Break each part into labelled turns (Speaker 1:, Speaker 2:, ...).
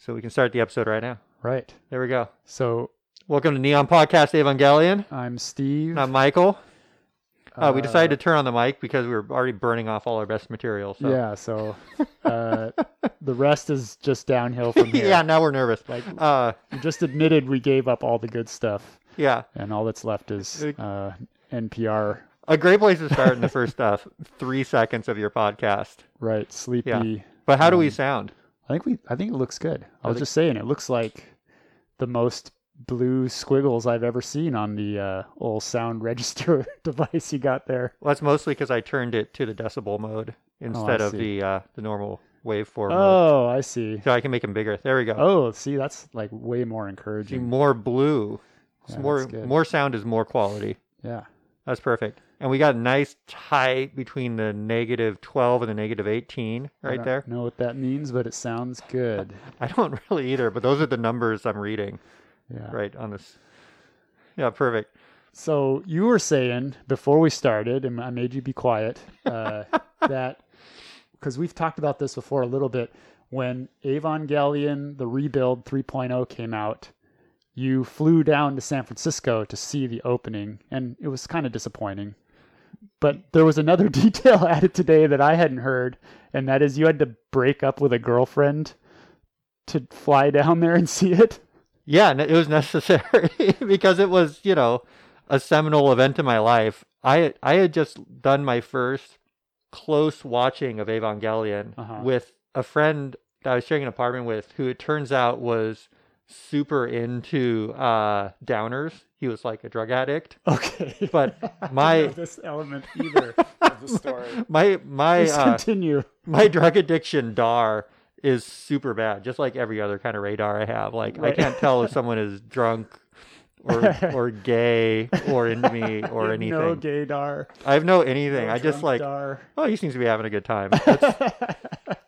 Speaker 1: So we can start the episode right now.
Speaker 2: Right.
Speaker 1: There we go.
Speaker 2: So
Speaker 1: Welcome to Neon Podcast Evangelion.
Speaker 2: I'm Steve.
Speaker 1: I'm Michael. Uh, we decided to turn on the mic because we were already burning off all our best material. So.
Speaker 2: Yeah. So uh, the rest is just downhill from here.
Speaker 1: yeah, now we're nervous.
Speaker 2: Like
Speaker 1: Uh,
Speaker 2: you just admitted we gave up all the good stuff,
Speaker 1: yeah,
Speaker 2: and all that's left is uh, NPR.
Speaker 1: a great place to start in the first uh, three seconds of your podcast.
Speaker 2: Right. Sleepy.
Speaker 1: But how do
Speaker 2: Mm.
Speaker 1: we sound?
Speaker 2: I think we. I think it looks good. I
Speaker 1: I
Speaker 2: was
Speaker 1: think-
Speaker 2: just saying, it looks like the most blue squiggles I've ever seen on the uh, old sound register device you got there.
Speaker 1: Well, that's mostly because I turned it to the decibel mode instead of
Speaker 2: Oh, see.
Speaker 1: the uh, the normal waveform mode,
Speaker 2: Oh, I see.
Speaker 1: so I can make them bigger. There we go.
Speaker 2: Oh, see, that's like way more
Speaker 1: See
Speaker 2: encouraging.
Speaker 1: more blue. It's
Speaker 2: Oh. Yeah,
Speaker 1: more
Speaker 2: that's good.
Speaker 1: more sound is more quality.
Speaker 2: Yeah.
Speaker 1: That's perfect. And we got a nice tie between the negative 12 and the negative 18
Speaker 2: I
Speaker 1: right
Speaker 2: don't
Speaker 1: there.
Speaker 2: Know what that means, but it sounds good.
Speaker 1: I don't really either, but those are the numbers I'm reading
Speaker 2: Yeah.
Speaker 1: right on this. Yeah, perfect.
Speaker 2: So you were saying before we started, and I made you be quiet, uh, that because we've talked about this before a little bit. When Evangelion, the rebuild 3.0 came out, you flew down to San Francisco to see the opening, and it was kind of disappointing. But there was another detail added today that I hadn't heard, and that is you had to break up with a girlfriend to fly down there and see it.
Speaker 1: Yeah, and it was necessary because it was, you know, a seminal event in my life. I I had just done my first close watching of Evangelion
Speaker 2: Uh-huh.
Speaker 1: with a friend that I was sharing an apartment with who it turns out was super into uh downers. He was like a drug addict.
Speaker 2: Okay.
Speaker 1: But
Speaker 2: I
Speaker 1: my-
Speaker 2: don't know this element either of the story.
Speaker 1: My my
Speaker 2: Please
Speaker 1: uh,
Speaker 2: continue.
Speaker 1: my drug addiction dar is super bad, just like every other kind of radar I have. Like I
Speaker 2: Right.
Speaker 1: can't tell if someone is drunk or or gay or into me or anything.
Speaker 2: No gaydar.
Speaker 1: I have no anything.
Speaker 2: no
Speaker 1: I just like
Speaker 2: drunk dar.
Speaker 1: oh he seems to be having a good time. That's-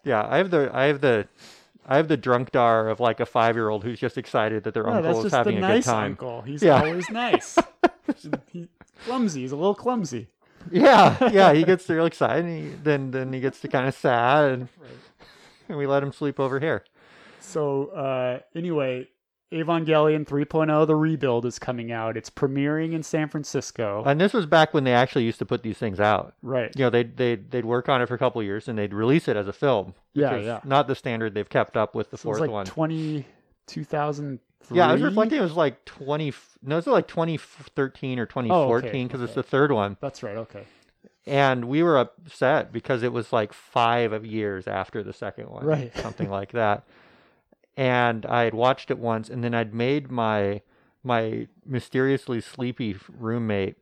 Speaker 1: yeah, I have the I have the I have the drunk dar of like a five year old who's just excited that their
Speaker 2: No,
Speaker 1: uncle
Speaker 2: that's
Speaker 1: is
Speaker 2: just the
Speaker 1: having a
Speaker 2: nice
Speaker 1: good time.
Speaker 2: uncle. He's
Speaker 1: Yeah.
Speaker 2: always nice. He's clumsy. He's a little clumsy.
Speaker 1: Yeah, yeah, he gets real excited. And he, then then he gets to kind of sad, and, and we let him sleep over here.
Speaker 2: So uh, anyway, Evangelion 3.0, the rebuild is coming out. It's premiering in San Francisco.
Speaker 1: And this was back when they actually used to put these things out.
Speaker 2: right.
Speaker 1: you know they'd they'd, they'd work on it for a couple of years and they'd release it as a film which
Speaker 2: Yeah,
Speaker 1: is
Speaker 2: yeah.
Speaker 1: not the standard they've kept up with the
Speaker 2: So it was
Speaker 1: fourth
Speaker 2: like
Speaker 1: one
Speaker 2: 20, 2003.
Speaker 1: yeah i was reflecting it was like 20 no it's like 2013 or 2014 because it's
Speaker 2: Oh, okay.
Speaker 1: the third one
Speaker 2: That's right. Okay.
Speaker 1: and we were upset because it was like five of years after the second one
Speaker 2: Right.
Speaker 1: something like that and i had watched it once and then i'd made my my mysteriously sleepy roommate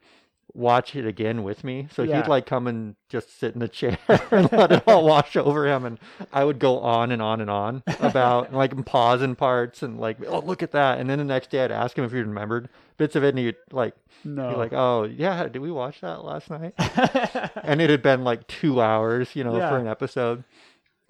Speaker 1: watch it again with me so
Speaker 2: Yeah.
Speaker 1: he'd like come and just sit in the chair and let it all wash over him and i would go on and on and on about like pause in parts and like oh look at that and then the next day i'd ask him if he remembered bits of it and he'd like
Speaker 2: No.
Speaker 1: be like oh yeah did we watch that last night and it had been like two hours, you know,
Speaker 2: Yeah.
Speaker 1: for an episode.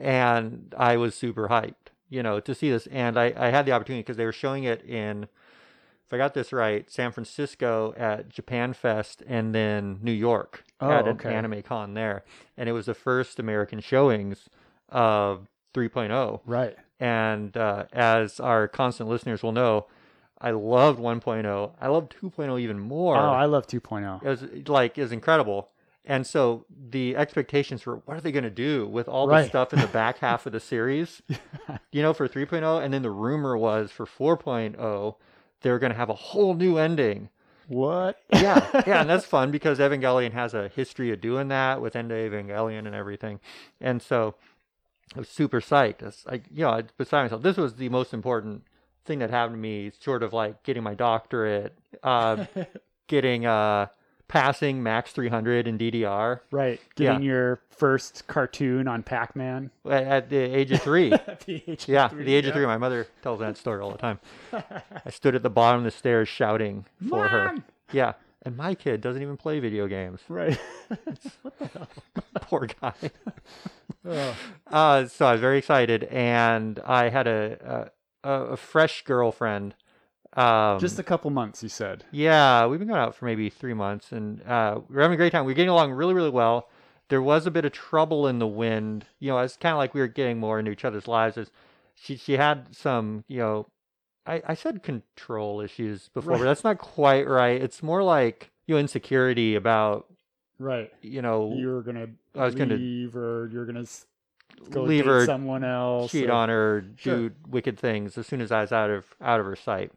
Speaker 1: And I was super hyped, you know, to see this. And I, I had the opportunity because they were showing it in, if I got this right, San Francisco at Japan Fest and then New York
Speaker 2: Oh,
Speaker 1: at an
Speaker 2: okay.
Speaker 1: anime con there. And it was the first American showings of 3.0.
Speaker 2: right.
Speaker 1: And uh, as our constant listeners will know, I loved 1.0. I loved 2.0 even more
Speaker 2: oh, I love 2.0.
Speaker 1: is like is incredible. And so the expectations were what are they going to do with all
Speaker 2: Right.
Speaker 1: the stuff in the back half of the series? You know, for 3.0 and then the rumor was for 4.0 they were going to have a whole new ending.
Speaker 2: What?
Speaker 1: Yeah. yeah, and that's fun because Evangelion has a history of doing that with End of Evangelion and everything. And so I was super psyched. It's like, you know, I was beside myself. This was the most important thing that happened to me, sort of like getting my doctorate, uh, getting uh, passing max 300 in DDR
Speaker 2: Right. Getting your first cartoon on Pac Man.
Speaker 1: at, at the age of three. yeah, the age of three. My mother tells that story all the time. I stood at the bottom of the stairs shouting for her.
Speaker 2: Mom!
Speaker 1: Yeah. And my kid doesn't even play video games.
Speaker 2: Right.
Speaker 1: Poor guy.
Speaker 2: Oh,
Speaker 1: Uh, so I was very excited, and I had a a, a, a fresh girlfriend. Um,
Speaker 2: just a couple months, you said.
Speaker 1: Yeah, we've been going out for maybe three months, and uh, we we're having a great time. We are getting along really, really well. There was a bit of trouble in the wind. You know, it's kind of like we were getting more into each other's lives. As she she had some you know I, I said control issues before,
Speaker 2: Right.
Speaker 1: but that's not quite right. It's more like you know, insecurity about
Speaker 2: Right.
Speaker 1: you know
Speaker 2: You're gonna
Speaker 1: I was gonna-
Speaker 2: leave, or you're gonna s- go
Speaker 1: leave
Speaker 2: date
Speaker 1: her,
Speaker 2: someone else.
Speaker 1: cheat
Speaker 2: or-
Speaker 1: on her,
Speaker 2: Sure.
Speaker 1: do wicked things as soon as I was out of out of her sight.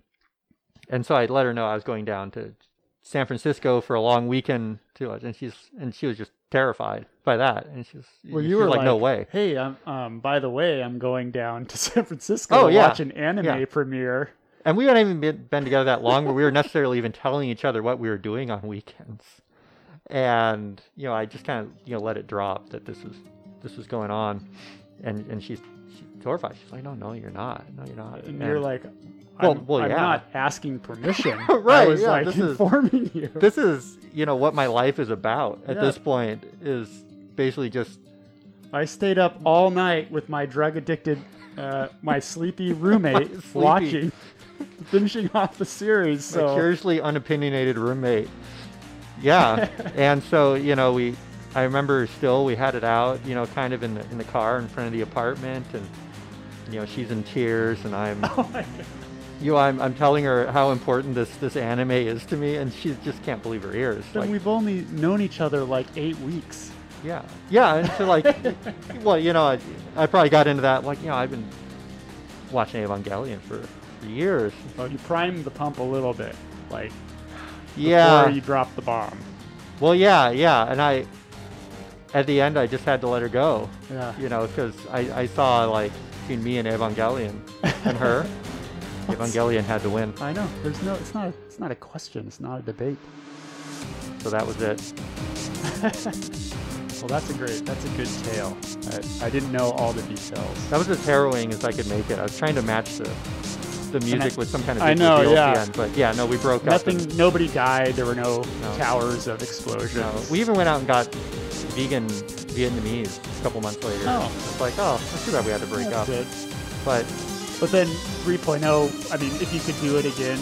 Speaker 1: And so I let her know I was going down to San Francisco for a long weekend too, and she's and she was just terrified by that, and she's
Speaker 2: Well,
Speaker 1: she
Speaker 2: you
Speaker 1: was
Speaker 2: were
Speaker 1: like,
Speaker 2: like,
Speaker 1: no way.
Speaker 2: Hey, I'm, um, by the way, I'm going down to San Francisco
Speaker 1: Oh,
Speaker 2: to
Speaker 1: yeah.
Speaker 2: watch an anime
Speaker 1: Yeah.
Speaker 2: premiere.
Speaker 1: And we hadn't even been, been together that long, where we were necessarily even telling each other what we were doing on weekends. And you know, I just kind of you know let it drop that this was this was going on, and and she's, she's horrified. She's like, no, no, you're not. No, you're not.
Speaker 2: And you're like,
Speaker 1: Well,
Speaker 2: I'm,
Speaker 1: well,
Speaker 2: I'm
Speaker 1: yeah.
Speaker 2: not asking permission. I
Speaker 1: Right,
Speaker 2: was
Speaker 1: yeah,
Speaker 2: like
Speaker 1: this is-
Speaker 2: informing you.
Speaker 1: this is you know what my life is about at
Speaker 2: Yeah.
Speaker 1: this point is basically just
Speaker 2: I stayed up all night with my drug addicted, uh, my sleepy roommate
Speaker 1: My sleepy-
Speaker 2: watching, finishing off the series.
Speaker 1: a
Speaker 2: So
Speaker 1: curiously unopinionated roommate. Yeah, and so you know we, I remember still we had it out, you know, kind of in the in the car in front of the apartment, and you know she's in tears, and I'm
Speaker 2: Oh my God.
Speaker 1: you know, I'm I'm telling her how important this this anime is to me, and she just can't believe her ears.
Speaker 2: Then
Speaker 1: Like,
Speaker 2: we've only known each other like eight weeks.
Speaker 1: yeah, yeah, and so like, well, you know, I, I probably got into that like you know I've been watching Evangelion for, for years.
Speaker 2: Well, you primed the pump a little bit, like
Speaker 1: Yeah.
Speaker 2: before you dropped the bomb.
Speaker 1: Well, yeah, yeah, and I, at the end, I just had to let her go.
Speaker 2: Yeah.
Speaker 1: You know, because I, I saw like between me and Evangelion and her, Evangelion had to win.
Speaker 2: I know. There's no. It's not. It's not a question. It's not a debate.
Speaker 1: So that was it.
Speaker 2: Well, that's a great. That's a good tale. I, I didn't know all the details.
Speaker 1: That was as harrowing as I could make it. I was trying to match the the music with some kind of
Speaker 2: I
Speaker 1: big
Speaker 2: know,
Speaker 1: reveal at
Speaker 2: yeah.
Speaker 1: the end, but yeah, no, we broke
Speaker 2: Nothing.
Speaker 1: up. and-
Speaker 2: Nobody died. There were no,
Speaker 1: No.
Speaker 2: towers of explosions.
Speaker 1: no. we even went out and got vegan Vietnamese a couple months later.
Speaker 2: Oh.
Speaker 1: It's like, oh, it's too bad we had to break up.
Speaker 2: That's good.
Speaker 1: But
Speaker 2: But then 3.0. I mean, if you could do it again,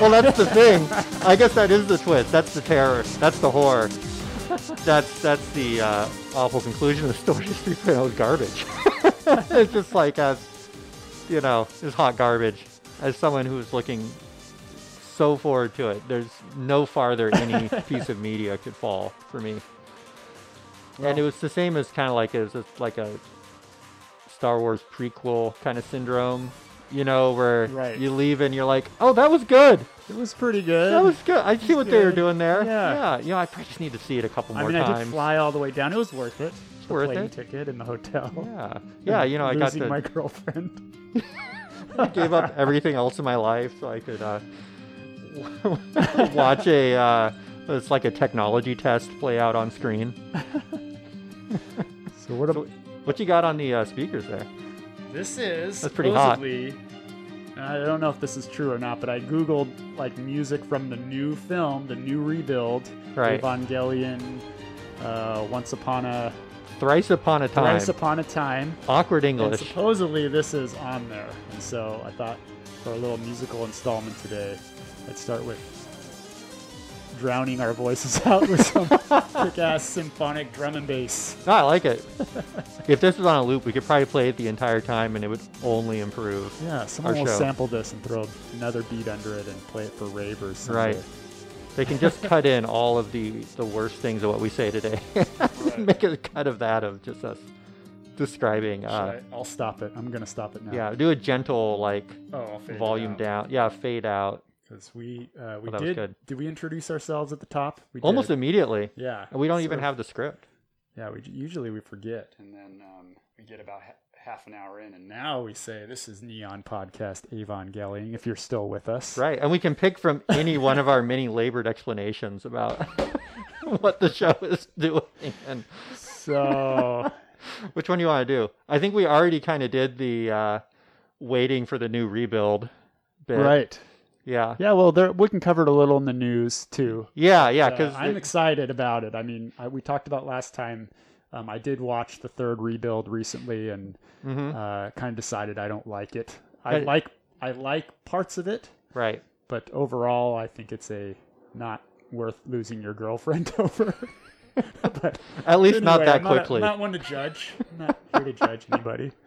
Speaker 1: well, that's the thing. I guess that is the twist. That's the terror. That's the horror. That's that's the uh, awful conclusion of the story. Is 3.0 is garbage. it's just like as you know, it's hot garbage. As someone who's looking so forward to it, there's no farther any piece of media could fall for me. and it was the same as kind of like it was like a Star Wars prequel kind of syndrome, you know, where
Speaker 2: Right.
Speaker 1: you leave and you're like, oh, that was good.
Speaker 2: it was pretty good.
Speaker 1: That was good. I see what they were
Speaker 2: good.
Speaker 1: doing there.
Speaker 2: Yeah.
Speaker 1: Yeah. You know, I probably just need to see it a couple
Speaker 2: I
Speaker 1: more
Speaker 2: mean,
Speaker 1: times.
Speaker 2: I did fly all the way down. It was worth it. The
Speaker 1: worth
Speaker 2: plane
Speaker 1: it.
Speaker 2: ticket and the hotel.
Speaker 1: Yeah. Yeah. You know, I got
Speaker 2: Losing
Speaker 1: to
Speaker 2: my girlfriend.
Speaker 1: gave up everything else in my life so I could uh, watch a. Uh, it's like a technology test play out on screen.
Speaker 2: So what?
Speaker 1: So, what you got on the uh, speakers there?
Speaker 2: This is
Speaker 1: That's pretty hot.
Speaker 2: supposedly- I don't know if this is true or not, but I googled like music from the new film, the new rebuild,
Speaker 1: Right.
Speaker 2: Evangelion, uh, Once Upon a
Speaker 1: Thrice upon a time.
Speaker 2: Once Upon a Time,
Speaker 1: Awkward
Speaker 2: and
Speaker 1: English.
Speaker 2: supposedly this is on there. And so I thought for a little musical installment today, I'd start with drowning our voices out with some kick-ass symphonic drum and bass.
Speaker 1: No, I like it. if this was on a loop, we could probably play it the entire time, and it would only improve.
Speaker 2: Yeah, someone will
Speaker 1: show.
Speaker 2: sample this and throw another beat under it and play it for ravers. someday.
Speaker 1: Right. They can just cut in all of the the worst things of what we say today. Make a cut of that of just us describing. Uh,
Speaker 2: Should I, will stop it. I'm gonna stop it now.
Speaker 1: yeah, do a gentle like
Speaker 2: Oh, I'll fade it
Speaker 1: volume
Speaker 2: out.
Speaker 1: down. Yeah, fade out
Speaker 2: 'Cause we uh, we
Speaker 1: that was
Speaker 2: did.
Speaker 1: good.
Speaker 2: Did we introduce ourselves at the top? We
Speaker 1: almost
Speaker 2: did.
Speaker 1: immediately.
Speaker 2: yeah.
Speaker 1: And we don't
Speaker 2: So-
Speaker 1: even have the script.
Speaker 2: Yeah. We usually we forget, and then um, we get about ha- half an hour in, and now we say this is Neon Podcast Avon Gelling. If you're still with us,
Speaker 1: Right, and we can pick from any one of our many labored explanations about what the show is doing and
Speaker 2: So
Speaker 1: Which one do you want to do? I think we already kind of did the uh, waiting for the new rebuild bit.
Speaker 2: right.
Speaker 1: Yeah.
Speaker 2: Yeah. Well, there we can cover it a little in the news too.
Speaker 1: Yeah. Yeah.
Speaker 2: Uh,
Speaker 1: Because
Speaker 2: I'm excited about it. I mean, I, we talked about last time. Um, I did watch the third rebuild recently, and uh, kind of decided I don't like it. I
Speaker 1: Mm-hmm. But-
Speaker 2: like I like parts of it,
Speaker 1: right.
Speaker 2: but overall, I think it's a not worth losing your girlfriend over. but
Speaker 1: At least not
Speaker 2: anyway,
Speaker 1: that
Speaker 2: I'm
Speaker 1: quickly.
Speaker 2: Not, I'm not one to judge. I'm not here to judge anybody.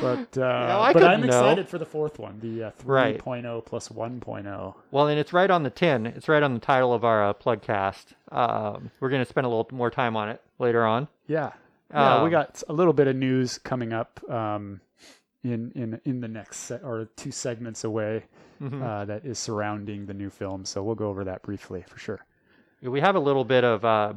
Speaker 2: But uh,
Speaker 1: No, I
Speaker 2: but
Speaker 1: couldn't
Speaker 2: I'm
Speaker 1: know.
Speaker 2: excited for the fourth one, the uh,
Speaker 1: Right.
Speaker 2: 3.0 plus oh. 1.0.
Speaker 1: Well, and it's right on the tin. It's right on the title of our uh, plugcast. Um, we're going to spend a little more time on it later on.
Speaker 2: Yeah, yeah. we
Speaker 1: Um,
Speaker 2: got a little bit of news coming up um, in in in the next se- or two segments away uh, that is surrounding the new film. So we'll go over that briefly for sure.
Speaker 1: We have a little bit of uh,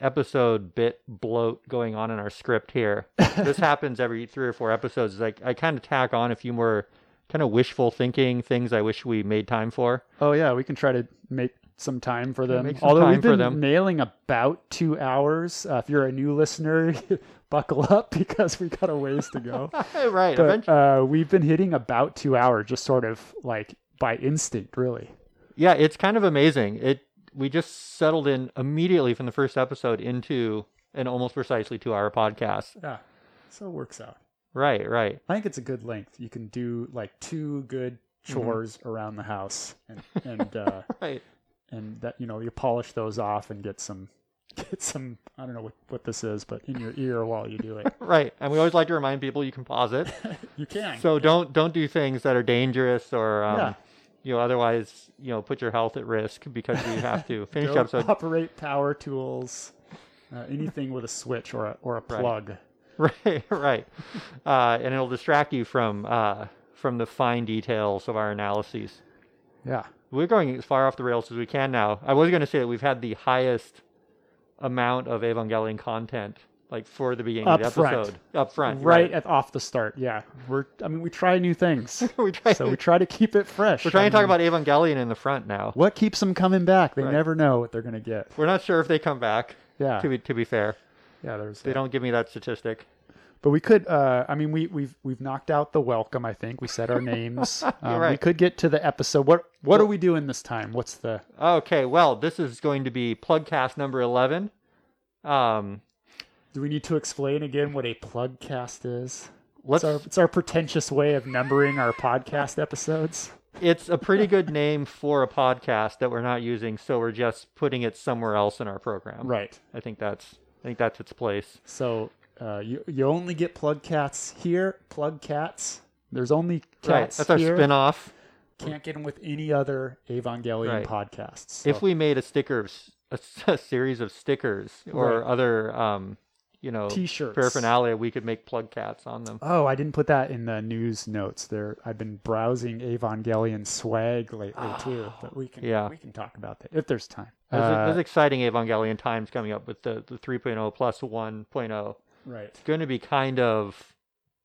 Speaker 1: episode bit bloat going on in our script here. this happens every three or four episodes. Like I kind of tack on a few more kind of wishful thinking things I wish we made time for.
Speaker 2: Oh yeah, we can try to make some time for them.
Speaker 1: make some
Speaker 2: Although
Speaker 1: time
Speaker 2: we've
Speaker 1: for
Speaker 2: been
Speaker 1: them.
Speaker 2: nailing about two hours. Uh, if you're a new listener, buckle up because we got a ways to go.
Speaker 1: right.
Speaker 2: but uh, we've been hitting about two hours, just sort of like by instinct, really.
Speaker 1: yeah, it's kind of amazing. It we just settled in immediately from the first episode into an almost precisely two-hour podcast.
Speaker 2: Yeah, so it works out.
Speaker 1: Right. Right.
Speaker 2: I think it's a good length. You can do like two good
Speaker 1: Mm-hmm.
Speaker 2: chores around the house, and and uh,
Speaker 1: Right.
Speaker 2: and that you know you polish those off and get some get some I don't know what, what this is, but in your ear while you do it.
Speaker 1: Right. And we always like to remind people you can pause it.
Speaker 2: You can.
Speaker 1: So don't don't do things that are dangerous or um,
Speaker 2: Yeah.
Speaker 1: you know otherwise you know put your health at risk because you have to finish the
Speaker 2: Don't
Speaker 1: episode.
Speaker 2: operate power tools, uh, anything with a switch or a, or a plug.
Speaker 1: right, right, uh, and it'll distract you from uh, from the fine details of our analyses.
Speaker 2: Yeah.
Speaker 1: We're going as far off the rails as we can now. I was going to say that we've had the highest amount of Evangelion content like for the beginning
Speaker 2: Up
Speaker 1: of the
Speaker 2: front.
Speaker 1: episode up front.
Speaker 2: Right, at off the start. Yeah. We're I mean we try new things.
Speaker 1: we try.
Speaker 2: so we try to keep it fresh.
Speaker 1: we're trying to
Speaker 2: I
Speaker 1: talk
Speaker 2: mean,
Speaker 1: about Evangelion in the front now.
Speaker 2: what keeps them coming back. They
Speaker 1: Right.
Speaker 2: never know what they're going to get.
Speaker 1: We're not sure if they come back.
Speaker 2: Yeah.
Speaker 1: To be to be fair.
Speaker 2: Yeah, there's
Speaker 1: They don't give me that statistic.
Speaker 2: But we could. Uh, I mean, we we've we've knocked out the welcome. I think we said our names. Um, We
Speaker 1: right.
Speaker 2: could get to the episode. What what are we doing this time? What's the
Speaker 1: Okay, well, this is going to be plugcast number 11. Um,
Speaker 2: do we need to explain again what a plugcast is?
Speaker 1: let's
Speaker 2: It's our, it's our pretentious way of numbering our podcast episodes.
Speaker 1: it's a pretty good name for a podcast that we're not using, so we're just putting it somewhere else in our program.
Speaker 2: Right.
Speaker 1: I think that's I think that's its place.
Speaker 2: So uh, you you only get plug cats here. Plug cats. There's only cats
Speaker 1: That's our
Speaker 2: here.
Speaker 1: spin-off.
Speaker 2: Can't get them with any other
Speaker 1: Right.
Speaker 2: Evangelion podcasts. So-
Speaker 1: If we made a sticker of s- a, s- a series of stickers or
Speaker 2: Right.
Speaker 1: other um, you know,
Speaker 2: T-shirts.
Speaker 1: paraphernalia, we could make plug cats on them.
Speaker 2: Oh, I didn't put that in the news notes. There, I've been browsing Evangelion swag lately too. But we can,
Speaker 1: Yeah.
Speaker 2: we can talk about that if there's time.
Speaker 1: There's,
Speaker 2: Uh,
Speaker 1: there's exciting Evangelion times coming up with the, the 3.0 plus oh. 1.0.
Speaker 2: right.
Speaker 1: going to be kind of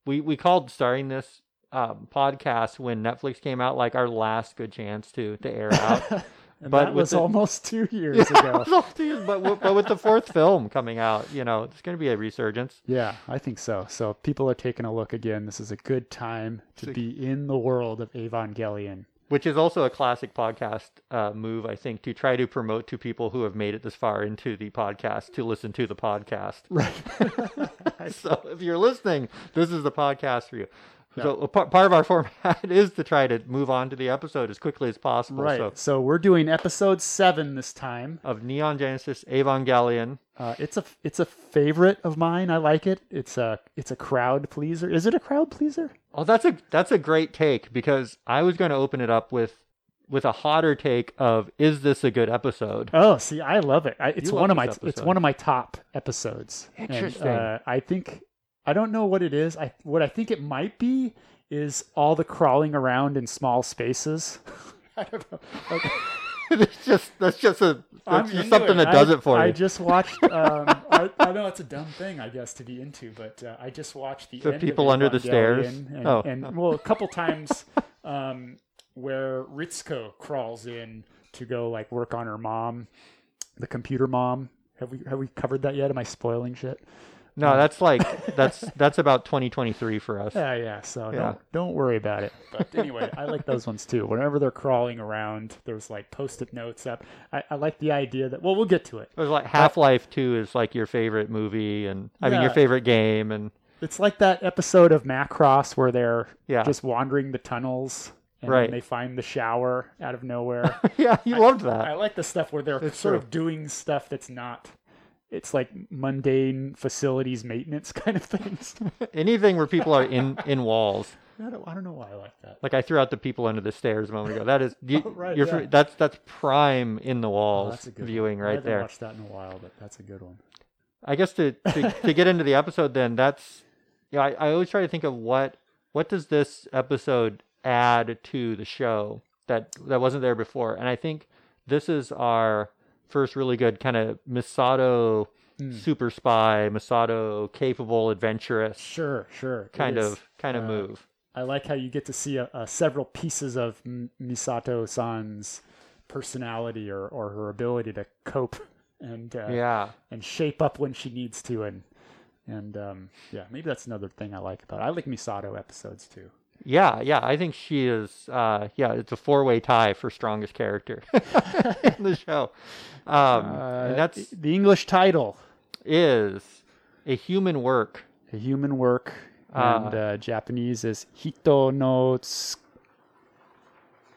Speaker 1: we we called starting this um, podcast when Netflix came out like our last good chance to to air out.
Speaker 2: And
Speaker 1: but
Speaker 2: that
Speaker 1: with
Speaker 2: was
Speaker 1: the-
Speaker 2: almost two years ago.
Speaker 1: but w- but with the fourth film coming out, you know, it's going to be a resurgence.
Speaker 2: Yeah, I think so. So people are taking a look again. This is a good time to be in the world of Evangelion.
Speaker 1: Which is also a classic podcast uh, move, I think, to try to promote to people who have made it this far into the podcast to listen to the podcast.
Speaker 2: Right.
Speaker 1: so if you're listening, this is the podcast for you. So a par- part of our format is to try to move on to the episode as quickly as possible.
Speaker 2: right.
Speaker 1: So
Speaker 2: So we're doing episode seven this time.
Speaker 1: of Neon Genesis Evangelion.
Speaker 2: Uh, it's a it's a favorite of mine. I like it. It's a it's a crowd pleaser. Is it a crowd pleaser?
Speaker 1: Oh, that's a that's a great take because I was going to open it up with with a hotter take of is this a good episode?
Speaker 2: Oh, see, I love it. I, it's
Speaker 1: You love
Speaker 2: one of
Speaker 1: this
Speaker 2: my it's
Speaker 1: episode.
Speaker 2: one of my top episodes. And,
Speaker 1: Interesting.
Speaker 2: uh, I think I don't know what it is. I what I think it might be is all the crawling around in small spaces. I don't know. Like,
Speaker 1: it's just that's just a
Speaker 2: I'm
Speaker 1: that's
Speaker 2: into
Speaker 1: just something that
Speaker 2: I-
Speaker 1: does it for
Speaker 2: I
Speaker 1: you.
Speaker 2: just watched. Um, I, I know it's a dumb thing, I guess, to be into, but uh, I just watched the,
Speaker 1: The
Speaker 2: end of
Speaker 1: people under the stairs?
Speaker 2: Evangelion And,
Speaker 1: Oh.
Speaker 2: and well, a couple times um, where Ritsuko crawls in to go like work on her mom, the computer mom. Have we have we covered that yet? Am I spoiling shit?
Speaker 1: no, that's like that's that's about 2023 for us.
Speaker 2: Yeah, yeah. So
Speaker 1: Yeah.
Speaker 2: Don't, don't worry about it. But anyway, I like those ones too. Whenever they're crawling around, there's like post-it notes up. I, I like the idea that. Well, we'll get to it.
Speaker 1: It was like Half Life Two is like your favorite movie, and I mean your
Speaker 2: Yeah.
Speaker 1: favorite game, and
Speaker 2: It's like that episode of Macross where they're
Speaker 1: Yeah.
Speaker 2: just wandering the tunnels and
Speaker 1: Right.
Speaker 2: then they find the shower out of nowhere.
Speaker 1: yeah, you loved that.
Speaker 2: I like the stuff where they're
Speaker 1: It's
Speaker 2: sort
Speaker 1: true.
Speaker 2: of doing stuff that's not it's like mundane facilities maintenance kind of things.
Speaker 1: Anything where people are in in walls.
Speaker 2: I, don't, I don't know why I like that.
Speaker 1: Like I threw out the people under the stairs a moment ago. That is you,
Speaker 2: Oh, right,
Speaker 1: you're,
Speaker 2: yeah.
Speaker 1: that's that's prime in the
Speaker 2: Oh,
Speaker 1: walls
Speaker 2: that's a good
Speaker 1: viewing
Speaker 2: one. I
Speaker 1: right
Speaker 2: haven't
Speaker 1: there.
Speaker 2: watched that in a while, but that's a good one.
Speaker 1: I guess to, to, to get into the episode then that's yeah, I, I always try to think of what what does this episode add to the show that that wasn't there before. And I think this is our first really good kind of Misato
Speaker 2: Hmm.
Speaker 1: super spy, Misato capable adventurous
Speaker 2: Sure, sure. It
Speaker 1: kind
Speaker 2: is.
Speaker 1: of kind of
Speaker 2: uh,
Speaker 1: move.
Speaker 2: I like how you get to see uh uh several pieces of M- Misato San's personality or, or her ability to cope and uh,
Speaker 1: Yeah.
Speaker 2: and shape up when she needs to and and um, yeah maybe that's another thing I like about it. I like Misato episodes too.
Speaker 1: Yeah, yeah, I think she is. Uh, yeah, it's a four-way tie for strongest character in the show. Um,
Speaker 2: Uh,
Speaker 1: and that's
Speaker 2: the English title,
Speaker 1: is a human work.
Speaker 2: a human work,
Speaker 1: Ah.
Speaker 2: and uh, Japanese is Hito no Ts-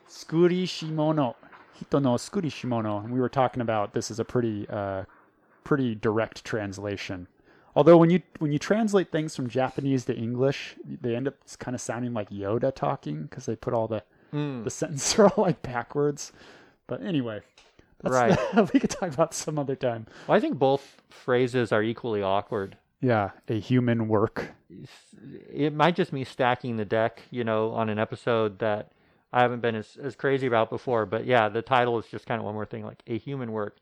Speaker 2: Tsurishimono. Hito no Tsurishimono, and we were talking about this is a pretty, uh, pretty direct translation. Although when you when you translate things from Japanese to English, they end up kind of sounding like Yoda talking because they put all the
Speaker 1: Mm,
Speaker 2: the sentences are all like backwards. But anyway,
Speaker 1: right.
Speaker 2: we could talk about some other time.
Speaker 1: Well, I think both phrases are equally awkward.
Speaker 2: Yeah, a human work.
Speaker 1: It might just be stacking the deck, you know, on an episode that I haven't been as, as crazy about before. But yeah, the title is just kind of one more thing, like a human work.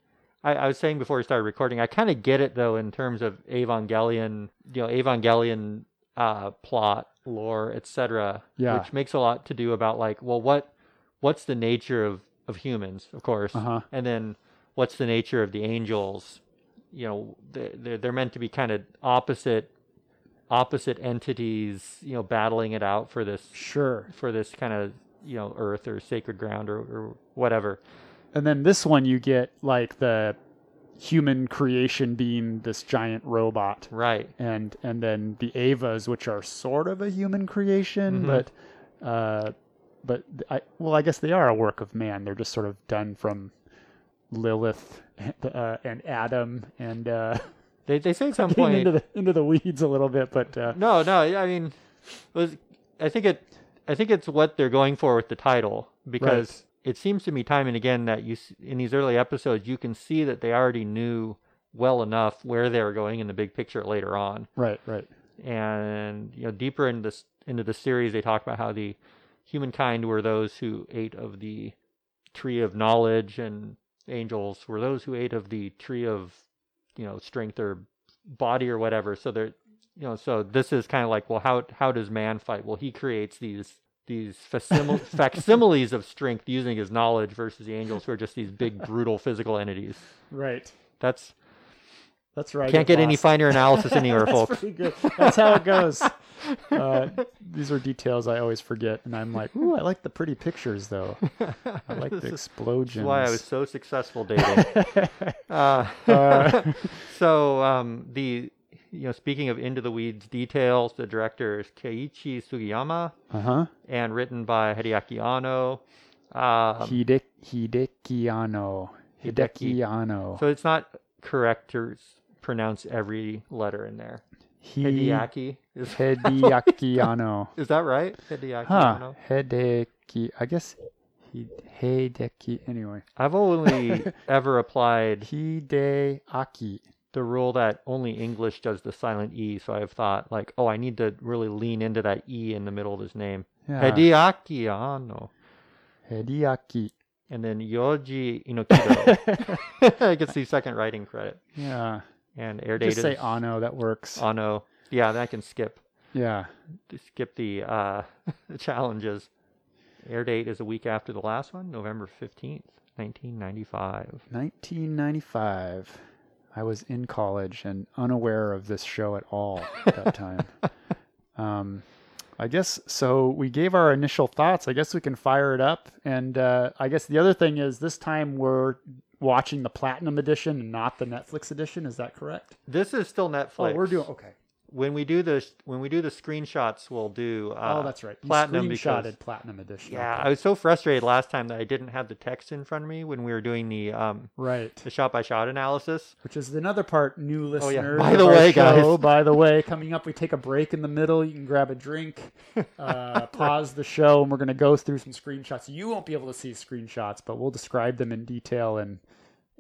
Speaker 1: I, I was saying before we started recording, I kind of get it though in terms of Evangelion, you know, Evangelion uh, plot, lore, etc.
Speaker 2: Yeah.
Speaker 1: which makes a lot to do about like, well, what what's the nature of of humans, of course,
Speaker 2: Uh-huh.
Speaker 1: and then what's the nature of the angels? You know, they- they're they're meant to be kind of opposite opposite entities, you know, battling it out for this
Speaker 2: Sure.
Speaker 1: for this kind of you know earth or sacred ground or, or whatever.
Speaker 2: And then this one you get like the human creation being this giant robot.
Speaker 1: Right.
Speaker 2: And and then the Avas, which are sort of a human creation,
Speaker 1: Mhm.
Speaker 2: but uh but I well, I guess they are a work of man. They're just sort of done from Lilith and, uh, and Adam and uh
Speaker 1: They they say at some
Speaker 2: getting
Speaker 1: point.
Speaker 2: into the into the weeds a little bit, but uh
Speaker 1: No, no. I mean, it was I think it I think it's what they're going for with the title because it seems to me time and again that you s- in these early episodes you can see that they already knew well enough where they were going in the big picture later on.
Speaker 2: right, right.
Speaker 1: and you know deeper into this into the series they talk about how the humankind were those who ate of the tree of knowledge and angels were those who ate of the tree of you know strength or body or whatever so they're you know so this is kind of like well how how does man fight well he creates these these facsimil- facsimiles of strength using his knowledge versus the angels who are just these big brutal physical entities
Speaker 2: Right.
Speaker 1: that's
Speaker 2: That's right.
Speaker 1: can't get any
Speaker 2: lost.
Speaker 1: finer analysis anywhere
Speaker 2: That's
Speaker 1: folks
Speaker 2: pretty good. That's how it goes. Uh, these are details I always forget, and I'm like, ooh, I like the pretty pictures though. I like the
Speaker 1: That's
Speaker 2: explosions.
Speaker 1: why I was so successful dating. uh,
Speaker 2: Uh,
Speaker 1: so um, the you know speaking of into the weeds details, the director is Keiichi Sugiyama
Speaker 2: uh huh.
Speaker 1: and written by Hideaki Anno. Um,
Speaker 2: Hide- Hidekiano.
Speaker 1: Hideki.
Speaker 2: Hidekiano.
Speaker 1: so it's not correct to s- pronounce every letter in there.
Speaker 2: He-
Speaker 1: Hideaki is
Speaker 2: Hideakiano.
Speaker 1: is that right? Hideaki
Speaker 2: Huh.
Speaker 1: Anno.
Speaker 2: Hideki. I guess. Hide- Hideki. Anyway.
Speaker 1: I've only ever applied
Speaker 2: Hideaki.
Speaker 1: the rule that only English does the silent E. So I've thought like, oh, I need to really lean into that E in the middle of his name.
Speaker 2: Yeah.
Speaker 1: Hideakiano.
Speaker 2: Hideaki.
Speaker 1: And then Yoji Inokido. I gets the second writing credit.
Speaker 2: yeah.
Speaker 1: And air date
Speaker 2: Just say
Speaker 1: is
Speaker 2: Ano. That works.
Speaker 1: Ano. Yeah, that can skip.
Speaker 2: Yeah.
Speaker 1: Skip the uh, challenges. Air date is a week after the last one, November 15th, 1995.
Speaker 2: 1995. I was in college and unaware of this show at all at that time. um, I guess so. We gave our initial thoughts. I guess we can fire it up. And uh, I guess the other thing is this time we're watching the platinum edition and not the Netflix edition. Is that correct?
Speaker 1: This is still Netflix.
Speaker 2: Oh, we're doing okay.
Speaker 1: when we do the when we do the screenshots, we'll do uh,
Speaker 2: oh, that's right. You
Speaker 1: platinum
Speaker 2: screenshotted
Speaker 1: because
Speaker 2: platinum edition.
Speaker 1: yeah,
Speaker 2: Okay.
Speaker 1: I was so frustrated last time that I didn't have the text in front of me when we were doing the um
Speaker 2: right.
Speaker 1: the shot by shot analysis.
Speaker 2: Which is another part, new
Speaker 1: Oh, yeah.
Speaker 2: listeners.
Speaker 1: By
Speaker 2: of
Speaker 1: the
Speaker 2: our
Speaker 1: way, guys.
Speaker 2: show, By the way, coming up, we take a break in the middle. You can grab a drink, uh, pause the show, and we're going to go through some screenshots. You won't be able to see screenshots, but we'll describe them in detail and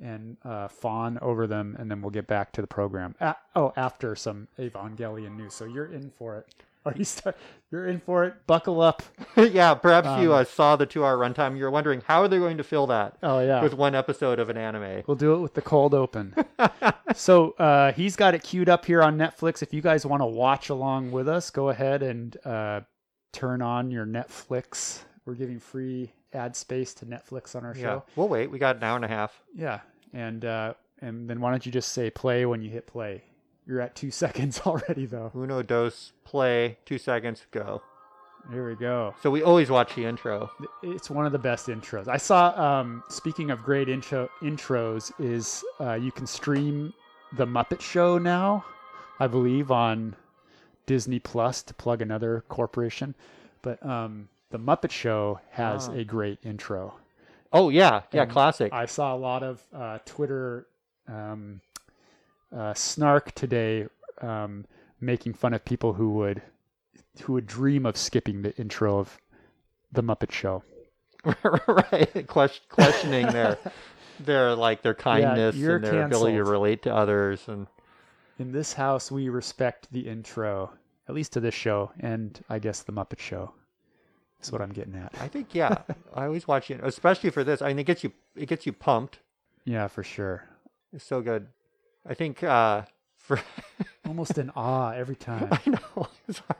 Speaker 2: and uh, fawn over them, and then we'll get back to the program. A oh, after some Evangelion news. So you're in for it. Are you start? You're in for it. Buckle up.
Speaker 1: yeah, perhaps you uh, saw the two hour runtime. You're wondering how are they going to fill that
Speaker 2: Um, Oh yeah.
Speaker 1: with one episode of an anime.
Speaker 2: We'll do it with the cold open. so uh, he's got it queued up here on Netflix. If you guys want to watch along with us, go ahead and uh, turn on your Netflix. We're giving free ad space to Netflix on our
Speaker 1: Yeah,
Speaker 2: show.
Speaker 1: we'll wait. We got an hour and a half.
Speaker 2: Yeah, and uh, and then why don't you just say play when you hit play? You're at two seconds already, though.
Speaker 1: Uno, dos, play. Two seconds, go.
Speaker 2: Here we go.
Speaker 1: So we always watch the intro.
Speaker 2: It's one of the best intros. I saw. Um, speaking of great intro intros, is uh, you can stream the Muppet Show now, I believe, on Disney Plus to plug another corporation. But um, the Muppet Show has
Speaker 1: Ah.
Speaker 2: a great intro.
Speaker 1: Oh yeah, yeah,
Speaker 2: And
Speaker 1: classic.
Speaker 2: I saw a lot of uh, Twitter um, uh, snark today, um, making fun of people who would who would dream of skipping the intro of the Muppet Show.
Speaker 1: right, Ques- questioning their their like their kindness
Speaker 2: you're
Speaker 1: and their ability to
Speaker 2: canceled.
Speaker 1: relate to others. And
Speaker 2: In this house, we respect the intro, at least to this show, and I guess the Muppet Show. That's what I'm getting at.
Speaker 1: I think yeah, I always watch it, especially for this. I mean, it gets you it gets you pumped.
Speaker 2: Yeah, for sure.
Speaker 1: It's so good. I think uh, for
Speaker 2: Almost in awe every time.
Speaker 1: I know it's hard.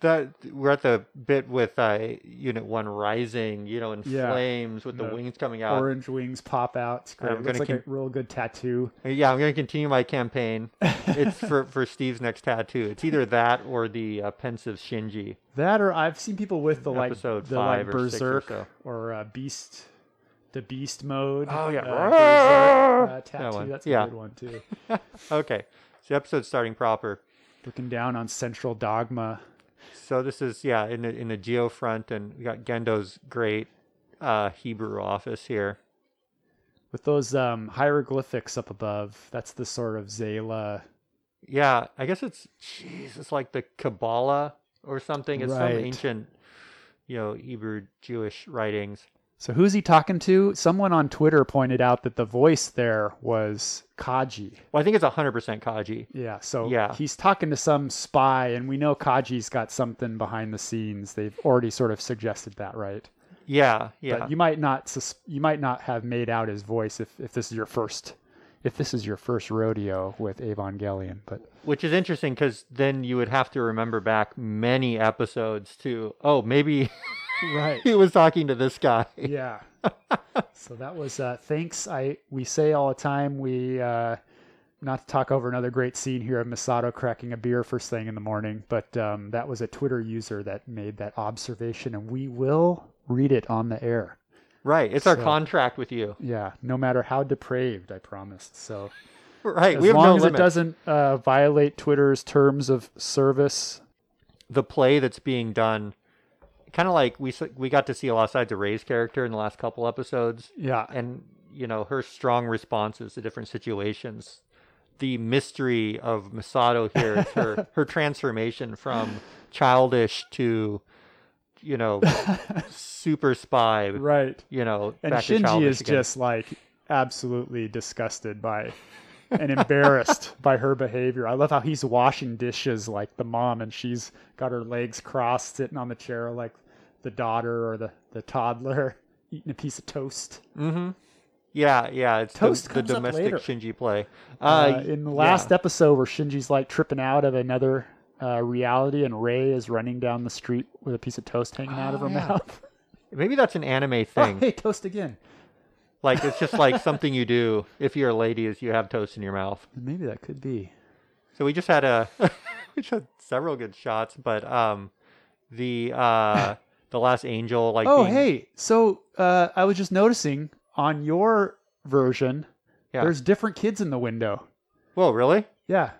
Speaker 1: that we're at the bit with uh, Unit One rising, you know, in
Speaker 2: Yeah.
Speaker 1: flames with the,
Speaker 2: The
Speaker 1: wings coming out.
Speaker 2: Orange wings pop out. It's great.
Speaker 1: I'm
Speaker 2: It looks like
Speaker 1: gonna
Speaker 2: a real good tattoo.
Speaker 1: Yeah, I'm going to continue my campaign. It's for, for Steve's next tattoo. It's either that or the uh, pensive Shinji.
Speaker 2: That or I've seen people with the like
Speaker 1: Episode
Speaker 2: the
Speaker 1: five
Speaker 2: like
Speaker 1: or six or
Speaker 2: berserk
Speaker 1: so.
Speaker 2: or uh, beast, the beast mode.
Speaker 1: Oh, yeah.
Speaker 2: uh, berserk, uh, tattoo.
Speaker 1: one.
Speaker 2: That's a
Speaker 1: Yeah.
Speaker 2: good one too.
Speaker 1: Okay, so the episode's starting proper.
Speaker 2: Looking down on Central Dogma.
Speaker 1: So this is yeah in the in the Geo front, and we got Gendo's great uh, Hebrew office here.
Speaker 2: with those um, hieroglyphics up above. That's the sort of Zayla.
Speaker 1: Yeah, I guess it's jeez, it's like the Kabbalah or something. It's
Speaker 2: Right.
Speaker 1: some ancient, you know, Hebrew Jewish writings.
Speaker 2: So who's he talking to? Someone on Twitter pointed out that the voice there was Kaji.
Speaker 1: Well, I think it's hundred percent Kaji.
Speaker 2: Yeah, so
Speaker 1: Yeah.
Speaker 2: he's talking to some spy, and we know Kaji's got something behind the scenes. They've already sort of suggested that, right?
Speaker 1: Yeah, yeah.
Speaker 2: But you might not sus- you might not have made out his voice if, if this is your first if this is your first rodeo with Evangelion. But
Speaker 1: Which is interesting because then you would have to remember back many episodes to, oh, maybe
Speaker 2: right,
Speaker 1: he was talking to this guy.
Speaker 2: yeah so that was uh thanks i we say all the time we uh not to talk over another great scene here of Masato cracking a beer first thing in the morning, but um, that was a Twitter user that made that observation, and we will read it on the air.
Speaker 1: Right. It's our
Speaker 2: So-
Speaker 1: contract with you.
Speaker 2: Yeah, no matter how depraved, I promise. So
Speaker 1: Right.
Speaker 2: as
Speaker 1: we have
Speaker 2: long
Speaker 1: no
Speaker 2: as
Speaker 1: limit.
Speaker 2: it doesn't uh, violate Twitter's terms of service,
Speaker 1: The play that's being done, kind of like we s- we got to see a lot of sides of Ray's character in the last couple episodes,
Speaker 2: yeah,
Speaker 1: and you know her strong responses to different situations. The mystery of Masato here is her her transformation from childish to, you know, super spy.
Speaker 2: right.
Speaker 1: you know,
Speaker 2: And
Speaker 1: back to
Speaker 2: Shinji
Speaker 1: childish
Speaker 2: is
Speaker 1: again.
Speaker 2: just like absolutely disgusted by and embarrassed by her behavior. I love how he's washing dishes like the mom and she's got her legs crossed sitting on the chair like the daughter or the, the toddler eating a piece of toast.
Speaker 1: yeah, yeah. It's
Speaker 2: Toast
Speaker 1: the, the
Speaker 2: comes up
Speaker 1: domestic
Speaker 2: later.
Speaker 1: Shinji play. Uh,
Speaker 2: Uh, in the last
Speaker 1: yeah.
Speaker 2: episode where Shinji's like tripping out of another uh, reality and Ray is running down the street with a piece of toast hanging out of her mouth.
Speaker 1: maybe that's an anime Ah. thing.
Speaker 2: hey, toast again.
Speaker 1: like it's just like something you do if you're a lady is you have toast in your mouth.
Speaker 2: Maybe that could be.
Speaker 1: So we just had a, we just had several good shots, but um, the uh, the last angel like
Speaker 2: Oh,
Speaker 1: being-
Speaker 2: hey. So uh, I was just noticing on your version,
Speaker 1: Yeah.
Speaker 2: there's different kids in the window.
Speaker 1: whoa really
Speaker 2: Yeah.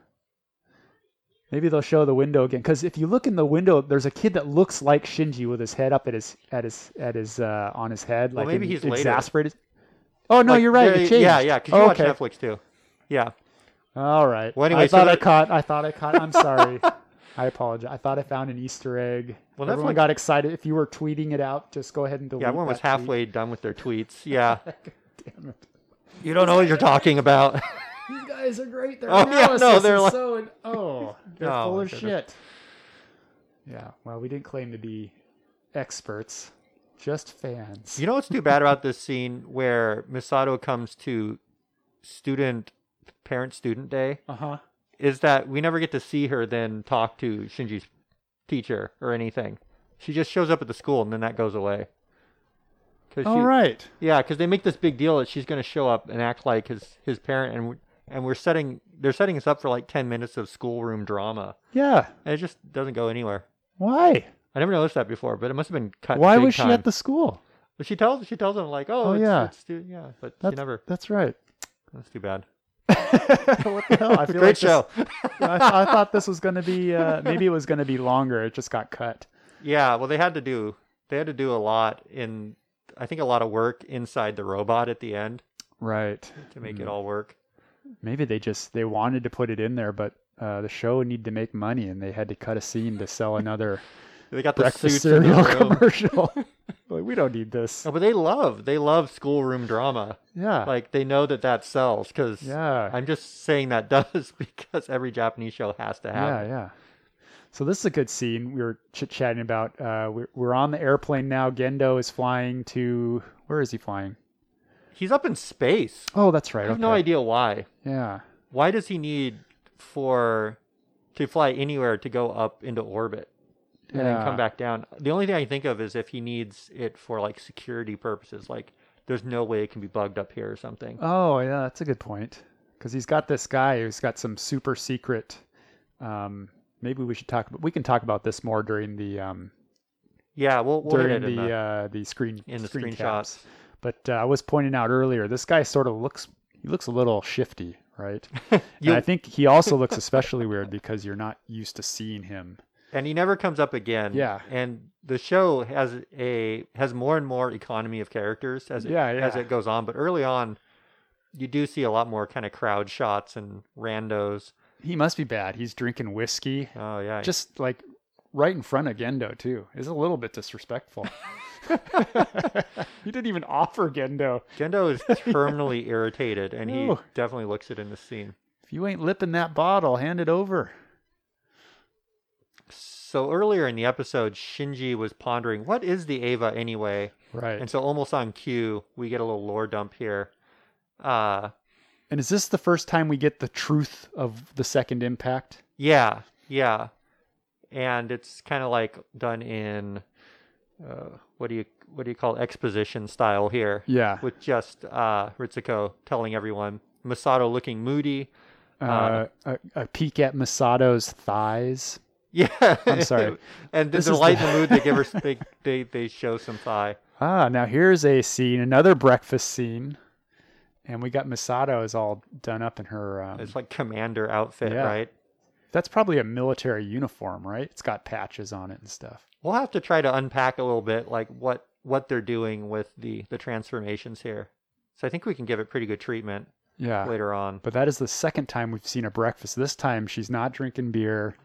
Speaker 2: Maybe they'll show the window again. Because if you look in the window, there's a kid that looks like Shinji with his head up at his at his at his uh, on his head.
Speaker 1: Well,
Speaker 2: Like
Speaker 1: maybe
Speaker 2: in-
Speaker 1: he's later.
Speaker 2: exasperated. Oh no,
Speaker 1: Like,
Speaker 2: you're right.
Speaker 1: Yeah,
Speaker 2: It changed.
Speaker 1: yeah, yeah. Because you
Speaker 2: okay.
Speaker 1: watch Netflix too. Yeah.
Speaker 2: All right.
Speaker 1: Well, anyway,
Speaker 2: I
Speaker 1: so
Speaker 2: thought I
Speaker 1: that-
Speaker 2: caught. I thought I caught. I'm sorry. I apologize. I thought I found an Easter egg.
Speaker 1: Well,
Speaker 2: everyone
Speaker 1: Netflix-
Speaker 2: got excited. If you were tweeting it out, just go ahead and delete.
Speaker 1: Yeah, everyone was
Speaker 2: that tweet.
Speaker 1: halfway done with their tweets. Yeah.
Speaker 2: Damn it.
Speaker 1: you don't know what you're talking about.
Speaker 2: These guys are great. Their
Speaker 1: Oh, yeah, no,
Speaker 2: analysis
Speaker 1: they're
Speaker 2: is
Speaker 1: like-
Speaker 2: so in- oh, they're
Speaker 1: Oh,
Speaker 2: full of
Speaker 1: goodness.
Speaker 2: shit. Yeah. Well, we didn't claim to be experts, just fans.
Speaker 1: you know what's too bad about this scene where Misato comes to student parent student day
Speaker 2: Uh huh.
Speaker 1: is that we never get to see her then talk to Shinji's teacher or anything. She just shows up at the school and then that goes away. Cause
Speaker 2: All
Speaker 1: she-
Speaker 2: right.
Speaker 1: Yeah, because they make this big deal that she's going to show up and act like his his parent, and we're- and we're setting they're setting us up for like ten minutes of schoolroom drama,
Speaker 2: Yeah.
Speaker 1: and it just doesn't go anywhere.
Speaker 2: Why?
Speaker 1: I never noticed that before, but it must have been cut.
Speaker 2: Why
Speaker 1: big
Speaker 2: was she
Speaker 1: time.
Speaker 2: at the school?
Speaker 1: But she tells she tells him like, oh,
Speaker 2: Oh,
Speaker 1: it's,
Speaker 2: yeah.
Speaker 1: it's too, yeah, but
Speaker 2: That's
Speaker 1: she never.
Speaker 2: That's right.
Speaker 1: That's too bad.
Speaker 2: what the hell? I feel
Speaker 1: Great
Speaker 2: like this-
Speaker 1: show.
Speaker 2: I, th- I thought this was going to be uh, maybe it was going to be longer. It just got cut.
Speaker 1: Yeah, well, they had to do they had to do a lot in I think a lot of work inside the robot at the end
Speaker 2: Right.
Speaker 1: to make
Speaker 2: Mm-hmm.
Speaker 1: it all work.
Speaker 2: Maybe they just they wanted to put it in there, but uh, the show needed to make money, and they had to cut a scene to sell another
Speaker 1: They got the
Speaker 2: breakfast
Speaker 1: suits in the
Speaker 2: cereal
Speaker 1: room.
Speaker 2: commercial. like we don't need this.
Speaker 1: Oh, but they love they love schoolroom drama.
Speaker 2: Yeah.
Speaker 1: like they know that that sells because
Speaker 2: Yeah.
Speaker 1: i'm just saying that does because every japanese show has to have
Speaker 2: yeah.
Speaker 1: it.
Speaker 2: Yeah. So this is a good scene. We were chit chatting about. Uh, we're, we're on the airplane now. Gendo is flying to. Where is he flying?
Speaker 1: he's up in space
Speaker 2: Oh, that's right.
Speaker 1: i have
Speaker 2: okay.
Speaker 1: no idea why
Speaker 2: Yeah.
Speaker 1: why does he need for to fly anywhere to go up into orbit and then
Speaker 2: Yeah.
Speaker 1: come back down the only thing i can think of is if he needs it for like security purposes like there's no way it can be bugged up here or something
Speaker 2: Oh, yeah, that's a good point. Because he's got this guy who's got some super secret. Um, maybe we should talk. About, we can talk about this more during the um,
Speaker 1: yeah we'll, we'll hit
Speaker 2: during
Speaker 1: it in
Speaker 2: the,
Speaker 1: the,
Speaker 2: uh, the screen
Speaker 1: in the
Speaker 2: screen
Speaker 1: screenshots
Speaker 2: caps. But uh, I was pointing out earlier, this guy sort of looks. He looks a little shifty, right?
Speaker 1: You-
Speaker 2: and I think he also looks especially weird because you're not used to seeing him.
Speaker 1: and he never comes up again
Speaker 2: Yeah.
Speaker 1: and the show has a has more and more economy of characters as it,
Speaker 2: Yeah,
Speaker 1: as
Speaker 2: yeah.
Speaker 1: it goes on but early on you do see a lot more kind of crowd shots and randos
Speaker 2: He must be bad. He's drinking whiskey,
Speaker 1: oh yeah
Speaker 2: just like right in front of Gendo too. Is a little bit disrespectful. he didn't even offer Gendo.
Speaker 1: gendo is terminally irritated and he
Speaker 2: No.
Speaker 1: definitely looks it in the scene
Speaker 2: If you ain't lipping that bottle, hand it over.
Speaker 1: so earlier in the episode shinji was pondering what is the ava anyway
Speaker 2: Right.
Speaker 1: and
Speaker 2: And,
Speaker 1: so almost on cue we get a little lore dump here uh
Speaker 2: is this the first time we get the truth of the second impact?
Speaker 1: Yeah, yeah, and it's kind of like done in uh, what do you what do you call it? exposition style here,
Speaker 2: Yeah.
Speaker 1: with just uh, Ritsuko telling everyone Masato looking moody.
Speaker 2: Uh, a, a peek at Masato's thighs.
Speaker 1: Yeah,
Speaker 2: I'm sorry.
Speaker 1: and then
Speaker 2: This
Speaker 1: to
Speaker 2: is
Speaker 1: lighten
Speaker 2: the-
Speaker 1: the mood, they give her they, they they show some thigh.
Speaker 2: Ah, now here's a scene, another breakfast scene. And we got Masato is all done up in her. Um,
Speaker 1: It's like commander outfit,
Speaker 2: Yeah.
Speaker 1: right?
Speaker 2: that's probably a military uniform, right? It's got patches on it and stuff.
Speaker 1: We'll have to try to unpack a little bit, like what what they're doing with the the transformations here. So I think we can give it pretty good treatment
Speaker 2: Yeah.
Speaker 1: later on.
Speaker 2: But that is the second time we've seen a breakfast. This time she's not drinking beer.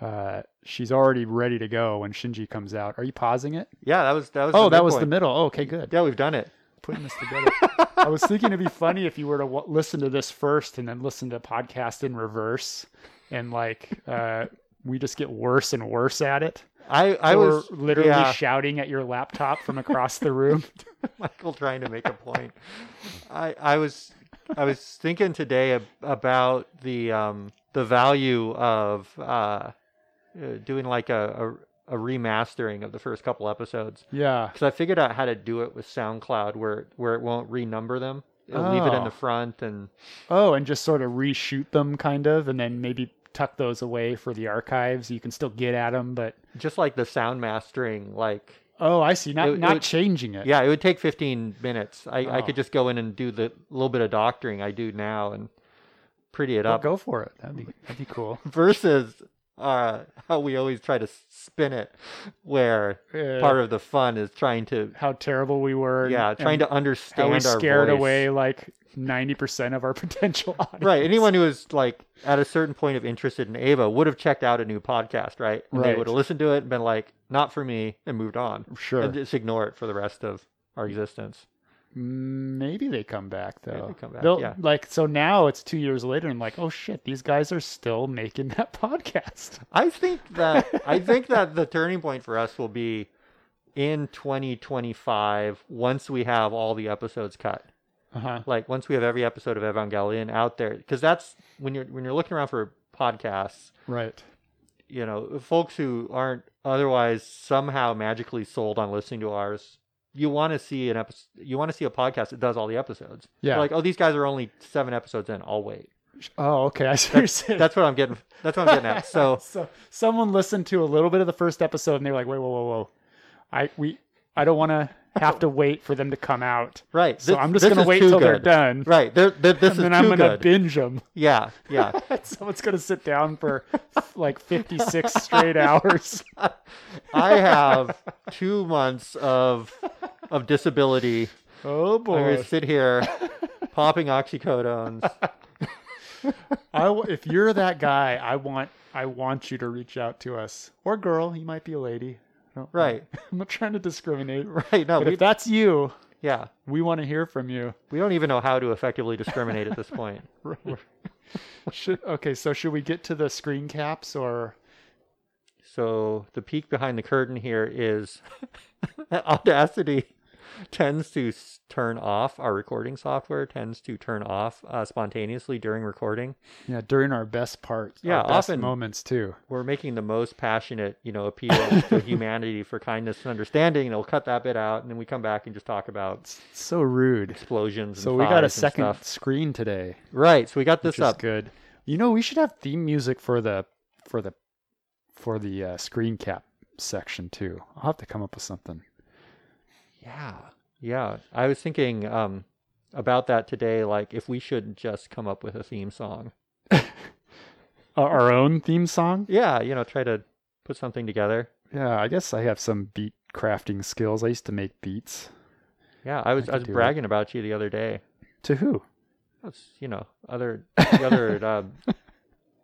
Speaker 2: Uh, she's already ready to go when Shinji comes out. Are you pausing it?
Speaker 1: Yeah, that was that was.
Speaker 2: Oh, that was the
Speaker 1: midpoint.
Speaker 2: middle. Oh, okay, good.
Speaker 1: Yeah, we've done it.
Speaker 2: Putting this together. I was thinking it'd be funny if you were to w- listen to this first and then listen to podcast in reverse, and like uh, we just get worse and worse at it.
Speaker 1: I I
Speaker 2: Or
Speaker 1: was
Speaker 2: literally
Speaker 1: yeah,
Speaker 2: shouting at your laptop from across the room.
Speaker 1: Michael trying to make a point. I I was I was thinking today ab- about the um the value of uh, uh doing like a, a a remastering of the first couple episodes
Speaker 2: Yeah.
Speaker 1: because I figured out how to do it with SoundCloud where where it won't renumber them. It'll leave it in
Speaker 2: Oh.
Speaker 1: the front and
Speaker 2: Oh, and just sort of reshoot them, kind of, and then maybe tuck those away for the archives. You can still get at them, but
Speaker 1: just like the sound mastering like
Speaker 2: oh, I see. Not
Speaker 1: It- it
Speaker 2: not
Speaker 1: would-
Speaker 2: changing it.
Speaker 1: yeah it would take 15 minutes I, I
Speaker 2: Oh.
Speaker 1: could just go in and do the little bit of doctoring i do now and pretty it
Speaker 2: Well,
Speaker 1: up
Speaker 2: go for it. That'd be that'd be cool.
Speaker 1: versus uh, how we always try to spin it, where
Speaker 2: Uh,
Speaker 1: part of the fun is trying to
Speaker 2: how terrible we were.
Speaker 1: yeah
Speaker 2: and
Speaker 1: trying to understand
Speaker 2: how we
Speaker 1: our
Speaker 2: scared
Speaker 1: voice.
Speaker 2: away like ninety percent of our potential audience.
Speaker 1: Right. Anyone who was like at a certain point of interested in Ava would have checked out a new podcast, right? And They
Speaker 2: Right.
Speaker 1: would have listened to it and been like, not for me, and moved on.
Speaker 2: Sure.
Speaker 1: And just ignore it for the rest of our existence.
Speaker 2: Maybe they come back though.
Speaker 1: they come back,
Speaker 2: They'll-
Speaker 1: yeah.
Speaker 2: Like so now it's two years later and like, oh shit, these guys are still making that podcast.
Speaker 1: I think that I think that the turning point for us will be in 2025 once we have all the episodes cut.
Speaker 2: Uh-huh.
Speaker 1: Like once we have every episode of Evangelion out there because that's when you're when you're looking around for podcasts
Speaker 2: Right.
Speaker 1: you know, folks who aren't otherwise somehow magically sold on listening to ours, you want to see an episode, you want to see a podcast that does all the episodes.
Speaker 2: Yeah.
Speaker 1: You're like, oh, these guys are only seven episodes in. I'll wait.
Speaker 2: Oh, okay. I see what you're saying.
Speaker 1: That's what I'm getting. That's what I'm getting at. So
Speaker 2: so someone listened to a little bit of the first episode and they're like, wait, whoa, whoa, whoa. I we I don't wanna have to wait for them to come out.
Speaker 1: right.
Speaker 2: So
Speaker 1: this-
Speaker 2: I'm just
Speaker 1: this
Speaker 2: gonna
Speaker 1: is
Speaker 2: wait
Speaker 1: too
Speaker 2: till they're
Speaker 1: good.
Speaker 2: done.
Speaker 1: Right. They're, they're, this is
Speaker 2: And then
Speaker 1: too
Speaker 2: I'm gonna
Speaker 1: good.
Speaker 2: binge them.
Speaker 1: yeah. Yeah.
Speaker 2: Someone's gonna sit down for like fifty six straight hours.
Speaker 1: I have two months of of disability.
Speaker 2: Oh
Speaker 1: I'm
Speaker 2: boy.
Speaker 1: gonna sit here popping oxycodones.
Speaker 2: I w- if you're that guy, I want I want you to reach out to us or girl. You might be a lady. I don't-
Speaker 1: Right.
Speaker 2: I'm not trying to discriminate.
Speaker 1: Right. No.
Speaker 2: But
Speaker 1: We,
Speaker 2: if that's you,
Speaker 1: yeah.
Speaker 2: we want to hear from you.
Speaker 1: We don't even know how to effectively discriminate at this point.
Speaker 2: Should, okay, so should we get to the screen caps or
Speaker 1: So the peek behind the curtain here is Audacity tends to s- turn off our recording software tends to turn off uh, spontaneously during recording.
Speaker 2: yeah during our best parts?
Speaker 1: Yeah,
Speaker 2: our best
Speaker 1: often-
Speaker 2: moments too.
Speaker 1: We're making the most passionate, you know, appeal to humanity for kindness and understanding, and we'll cut that bit out, and then we come back and just talk about
Speaker 2: It's so rude.
Speaker 1: explosions.
Speaker 2: So
Speaker 1: and
Speaker 2: we got a
Speaker 1: fires and
Speaker 2: second
Speaker 1: stuff.
Speaker 2: screen today,
Speaker 1: right? So we got this
Speaker 2: which is
Speaker 1: up.
Speaker 2: good. You know, we should have theme music for the for the for the uh, screen cap section too. I'll have to come up with something.
Speaker 1: Yeah, yeah. I was thinking um, about that today. Like, if we should just come up with a theme song.
Speaker 2: Uh, our own theme song.
Speaker 1: Yeah, you know, try to put something together.
Speaker 2: Yeah, I guess I have some beat crafting skills. I used to make beats.
Speaker 1: Yeah, I was I,
Speaker 2: could
Speaker 1: was
Speaker 2: do it.
Speaker 1: bragging about you the other day.
Speaker 2: To who?
Speaker 1: That's you know other the other uh,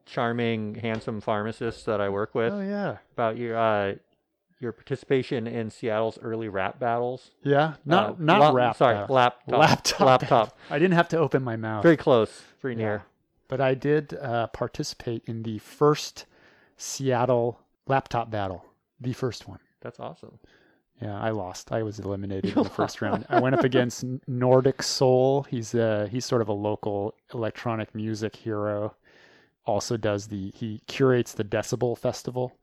Speaker 1: charming, handsome pharmacists that I work with
Speaker 2: Oh yeah,
Speaker 1: about your uh, your participation in Seattle's early rap battles.
Speaker 2: yeah. Not
Speaker 1: Uh,
Speaker 2: not
Speaker 1: lap-
Speaker 2: rap.
Speaker 1: Sorry,
Speaker 2: uh,
Speaker 1: laptop.
Speaker 2: laptop.
Speaker 1: Laptop.
Speaker 2: I didn't have to open my mouth.
Speaker 1: Very close. Very
Speaker 2: Yeah.
Speaker 1: near.
Speaker 2: But I did uh, participate in the first Seattle laptop battle. The first one.
Speaker 1: That's awesome.
Speaker 2: Yeah, I lost. I was eliminated in the first round. I went up against N- Nordic Soul. He's uh he's sort of a local electronic music hero. Also does the he curates the Decibel Festival.
Speaker 1: You-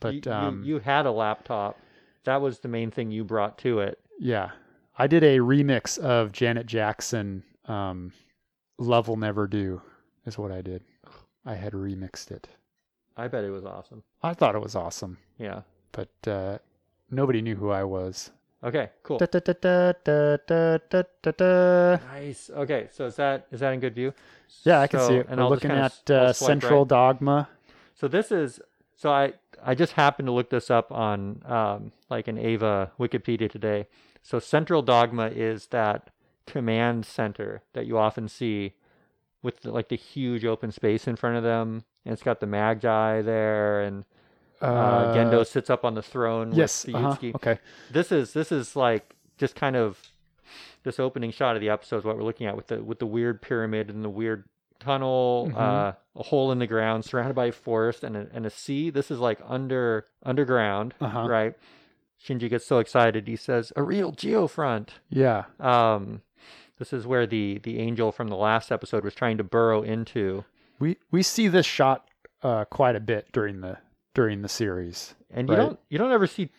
Speaker 2: But
Speaker 1: you,
Speaker 2: um,
Speaker 1: you had a laptop. That was the main thing you brought to it.
Speaker 2: yeah, I did a remix of Janet Jackson. Um, Love will never do is what I did. I had remixed it.
Speaker 1: I bet it was awesome.
Speaker 2: I thought it was awesome,
Speaker 1: Yeah.
Speaker 2: but uh, nobody knew who I was.
Speaker 1: Okay. Cool.
Speaker 2: Da, da, da, da, da, da, da, da, da.
Speaker 1: Nice. Okay, so is that is that in good view?
Speaker 2: Yeah, I can
Speaker 1: So-
Speaker 2: see it.
Speaker 1: and
Speaker 2: We're
Speaker 1: I'll just
Speaker 2: looking
Speaker 1: kinda s-
Speaker 2: at
Speaker 1: I'll
Speaker 2: uh,
Speaker 1: swipe right.
Speaker 2: Central Dogma.
Speaker 1: So this is so I I just happened to look this up on um, like an Ava Wikipedia today. So Central Dogma is that command center that you often see with the, like the huge open space in front of them, and it's got the Magi there, and
Speaker 2: Uh,
Speaker 1: uh, Gendo sits up on the throne.
Speaker 2: Yes.
Speaker 1: with the
Speaker 2: uh-huh,
Speaker 1: Yutsuki.
Speaker 2: Okay.
Speaker 1: This is this is like just kind of this opening shot of the episode is what we're looking at with the with the weird pyramid and the weird tunnel,
Speaker 2: Mhm.
Speaker 1: uh, a hole in the ground surrounded by forest and a, and a sea. This is like under underground,
Speaker 2: Uh-huh.
Speaker 1: right? Shinji gets so excited he says, "A real geofront."
Speaker 2: Yeah.
Speaker 1: Um, this is where the the angel from the last episode was trying to burrow into,
Speaker 2: We we see this shot uh, quite a bit during the during the series.
Speaker 1: and
Speaker 2: Right.
Speaker 1: you don't you don't ever see.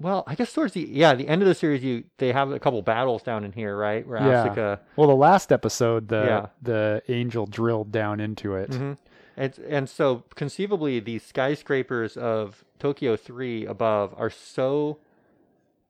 Speaker 1: Well, I guess towards the yeah the end of the series, you they have a couple battles down in here, right? Where
Speaker 2: Yeah.
Speaker 1: Asuka.
Speaker 2: Well, the last episode, the
Speaker 1: Yeah.
Speaker 2: the angel drilled down into it.
Speaker 1: Mhm. And and so conceivably the skyscrapers of Tokyo 3 above are so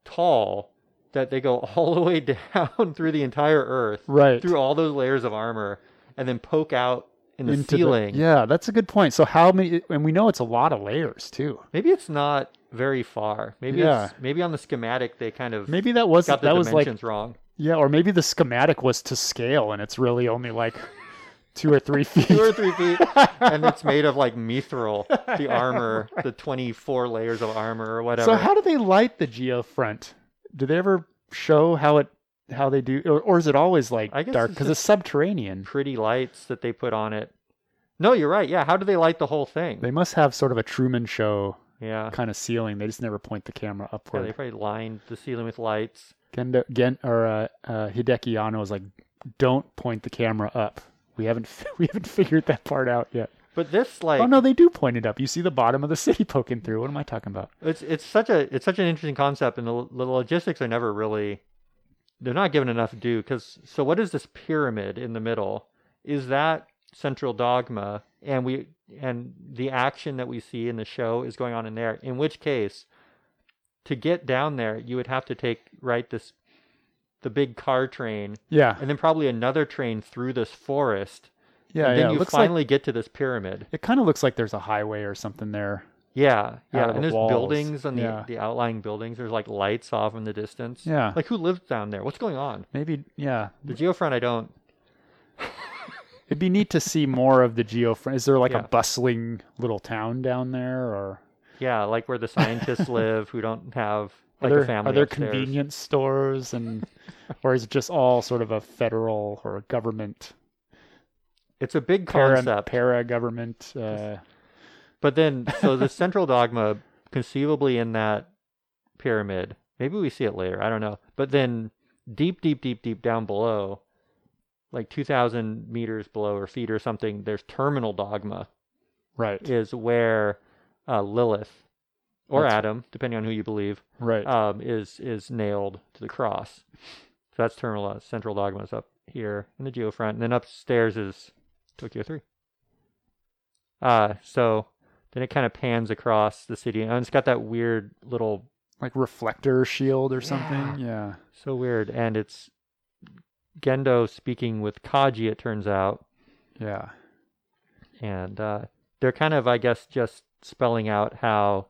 Speaker 1: tall that they go all the way down through the entire earth
Speaker 2: Right.
Speaker 1: through all those layers of armor and then poke out in the
Speaker 2: into the-
Speaker 1: ceiling.
Speaker 2: yeah, that's a good point. So how many? And we know it's a lot of layers too.
Speaker 1: Maybe it's not very far. Maybe
Speaker 2: Yeah.
Speaker 1: it's maybe on the schematic they kind of
Speaker 2: Maybe that was
Speaker 1: got the
Speaker 2: that was
Speaker 1: dimensions
Speaker 2: like
Speaker 1: wrong.
Speaker 2: yeah, or maybe the schematic was to scale, and it's really only like two or three feet.
Speaker 1: Two or three feet, and it's made of like mithril, the armor, the twenty-four layers of armor or whatever.
Speaker 2: so how do they light the geo front? Do they ever show how it how they do, or, or is it always like
Speaker 1: I guess
Speaker 2: dark
Speaker 1: it's
Speaker 2: because
Speaker 1: just-
Speaker 2: it's subterranean?
Speaker 1: pretty lights that they put on it. No, you're right. Yeah, how do they light the whole thing?
Speaker 2: They must have sort of a Truman Show
Speaker 1: yeah.
Speaker 2: kind of ceiling. They just never point the camera
Speaker 1: yeah, they
Speaker 2: upward.
Speaker 1: probably lined the ceiling with lights.
Speaker 2: Gendo, Gen or uh, uh, Hideki Anno was like, "Don't point the camera up. We haven't we haven't figured that part out yet."
Speaker 1: But this, like,
Speaker 2: oh no, they do point it up. You see the bottom of the city poking through. What am I talking about?
Speaker 1: it's it's such a it's such an interesting concept, and the, lo- the logistics are never really they're not given enough due. Because so, what is this pyramid in the middle? Is that central dogma? And we and the action that we see in the show is going on in there. In which case, to get down there, you would have to take right this the big car train,
Speaker 2: Yeah,
Speaker 1: and then probably another train through this forest.
Speaker 2: yeah,
Speaker 1: and then
Speaker 2: yeah. It
Speaker 1: you
Speaker 2: looks like
Speaker 1: finally get to this pyramid.
Speaker 2: it kind of looks like there's a highway or something there.
Speaker 1: Yeah, yeah.
Speaker 2: of the
Speaker 1: And there's
Speaker 2: walls.
Speaker 1: buildings on the,
Speaker 2: Yeah.
Speaker 1: the outlying buildings. There's like lights off in the distance.
Speaker 2: Yeah.
Speaker 1: Like who lives down there? What's going on?
Speaker 2: Maybe yeah.
Speaker 1: The geofront I don't.
Speaker 2: It'd be neat to see more of the geo. fr- Is there like
Speaker 1: Yeah.
Speaker 2: a bustling little town down there, or
Speaker 1: Yeah, like where the scientists live who don't have
Speaker 2: are
Speaker 1: like
Speaker 2: there,
Speaker 1: a family.
Speaker 2: are there
Speaker 1: upstairs.
Speaker 2: convenience stores and, or is it just all sort of a federal or a government
Speaker 1: It's a big
Speaker 2: para,
Speaker 1: concept.
Speaker 2: para government? Uh,
Speaker 1: But then so the central dogma conceivably in that pyramid. Maybe we see it later. I don't know. But then deep, deep, deep, deep down below, like two thousand meters below or feet or something, there's terminal dogma.
Speaker 2: right,
Speaker 1: is where uh, Lilith or
Speaker 2: That's-
Speaker 1: Adam, depending on who you believe,
Speaker 2: right.
Speaker 1: um, is is nailed to the cross. So that's terminal uh, central dogma is up here in the geo front, and then upstairs is Tokyo three. Uh so then it kind of pans across the city, and it's got that weird little
Speaker 2: like reflector shield or something. Yeah.
Speaker 1: so weird, and it's Gendo speaking with Kaji. It turns out,
Speaker 2: Yeah.
Speaker 1: and uh, they're kind of, I guess, just spelling out how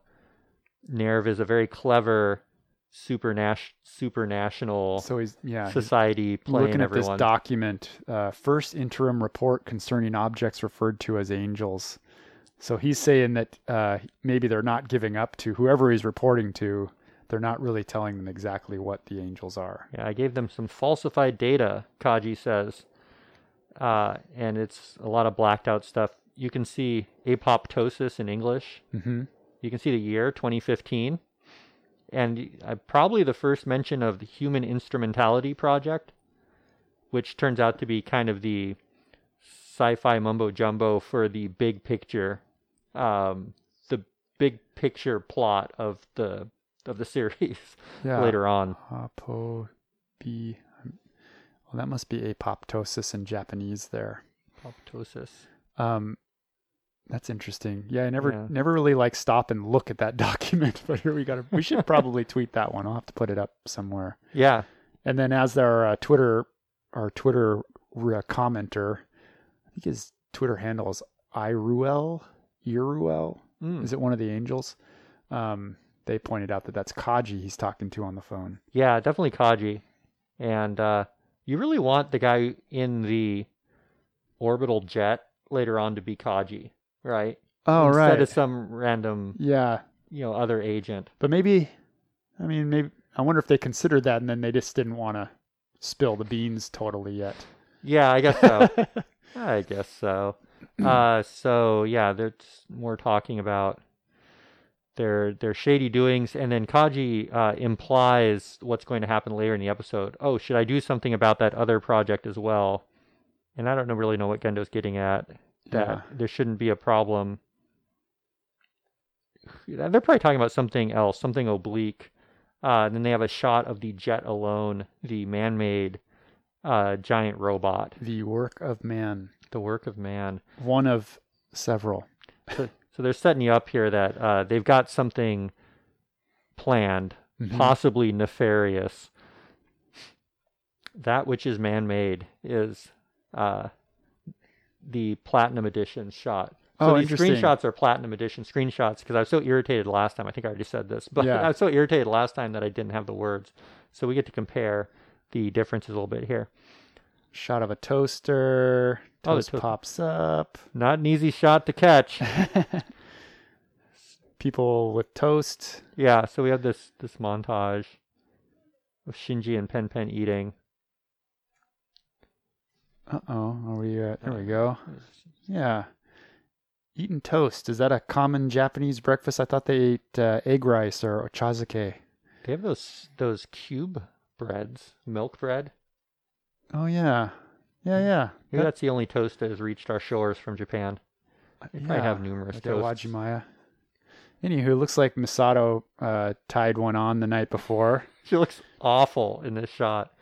Speaker 1: Nerve is a very clever supernas- supernational
Speaker 2: So he's yeah. he's
Speaker 1: society playing
Speaker 2: looking at
Speaker 1: everyone.
Speaker 2: this document, uh, first interim report concerning objects referred to as angels. So he's saying that uh, maybe they're not giving up to whoever he's reporting to. They're not really telling them exactly what the angels are.
Speaker 1: yeah, I gave them some falsified data, Kaji says, uh, and it's a lot of blacked out stuff. You can see apoptosis in English.
Speaker 2: Mm-hmm.
Speaker 1: You can see the year 2015, and uh, probably the first mention of the Human Instrumentality Project, which turns out to be kind of the sci-fi mumbo jumbo for the big picture, um, the big picture plot of the of the series
Speaker 2: Yeah.
Speaker 1: later on.
Speaker 2: Apo, B. um, Well, that must be apoptosis in Japanese there.
Speaker 1: Apoptosis.
Speaker 2: Um, that's interesting. Yeah, I never
Speaker 1: Yeah.
Speaker 2: never really like stop and look at that document, but here we got. to We should probably tweet that one. I'll have to put it up somewhere.
Speaker 1: Yeah,
Speaker 2: And then as our uh, Twitter, our Twitter re- commenter, I think his Twitter handle is Iruel. Iruel
Speaker 1: Mm.
Speaker 2: is it one of the angels? Um, they pointed out that that's Kaji he's talking to on the phone.
Speaker 1: yeah, definitely Kaji, and uh, you really want the guy in the orbital jet later on to be Kaji, right?
Speaker 2: Oh
Speaker 1: instead
Speaker 2: right,
Speaker 1: of some random
Speaker 2: yeah.
Speaker 1: you know other agent
Speaker 2: But maybe, I mean, maybe I wonder if they considered that, and then they just didn't want to spill the beans totally yet.
Speaker 1: yeah i guess so i guess so uh so yeah there's more talking about their their shady doings and then kaji uh implies what's going to happen later in the episode oh should i do something about that other project as well and i don't know really know what gendo's getting at that
Speaker 2: Yeah.
Speaker 1: there shouldn't be a problem they're probably talking about something else something oblique Uh, then they have a shot of the Jet Alone, the man made uh, giant robot,
Speaker 2: The work of man,
Speaker 1: the work of man.
Speaker 2: one of several.
Speaker 1: So, so they're setting you up here that uh, they've got something planned,
Speaker 2: Mhm.
Speaker 1: possibly nefarious. That which is man made is uh, the platinum edition shot. So
Speaker 2: Oh,
Speaker 1: these
Speaker 2: interesting.
Speaker 1: screenshots are platinum edition screenshots because I was so irritated last time. I think I already said this, but
Speaker 2: Yeah.
Speaker 1: I was so irritated last time that I didn't have the words. So we get to compare the differences a little bit here.
Speaker 2: Shot of a toaster.
Speaker 1: Oh, the
Speaker 2: Toast
Speaker 1: toast-
Speaker 2: pops up.
Speaker 1: Not an easy shot to catch.
Speaker 2: People with toast.
Speaker 1: yeah, so we have this this montage of Shinji and Pen Pen eating.
Speaker 2: Uh oh. Are we? Uh, there we go. Yeah. Eating toast. Is that a common Japanese breakfast? I thought they ate uh, egg rice or ochazuke.
Speaker 1: They have those those cube breads, milk bread.
Speaker 2: Oh yeah. Yeah yeah.
Speaker 1: Maybe
Speaker 2: That-
Speaker 1: that's the only toast that has reached our shores from Japan. They probably have numerous
Speaker 2: like a
Speaker 1: toasts.
Speaker 2: Wajimaya. Anywho, it looks like Misato uh, tied one on the night before.
Speaker 1: She looks awful in this shot,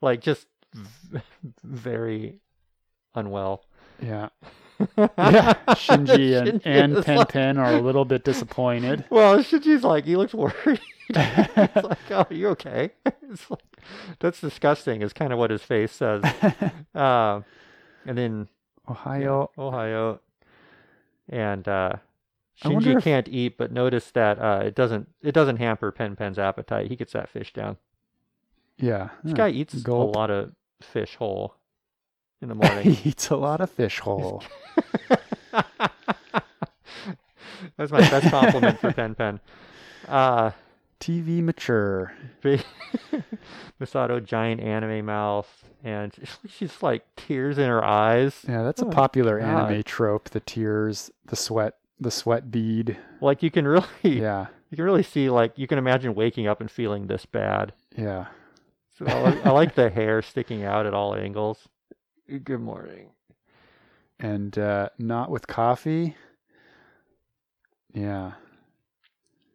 Speaker 1: like just v- very unwell.
Speaker 2: Yeah. Yeah. Shinji and,
Speaker 1: Shinji
Speaker 2: and
Speaker 1: is
Speaker 2: Pen
Speaker 1: like-
Speaker 2: Pen are a little bit disappointed.
Speaker 1: Well, Shinji's like he looks worried. it's like, oh, are you okay? It's like, that's disgusting. Is kind of what his face says. uh, and then
Speaker 2: Ohio.
Speaker 1: Ohio. And uh,
Speaker 2: I wonder
Speaker 1: Shinji
Speaker 2: if-
Speaker 1: can't eat, but notice that uh, it doesn't it doesn't hamper Pen Pen's appetite. He gets that fish down.
Speaker 2: Yeah.
Speaker 1: This
Speaker 2: Huh.
Speaker 1: guy eats
Speaker 2: Hmm. Gulp.
Speaker 1: a lot of fish whole in the morning.
Speaker 2: He eats a lot of fish hole.
Speaker 1: That's my best compliment for Pen Pen. Uh,
Speaker 2: TV mature.
Speaker 1: big- Misato giant anime mouth, and she's like tears in her eyes.
Speaker 2: Yeah, that's a
Speaker 1: Oh my
Speaker 2: popular
Speaker 1: God.
Speaker 2: anime trope. The tears, the sweat, the sweat bead.
Speaker 1: Like you can really,
Speaker 2: Yeah.
Speaker 1: you can really see. Like you can imagine waking up and feeling this bad.
Speaker 2: Yeah.
Speaker 1: So I, like, I like the hair sticking out at all angles. Good morning.
Speaker 2: And uh, not with coffee. Yeah.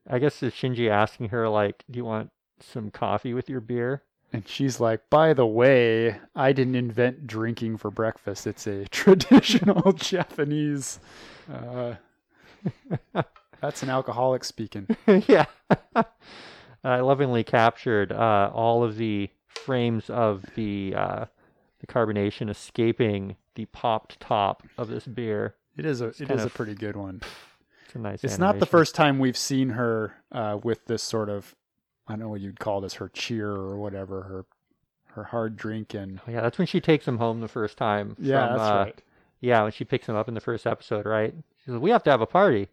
Speaker 1: I guess is Shinji asking her like, "Do you want some coffee with your beer?"
Speaker 2: And she's like, by the way, I didn't invent drinking for breakfast. It's a traditional Japanese. Uh, that's an alcoholic speaking.
Speaker 1: yeah. I lovingly captured uh, all of the frames of the uh, the carbonation escaping the popped top of this beer.
Speaker 2: It is a it
Speaker 1: kind
Speaker 2: is a
Speaker 1: of-
Speaker 2: pretty good one.
Speaker 1: It's a nice.
Speaker 2: It's not the
Speaker 1: animation.
Speaker 2: first time we've seen her uh, with this sort of I don't know what you'd call this her cheer or whatever her her hard drink and
Speaker 1: Oh, yeah, that's when she takes him home the first time.
Speaker 2: yeah
Speaker 1: from,
Speaker 2: that's
Speaker 1: uh,
Speaker 2: right.
Speaker 1: Yeah, when she picks him up in the first episode, right? She says, "We have to have a party."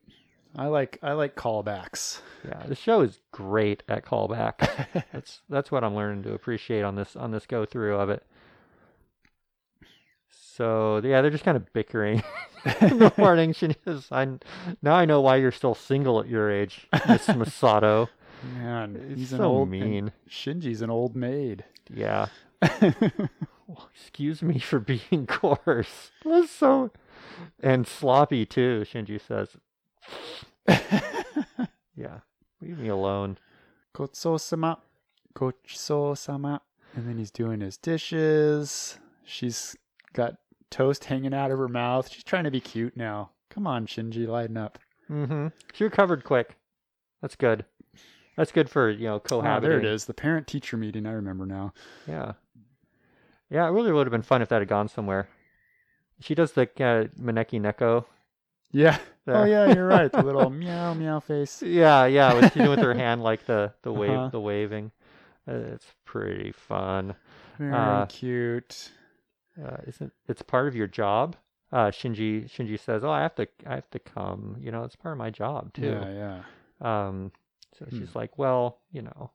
Speaker 2: I like I like callbacks.
Speaker 1: Yeah, the show is great at callback. that's that's what I'm learning to appreciate on this on this go through of it. So yeah, they're just kind of bickering. in the morning, she says, "I now I know why you're still single at your age, Miss Masato."
Speaker 2: Man,
Speaker 1: It's
Speaker 2: he's an
Speaker 1: so
Speaker 2: old and
Speaker 1: mean.
Speaker 2: Shinji's an old maid.
Speaker 1: Yeah. Well, excuse me for being coarse. That's so and sloppy too. Shinji says, "Yeah, leave me alone."
Speaker 2: Kotso sama, Kotso sama. And then he's doing his dishes. She's got toast hanging out of her mouth. She's trying to be cute now. Come on, Shinji, lighten up.
Speaker 1: Mm-hmm. She recovered quick. That's good. That's good for you know
Speaker 2: Oh,
Speaker 1: cohabiting.
Speaker 2: there it is. The parent teacher meeting. I remember now.
Speaker 1: Yeah. Yeah, it really would have been fun if that had gone somewhere. She does the uh, Maneki Neko.
Speaker 2: Yeah. Oh,
Speaker 1: There.
Speaker 2: yeah, you're right. The little meow, meow face.
Speaker 1: Yeah, yeah, what she's doing with her hand, like the the wave,
Speaker 2: Uh-huh.
Speaker 1: the waving. Uh, It's pretty fun.
Speaker 2: Very
Speaker 1: Uh,
Speaker 2: cute.
Speaker 1: Uh, isn't it's part of your job? Uh, Shinji Shinji says, "Oh, I have to, I have to come. You know, it's part of my job
Speaker 2: Yeah, Hmm.
Speaker 1: too."
Speaker 2: yeah.
Speaker 1: Um, so she's like, "Well, you know,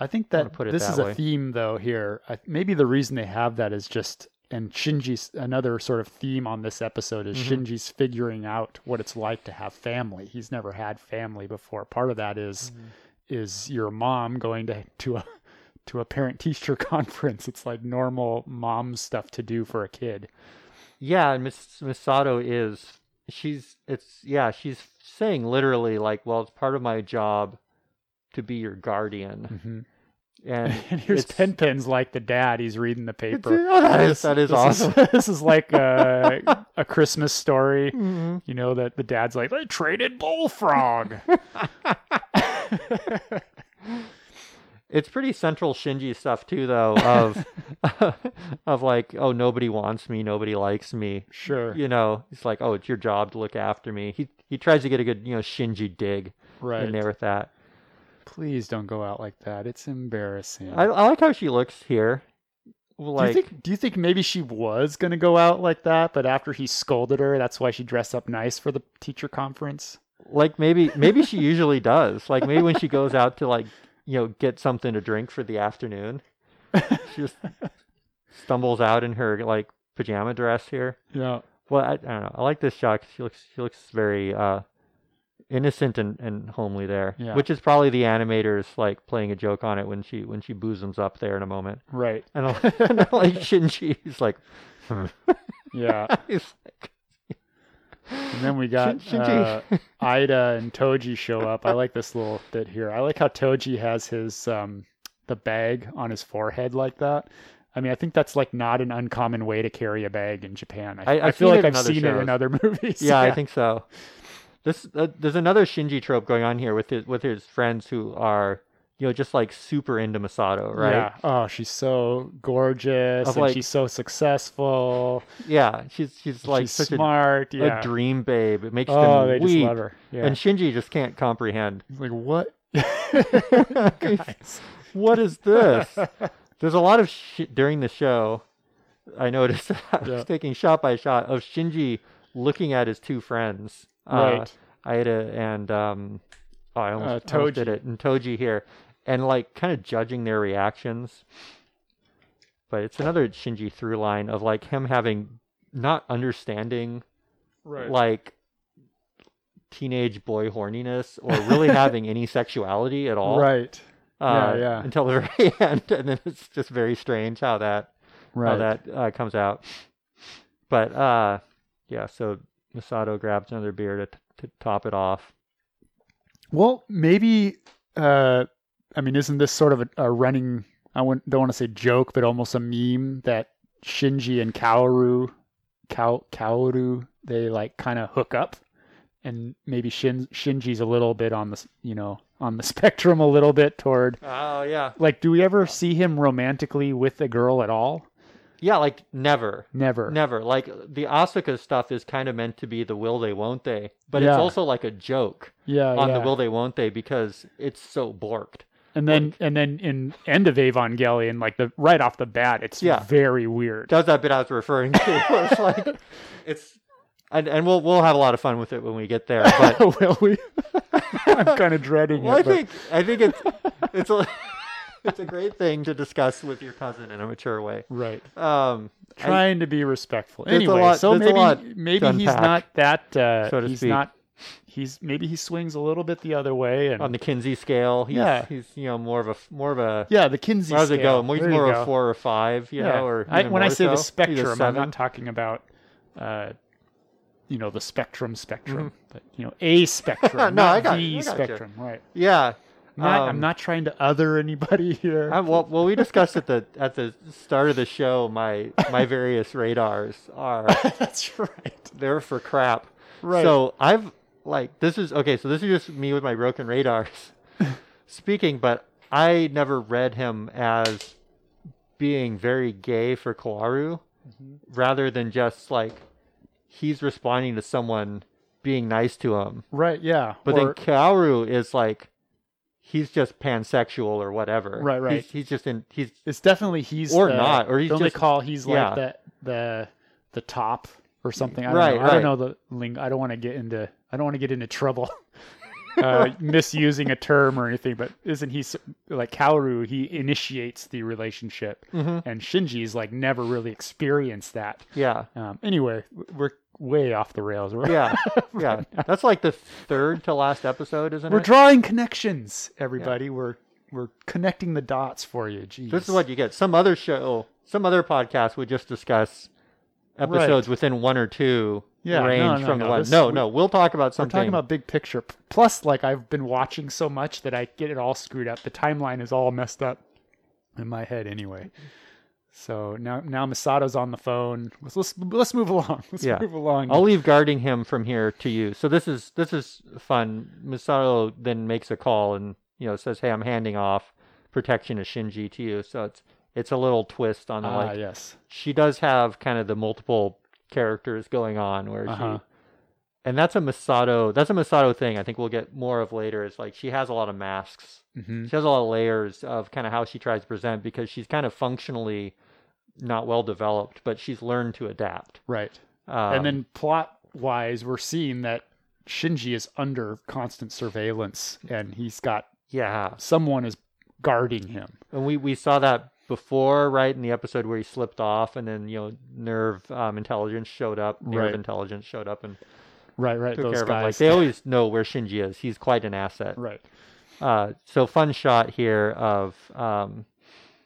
Speaker 2: I think
Speaker 1: wanna
Speaker 2: that
Speaker 1: put it
Speaker 2: this
Speaker 1: that
Speaker 2: is
Speaker 1: way.
Speaker 2: a theme, though. Here, I, maybe the reason they have that is just, and Shinji's another sort of theme on this episode is
Speaker 1: Mhm.
Speaker 2: Shinji's figuring out what it's like to have family. He's never had family before. Part of that is- is your mom going to to a to a parent teacher conference. It's like normal mom stuff to do for a kid.
Speaker 1: Yeah, and Miss Misato is she's it's yeah, she's saying literally like, well, it's part of my job to be your guardian.
Speaker 2: Mm-hmm.
Speaker 1: And
Speaker 2: And here's
Speaker 1: it's-
Speaker 2: Pen Penpen's like the dad. He's reading the
Speaker 1: it's-
Speaker 2: paper.
Speaker 1: oh, that is
Speaker 2: This-
Speaker 1: that is
Speaker 2: this
Speaker 1: awesome.
Speaker 2: this is like a, a Christmas story.
Speaker 1: Mhm.
Speaker 2: You know that the dad's like, they traded bullfrog.
Speaker 1: It's pretty central Shinji stuff too, though. Of of like, oh, nobody wants me, nobody likes me.
Speaker 2: Sure.
Speaker 1: You know, it's like, oh, it's your job to look after me. He he tries to get a good, you know, Shinji dig
Speaker 2: right.
Speaker 1: in there with that.
Speaker 2: Please don't go out like that. It's embarrassing.
Speaker 1: I, I like how she looks here. Like,
Speaker 2: do you think do you think maybe she was gonna go out like that, but after he scolded her, that's why she dressed up nice for the teacher conference?
Speaker 1: like maybe maybe she usually does. Like maybe when she goes out to like you know get something to drink for the afternoon, she just stumbles out in her like pajama dress here.
Speaker 2: Yeah.
Speaker 1: Well, I, I don't know. I like this shot. 'cause she looks she looks very uh, innocent and, and homely there,
Speaker 2: Yeah.
Speaker 1: which is probably the animators like playing a joke on it when she when she bosoms up there in a moment.
Speaker 2: Right.
Speaker 1: And I, and I like Shinji, he's like,
Speaker 2: Yeah.
Speaker 1: he's like
Speaker 2: and then we got
Speaker 1: Shin-
Speaker 2: uh,
Speaker 1: Shinji.
Speaker 2: Ida and Toji show up. I like this little bit here. I like how Toji has his um the bag on his forehead like that. I mean, I think that's like not an uncommon way to carry a bag in Japan. I,
Speaker 1: I-
Speaker 2: I
Speaker 1: I've
Speaker 2: feel
Speaker 1: seen it
Speaker 2: like
Speaker 1: in
Speaker 2: I've
Speaker 1: other
Speaker 2: seen it in
Speaker 1: shows.
Speaker 2: other movies.
Speaker 1: yeah, I think so. This uh, there's another Shinji trope going on here with his with his friends who are you know just like super into Masato, right?
Speaker 2: Yeah. Oh, she's so gorgeous
Speaker 1: Of,
Speaker 2: and
Speaker 1: like-
Speaker 2: she's so successful.
Speaker 1: Yeah, she's she's like
Speaker 2: she's
Speaker 1: such a,
Speaker 2: smart.
Speaker 1: a
Speaker 2: yeah.
Speaker 1: dream babe. It makes
Speaker 2: oh,
Speaker 1: them
Speaker 2: they
Speaker 1: weep,
Speaker 2: just love her. Yeah.
Speaker 1: and Shinji just can't comprehend.
Speaker 2: He's like, what? Guys.
Speaker 1: what is this? There's a lot of shit during the show. I noticed I was
Speaker 2: Yeah.
Speaker 1: taking shot by shot of Shinji looking at his two friends, uh,
Speaker 2: Right.
Speaker 1: Aida and um, oh, I almost,
Speaker 2: Uh,
Speaker 1: I almost did
Speaker 2: Toji.
Speaker 1: it, and Toji here, and like kind of judging their reactions. But it's another Shinji through line of like him having not understanding
Speaker 2: Right.
Speaker 1: like teenage boy horniness or really having any sexuality at all
Speaker 2: Right. Yeah,
Speaker 1: uh,
Speaker 2: yeah.
Speaker 1: until the very end, and then it's just very strange how that how
Speaker 2: Right.
Speaker 1: that uh, comes out. But uh, yeah, so Masato grabs another beer to, to top it off.
Speaker 2: Well, maybe. Uh, I mean, isn't this sort of a, a running? I wouldn't- don't want to say joke, but almost a meme that Shinji and Kaoru, Kao, Kaoru, they like kind of hook up, and maybe Shin, Shinji's a little bit on the s- you know on the spectrum a little bit toward
Speaker 1: Oh yeah,
Speaker 2: like, do we ever see him romantically with a girl at all?
Speaker 1: yeah, like never,
Speaker 2: Never.
Speaker 1: never. Like the Asuka stuff is kind of meant to be the will they won't they, but
Speaker 2: Yeah.
Speaker 1: it's also like a joke
Speaker 2: Yeah.
Speaker 1: on
Speaker 2: yeah.
Speaker 1: the will they won't they because it's so borked.
Speaker 2: and then and then in end of Evangelion, like the right off the bat, it's
Speaker 1: Yeah.
Speaker 2: very weird.
Speaker 1: That was that bit I was referring to. where It's like it's. And, and we'll we'll have a lot of fun with it when we get there. But
Speaker 2: Will we? I'm kind of dreading
Speaker 1: Well, I
Speaker 2: it.
Speaker 1: think
Speaker 2: but-
Speaker 1: I think it's it's a it's a great thing to discuss with your cousin in a mature way.
Speaker 2: right.
Speaker 1: Um,
Speaker 2: Trying to be respectful.
Speaker 1: There's a
Speaker 2: Anyway,
Speaker 1: lot-
Speaker 2: so
Speaker 1: there's a lot
Speaker 2: maybe maybe
Speaker 1: to
Speaker 2: he's
Speaker 1: unpack,
Speaker 2: not that. Uh,
Speaker 1: so to
Speaker 2: he's
Speaker 1: speak.
Speaker 2: not. He's maybe he swings a little bit the other way, and
Speaker 1: on the Kinsey scale, he's,
Speaker 2: Yeah.
Speaker 1: he's you know more of a more of a
Speaker 2: yeah, the Kinsey
Speaker 1: where does it
Speaker 2: scale.
Speaker 1: go? More, he's
Speaker 2: There you
Speaker 1: more of
Speaker 2: go.
Speaker 1: a four or five, you know, or
Speaker 2: I,
Speaker 1: even
Speaker 2: when I
Speaker 1: more
Speaker 2: say the
Speaker 1: so. He's a
Speaker 2: spectrum, I'm
Speaker 1: seven.
Speaker 2: not talking about, uh, you know, the spectrum spectrum, but you know, a spectrum,
Speaker 1: No,
Speaker 2: not
Speaker 1: I got
Speaker 2: the
Speaker 1: you, I got you.
Speaker 2: spectrum, right?
Speaker 1: yeah.
Speaker 2: Not,
Speaker 1: Um,
Speaker 2: I'm not trying to other anybody here.
Speaker 1: I, well, well, we discussed at the at the start of the show. My my various radars are
Speaker 2: That's right.
Speaker 1: they're for crap.
Speaker 2: Right.
Speaker 1: So I've like this is okay. So this is just me with my broken radars speaking, but I never read him as being very gay for Kawaru,
Speaker 2: Mm-hmm.
Speaker 1: rather than just like he's responding to someone being nice to him.
Speaker 2: Right. Yeah.
Speaker 1: But
Speaker 2: Or-
Speaker 1: then Kaoru is like he's just pansexual or whatever.
Speaker 2: Right, right.
Speaker 1: He's, he's just in he's
Speaker 2: It's definitely he's
Speaker 1: Or
Speaker 2: the-
Speaker 1: not, or he's
Speaker 2: don't they
Speaker 1: just-
Speaker 2: call he's like
Speaker 1: yeah.
Speaker 2: the the the top or something. I don't
Speaker 1: Right,
Speaker 2: know. I don't
Speaker 1: right.
Speaker 2: know the ling. I don't want to get into I don't want to get into trouble uh, misusing a term or anything. But isn't he s- like Kaoru? He initiates the relationship,
Speaker 1: Mm-hmm.
Speaker 2: and Shinji's like never really experienced that.
Speaker 1: yeah.
Speaker 2: Um, anyway, w- we're way off the rails. We're,
Speaker 1: Yeah. Yeah. That's like the third to last episode, isn't
Speaker 2: we're
Speaker 1: it?
Speaker 2: drawing connections, everybody. We're we're connecting the dots for you. Jeez.
Speaker 1: This is what you get. Some other show, some other podcast would just discuss episodes within one or two
Speaker 2: Yeah, no,
Speaker 1: range
Speaker 2: no,
Speaker 1: from the
Speaker 2: no,
Speaker 1: one.
Speaker 2: this-
Speaker 1: No,
Speaker 2: we-
Speaker 1: no, we'll talk about
Speaker 2: I'm
Speaker 1: something.
Speaker 2: talking about big picture. P- Plus, like I've been watching so much that I get it all screwed up. The timeline is all messed up in my head anyway. So now, now Masato's on the phone. Let's let's, let's move along. Let's
Speaker 1: Yeah.
Speaker 2: move along.
Speaker 1: I'll leave guarding him from here to you. So this is this is fun. Misato then makes a call and you know says, "Hey, I'm handing off." protection of Shinji too. So it's it's a little twist on the
Speaker 2: Ah,
Speaker 1: like
Speaker 2: yes.
Speaker 1: she does have kind of the multiple characters going on where
Speaker 2: Uh-huh.
Speaker 1: she and that's a Masato that's a Masato thing I think we'll get more of later. It's like she has a lot of masks.
Speaker 2: hmm
Speaker 1: She has a lot of layers of kind of how she tries to present because she's kind of functionally not well developed, but she's learned to adapt.
Speaker 2: Right.
Speaker 1: Um,
Speaker 2: and then plot wise, we're seeing that Shinji is under constant surveillance and he's got
Speaker 1: yeah,
Speaker 2: someone is guarding him.
Speaker 1: and we we saw that before, right, in the episode where he slipped off, and then you know nerve um, intelligence showed up, nerve
Speaker 2: Right.
Speaker 1: intelligence showed up, and
Speaker 2: Right, right.
Speaker 1: took
Speaker 2: Those
Speaker 1: care of him. Like
Speaker 2: guys.
Speaker 1: they always know where Shinji is. He's quite an asset.
Speaker 2: right.
Speaker 1: Uh, so fun shot here of um,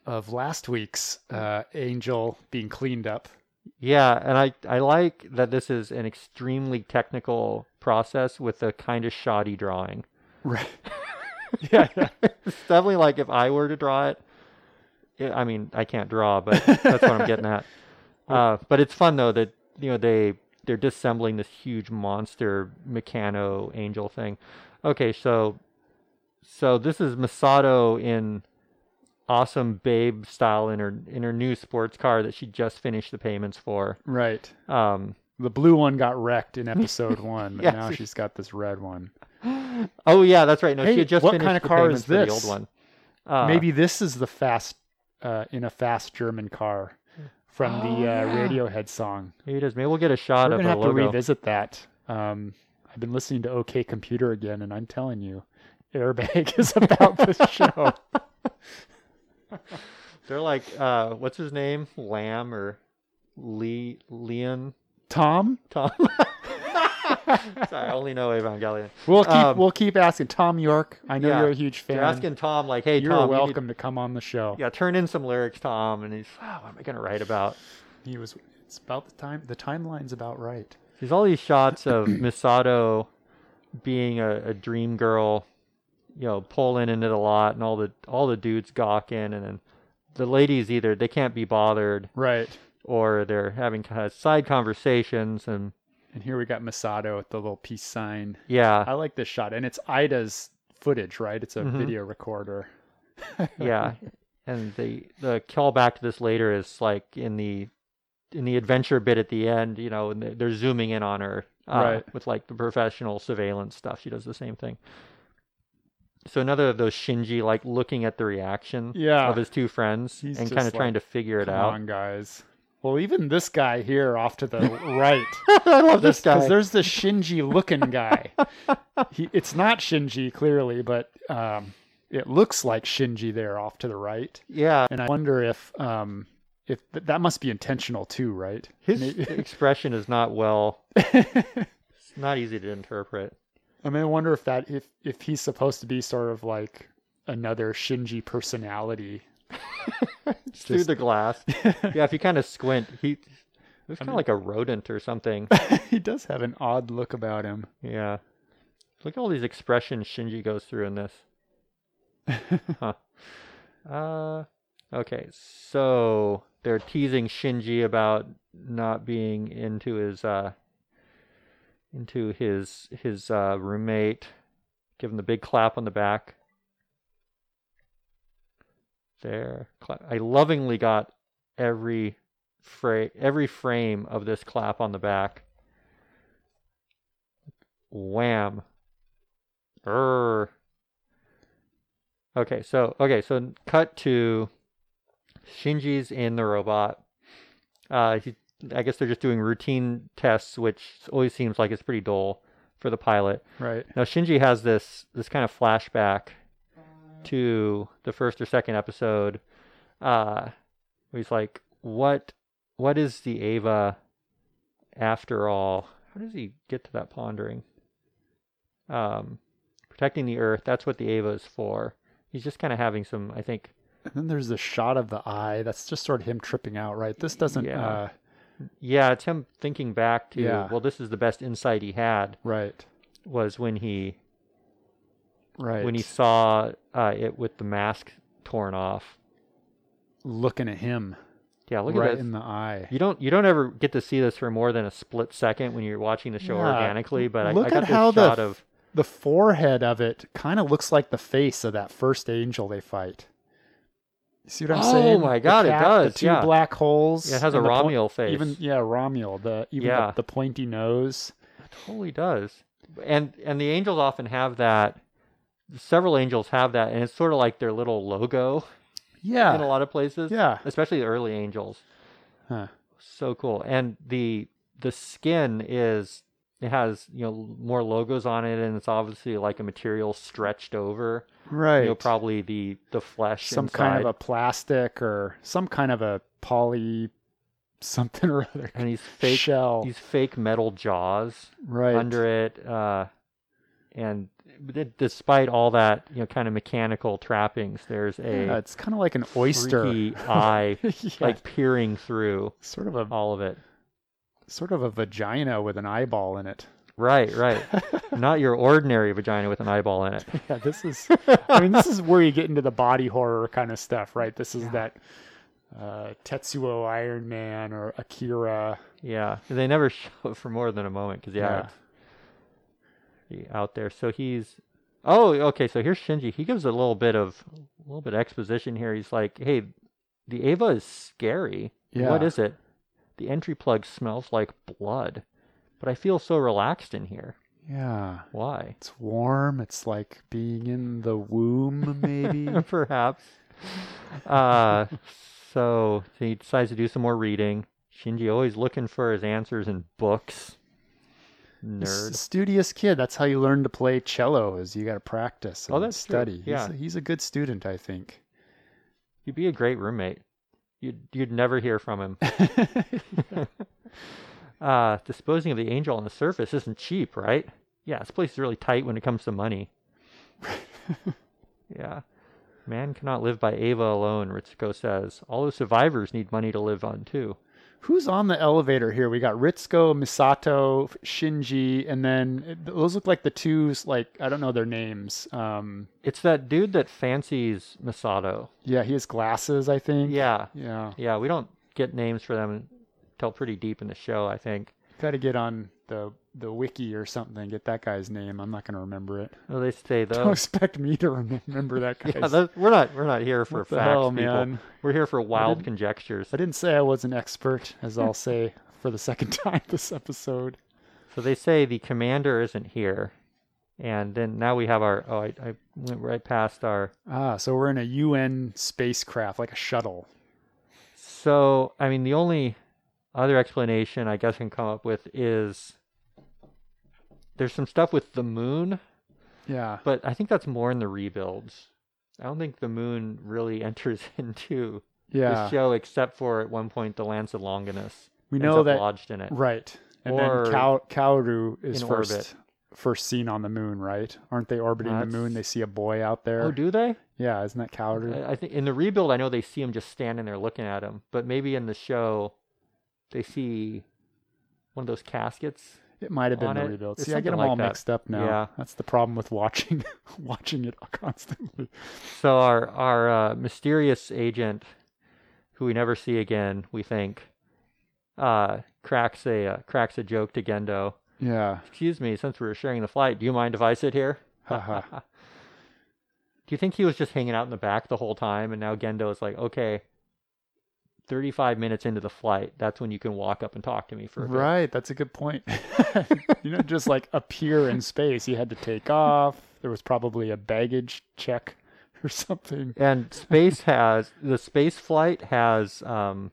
Speaker 2: Of last week's uh, Angel being cleaned up.
Speaker 1: yeah, and I I like that this is an extremely technical process with a kind of shoddy drawing.
Speaker 2: Right. yeah, yeah.
Speaker 1: it's definitely like if I were to draw it. it- I mean, I can't draw, but that's what I'm getting at. Uh, but it's fun though that you know they they're disassembling this huge monster mechano angel thing. Okay, so so this is Masato in awesome babe style in her in her new sports car that she just finished the payments for.
Speaker 2: Right.
Speaker 1: Um,
Speaker 2: The blue one got wrecked in episode one, but
Speaker 1: Yes.
Speaker 2: now she's got this red one.
Speaker 1: oh yeah, that's right. No,
Speaker 2: Hey,
Speaker 1: she had just
Speaker 2: what
Speaker 1: finished
Speaker 2: kind of
Speaker 1: the
Speaker 2: car
Speaker 1: payments
Speaker 2: is
Speaker 1: for the
Speaker 2: this?
Speaker 1: old one. Uh,
Speaker 2: Maybe this is the fast uh, in a fast German car from
Speaker 1: Oh,
Speaker 2: the uh,
Speaker 1: yeah.
Speaker 2: Radiohead song.
Speaker 1: maybe it is. Maybe we'll get a shot
Speaker 2: We're
Speaker 1: of
Speaker 2: gonna
Speaker 1: the
Speaker 2: have to
Speaker 1: logo.
Speaker 2: revisit that. Um, I've been listening to OK Computer again, and I'm telling you, Airbag is about the show.
Speaker 1: They're like, uh, what's his name? Lamb or Lee Leon
Speaker 2: Tom,
Speaker 1: Tom? Sorry, I only know Evangelion.
Speaker 2: we'll keep
Speaker 1: Um,
Speaker 2: well keep asking. Tom York, I know
Speaker 1: yeah.
Speaker 2: you're a huge fan.
Speaker 1: They're asking Tom, like, hey,
Speaker 2: you're
Speaker 1: Tom, you need-
Speaker 2: welcome to come on the show.
Speaker 1: yeah, turn in some lyrics, Tom, and he's, oh, what am I gonna write about?
Speaker 2: He was. It's about the time. The timeline's about right.
Speaker 1: There's all these shots of Misato being a, a dream girl, you know, pulling into the lot, and all the all the dudes gawking, and then the ladies either they can't be bothered
Speaker 2: Right.
Speaker 1: or they're having kind of side conversations, and
Speaker 2: And here we got Masato with the little peace sign.
Speaker 1: yeah,
Speaker 2: I like this shot, and it's Ida's footage, right? It's a
Speaker 1: Mhm.
Speaker 2: video recorder.
Speaker 1: yeah and the the callback to this later is like in the in the adventure bit at the end you know and they're- they're zooming in on her uh,
Speaker 2: Right.
Speaker 1: with like the professional surveillance stuff she does the same thing so another of those shinji like looking at the reaction
Speaker 2: Yeah.
Speaker 1: of his two friends
Speaker 2: He's
Speaker 1: and kind
Speaker 2: just
Speaker 1: of trying
Speaker 2: like,
Speaker 1: to figure Oh, it
Speaker 2: Come
Speaker 1: out
Speaker 2: on, guys. Well, even this guy here off to the right.
Speaker 1: i love
Speaker 2: This
Speaker 1: this
Speaker 2: because
Speaker 1: guy
Speaker 2: there's the Shinji looking guy. he, it's not Shinji clearly, but um, it looks like Shinji there off to the right.
Speaker 1: yeah
Speaker 2: And I wonder if um, if th- that must be intentional too, right?
Speaker 1: his
Speaker 2: Maybe-
Speaker 1: expression is not well it's not easy to interpret
Speaker 2: I mean, I wonder if that if if he's supposed to be sort of like another Shinji personality.
Speaker 1: through
Speaker 2: Just-
Speaker 1: the glass yeah if you kind of squint he looks kind of
Speaker 2: mean-
Speaker 1: like a rodent or something
Speaker 2: he does have an odd look about him.
Speaker 1: Yeah. Look at all these expressions Shinji goes through in this. huh. Uh okay, so they're teasing Shinji about not being into his uh into his his uh roommate. Give him the big clap on the back. There. Clap. I lovingly got every fra- every frame of this clap on the back. Wham. Err. Okay, so okay, so cut to Shinji's in the robot. Uh, he, I guess they're just doing routine tests, which always seems like it's pretty dull for the pilot.
Speaker 2: Right.
Speaker 1: Now Shinji has this this kind of flashback to the first or second episode. Uh, where he's like, "What? What is the Ava after all? How does he get to that pondering? Um, protecting the Earth. That's what the Ava is for. He's just kind of having some, I think,
Speaker 2: And then there's the shot of the eye. That's just sort of him tripping out, right? This doesn't.
Speaker 1: Yeah.
Speaker 2: Uh,
Speaker 1: yeah, it's him thinking back to,
Speaker 2: Yeah.
Speaker 1: well, this is the best insight he had
Speaker 2: right.
Speaker 1: was when he
Speaker 2: Right.
Speaker 1: when he saw uh, it with the mask torn off.
Speaker 2: looking at him
Speaker 1: Yeah, look
Speaker 2: right
Speaker 1: at that.
Speaker 2: in the eye.
Speaker 1: You don't you don't ever get to see this for more than a split second when you're watching the show
Speaker 2: Yeah.
Speaker 1: organically, but I,
Speaker 2: Look
Speaker 1: I
Speaker 2: at
Speaker 1: got this
Speaker 2: how the
Speaker 1: shot of
Speaker 2: The forehead of it kind of looks like the face of that first angel they fight. You see what I'm
Speaker 1: Oh
Speaker 2: saying?
Speaker 1: my
Speaker 2: The
Speaker 1: God, it does,
Speaker 2: The two
Speaker 1: yeah.
Speaker 2: black holes.
Speaker 1: Yeah, it has
Speaker 2: and
Speaker 1: a
Speaker 2: the point-
Speaker 1: Romulo face.
Speaker 2: Even yeah, Romulo. The even
Speaker 1: Yeah.
Speaker 2: the, the pointy nose.
Speaker 1: Totally does. And and the angels often have that. Several angels have that, and it's sort of like their little logo in a
Speaker 2: Yeah,
Speaker 1: lot of places.
Speaker 2: yeah.
Speaker 1: Especially the early angels.
Speaker 2: Huh.
Speaker 1: So cool. And the the skin is it has you know more logos on it, and it's obviously like a material stretched over.
Speaker 2: Right.
Speaker 1: You know, probably the the flesh.
Speaker 2: some kind of
Speaker 1: inside.
Speaker 2: a plastic or some kind of a poly something or other
Speaker 1: and these fake
Speaker 2: shell.
Speaker 1: these fake metal jaws.
Speaker 2: right.
Speaker 1: under it uh and d- despite all that you know kind of mechanical trappings there's a
Speaker 2: Yeah, it's kind of like an oyster.
Speaker 1: freaky eye
Speaker 2: Yeah,
Speaker 1: like oh. peering through
Speaker 2: sort of a
Speaker 1: all of it
Speaker 2: sort of a vagina with an eyeball in it.
Speaker 1: right right not your ordinary vagina with an eyeball in it
Speaker 2: Yeah, this is. I mean, this is where you get into the body horror kind of stuff, right? This is that uh, Tetsuo Iron Man or Akira.
Speaker 1: yeah they never show it for more than a moment because yeah,
Speaker 2: Yeah.
Speaker 1: it's out there so he's oh okay so here's shinji he gives a little bit of a little bit of exposition here he's like hey the ava is scary What
Speaker 2: Yeah.
Speaker 1: is it? The entry plug smells like blood, but I feel so relaxed in here.
Speaker 2: Yeah,
Speaker 1: Why?
Speaker 2: it's warm. It's like being in the womb, maybe.
Speaker 1: Perhaps. Uh, so he decides to do some more reading. Shinji always looking for his answers in books.
Speaker 2: He's a
Speaker 1: Nerd.
Speaker 2: studious kid. That's how you learn to play cello. Is you got to practice
Speaker 1: Oh,
Speaker 2: and
Speaker 1: that's true.
Speaker 2: study.
Speaker 1: Yeah.
Speaker 2: He's, a, he's a good student, I think.
Speaker 1: You'd be a great roommate. You'd you'd never hear from him. Uh, disposing of the angel on the surface isn't cheap, right? Yeah, this place is really tight when it comes to money. yeah. Man cannot live by Ava alone, Ritsuko says. All the survivors need money to live on, too.
Speaker 2: Who's on the elevator here? We got Ritsuko, Misato, Shinji, and then uh, those look like the two. Like I don't know their names. Um,
Speaker 1: It's that dude that fancies Masato.
Speaker 2: yeah, he has glasses, I think.
Speaker 1: Yeah.
Speaker 2: yeah.
Speaker 1: Yeah, we don't get names for them until pretty deep in the show, I think.
Speaker 2: Got to get on the the wiki or something. Get that guy's name. I'm not gonna remember it.
Speaker 1: Well, they say
Speaker 2: Don't
Speaker 1: those.
Speaker 2: expect me to remember that guy's.
Speaker 1: Oh. Yeah, those- Uh, we're not we're not here for
Speaker 2: What the
Speaker 1: facts,
Speaker 2: hell,
Speaker 1: people.
Speaker 2: man?
Speaker 1: We're here for wild
Speaker 2: didn't-
Speaker 1: conjectures.
Speaker 2: I didn't say I was an expert, as I'll say for the second time this episode.
Speaker 1: So they say the commander isn't here, and then now we have our. Oh, I, I went right past our.
Speaker 2: Ah, so we're in a UN spacecraft, like a shuttle.
Speaker 1: So I mean, the only other explanation I guess I can come up with is there's some stuff with the moon,
Speaker 2: Yeah.
Speaker 1: but I think that's more in the rebuilds. I don't think the moon really enters into
Speaker 2: Yeah.
Speaker 1: the show, except for at one point the Lance of Longinus.
Speaker 2: We
Speaker 1: ends
Speaker 2: know
Speaker 1: up
Speaker 2: that
Speaker 1: lodged in it.
Speaker 2: right. And
Speaker 1: Or
Speaker 2: then Kau- Kaoru is
Speaker 1: in
Speaker 2: first
Speaker 1: orbit.
Speaker 2: first seen on the moon, right? Aren't they orbiting
Speaker 1: That's-
Speaker 2: the moon? They see a boy out there.
Speaker 1: Oh, do they?
Speaker 2: yeah, isn't that Kaoru?
Speaker 1: I, I think in the rebuild, I know they see him just standing there looking at him, but maybe in the show, they see one of those caskets.
Speaker 2: it might have been
Speaker 1: on
Speaker 2: the
Speaker 1: it.
Speaker 2: rebuild.
Speaker 1: It's
Speaker 2: See, I get
Speaker 1: something
Speaker 2: them
Speaker 1: like
Speaker 2: all
Speaker 1: that.
Speaker 2: mixed up now.
Speaker 1: Yeah.
Speaker 2: That's the problem with watching watching it constantly.
Speaker 1: So our our uh, mysterious agent, who we never see again, we think, uh, cracks a uh, cracks a joke to Gendo.
Speaker 2: Yeah.
Speaker 1: Excuse me, since we were sharing the flight, do you mind if I sit here?
Speaker 2: Haha.
Speaker 1: Do you think he was just hanging out in the back the whole time, and now Gendo is like, okay. 35 minutes into the flight, that's when you can walk up and talk to me for a bit.
Speaker 2: Right, that's a good point. you know, just like appear in space. You had to take off. There was probably a baggage check or something.
Speaker 1: and space has the space flight has um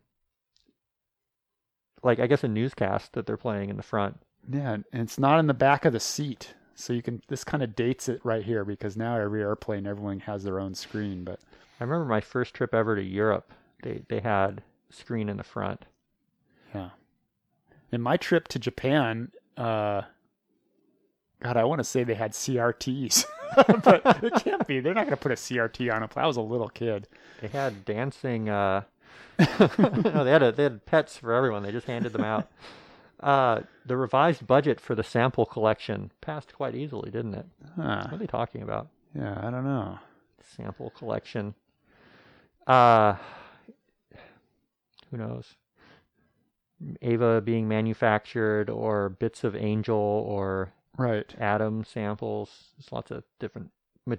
Speaker 1: like i guess a newscast that they're playing in the front
Speaker 2: Yeah, and it's not in the back of the seat. So you can this kind of dates it right here because now every airplane everyone has their own screen, but
Speaker 1: i remember my first trip ever to europe they they had screen in the front
Speaker 2: yeah. In my trip to Japan, uh God, I want to say they had CRTs, but it can't be. They're not going to put a CRT on a plane. I was a little kid.
Speaker 1: they had dancing uh no they had a, they had pets for everyone they just handed them out uh the revised budget for the sample collection passed quite easily didn't it
Speaker 2: Huh.
Speaker 1: what are they talking about
Speaker 2: Yeah, I don't know.
Speaker 1: sample collection. Uh who knows? Ava being manufactured or bits of angel or
Speaker 2: Right.
Speaker 1: atom samples. There's lots of different ma-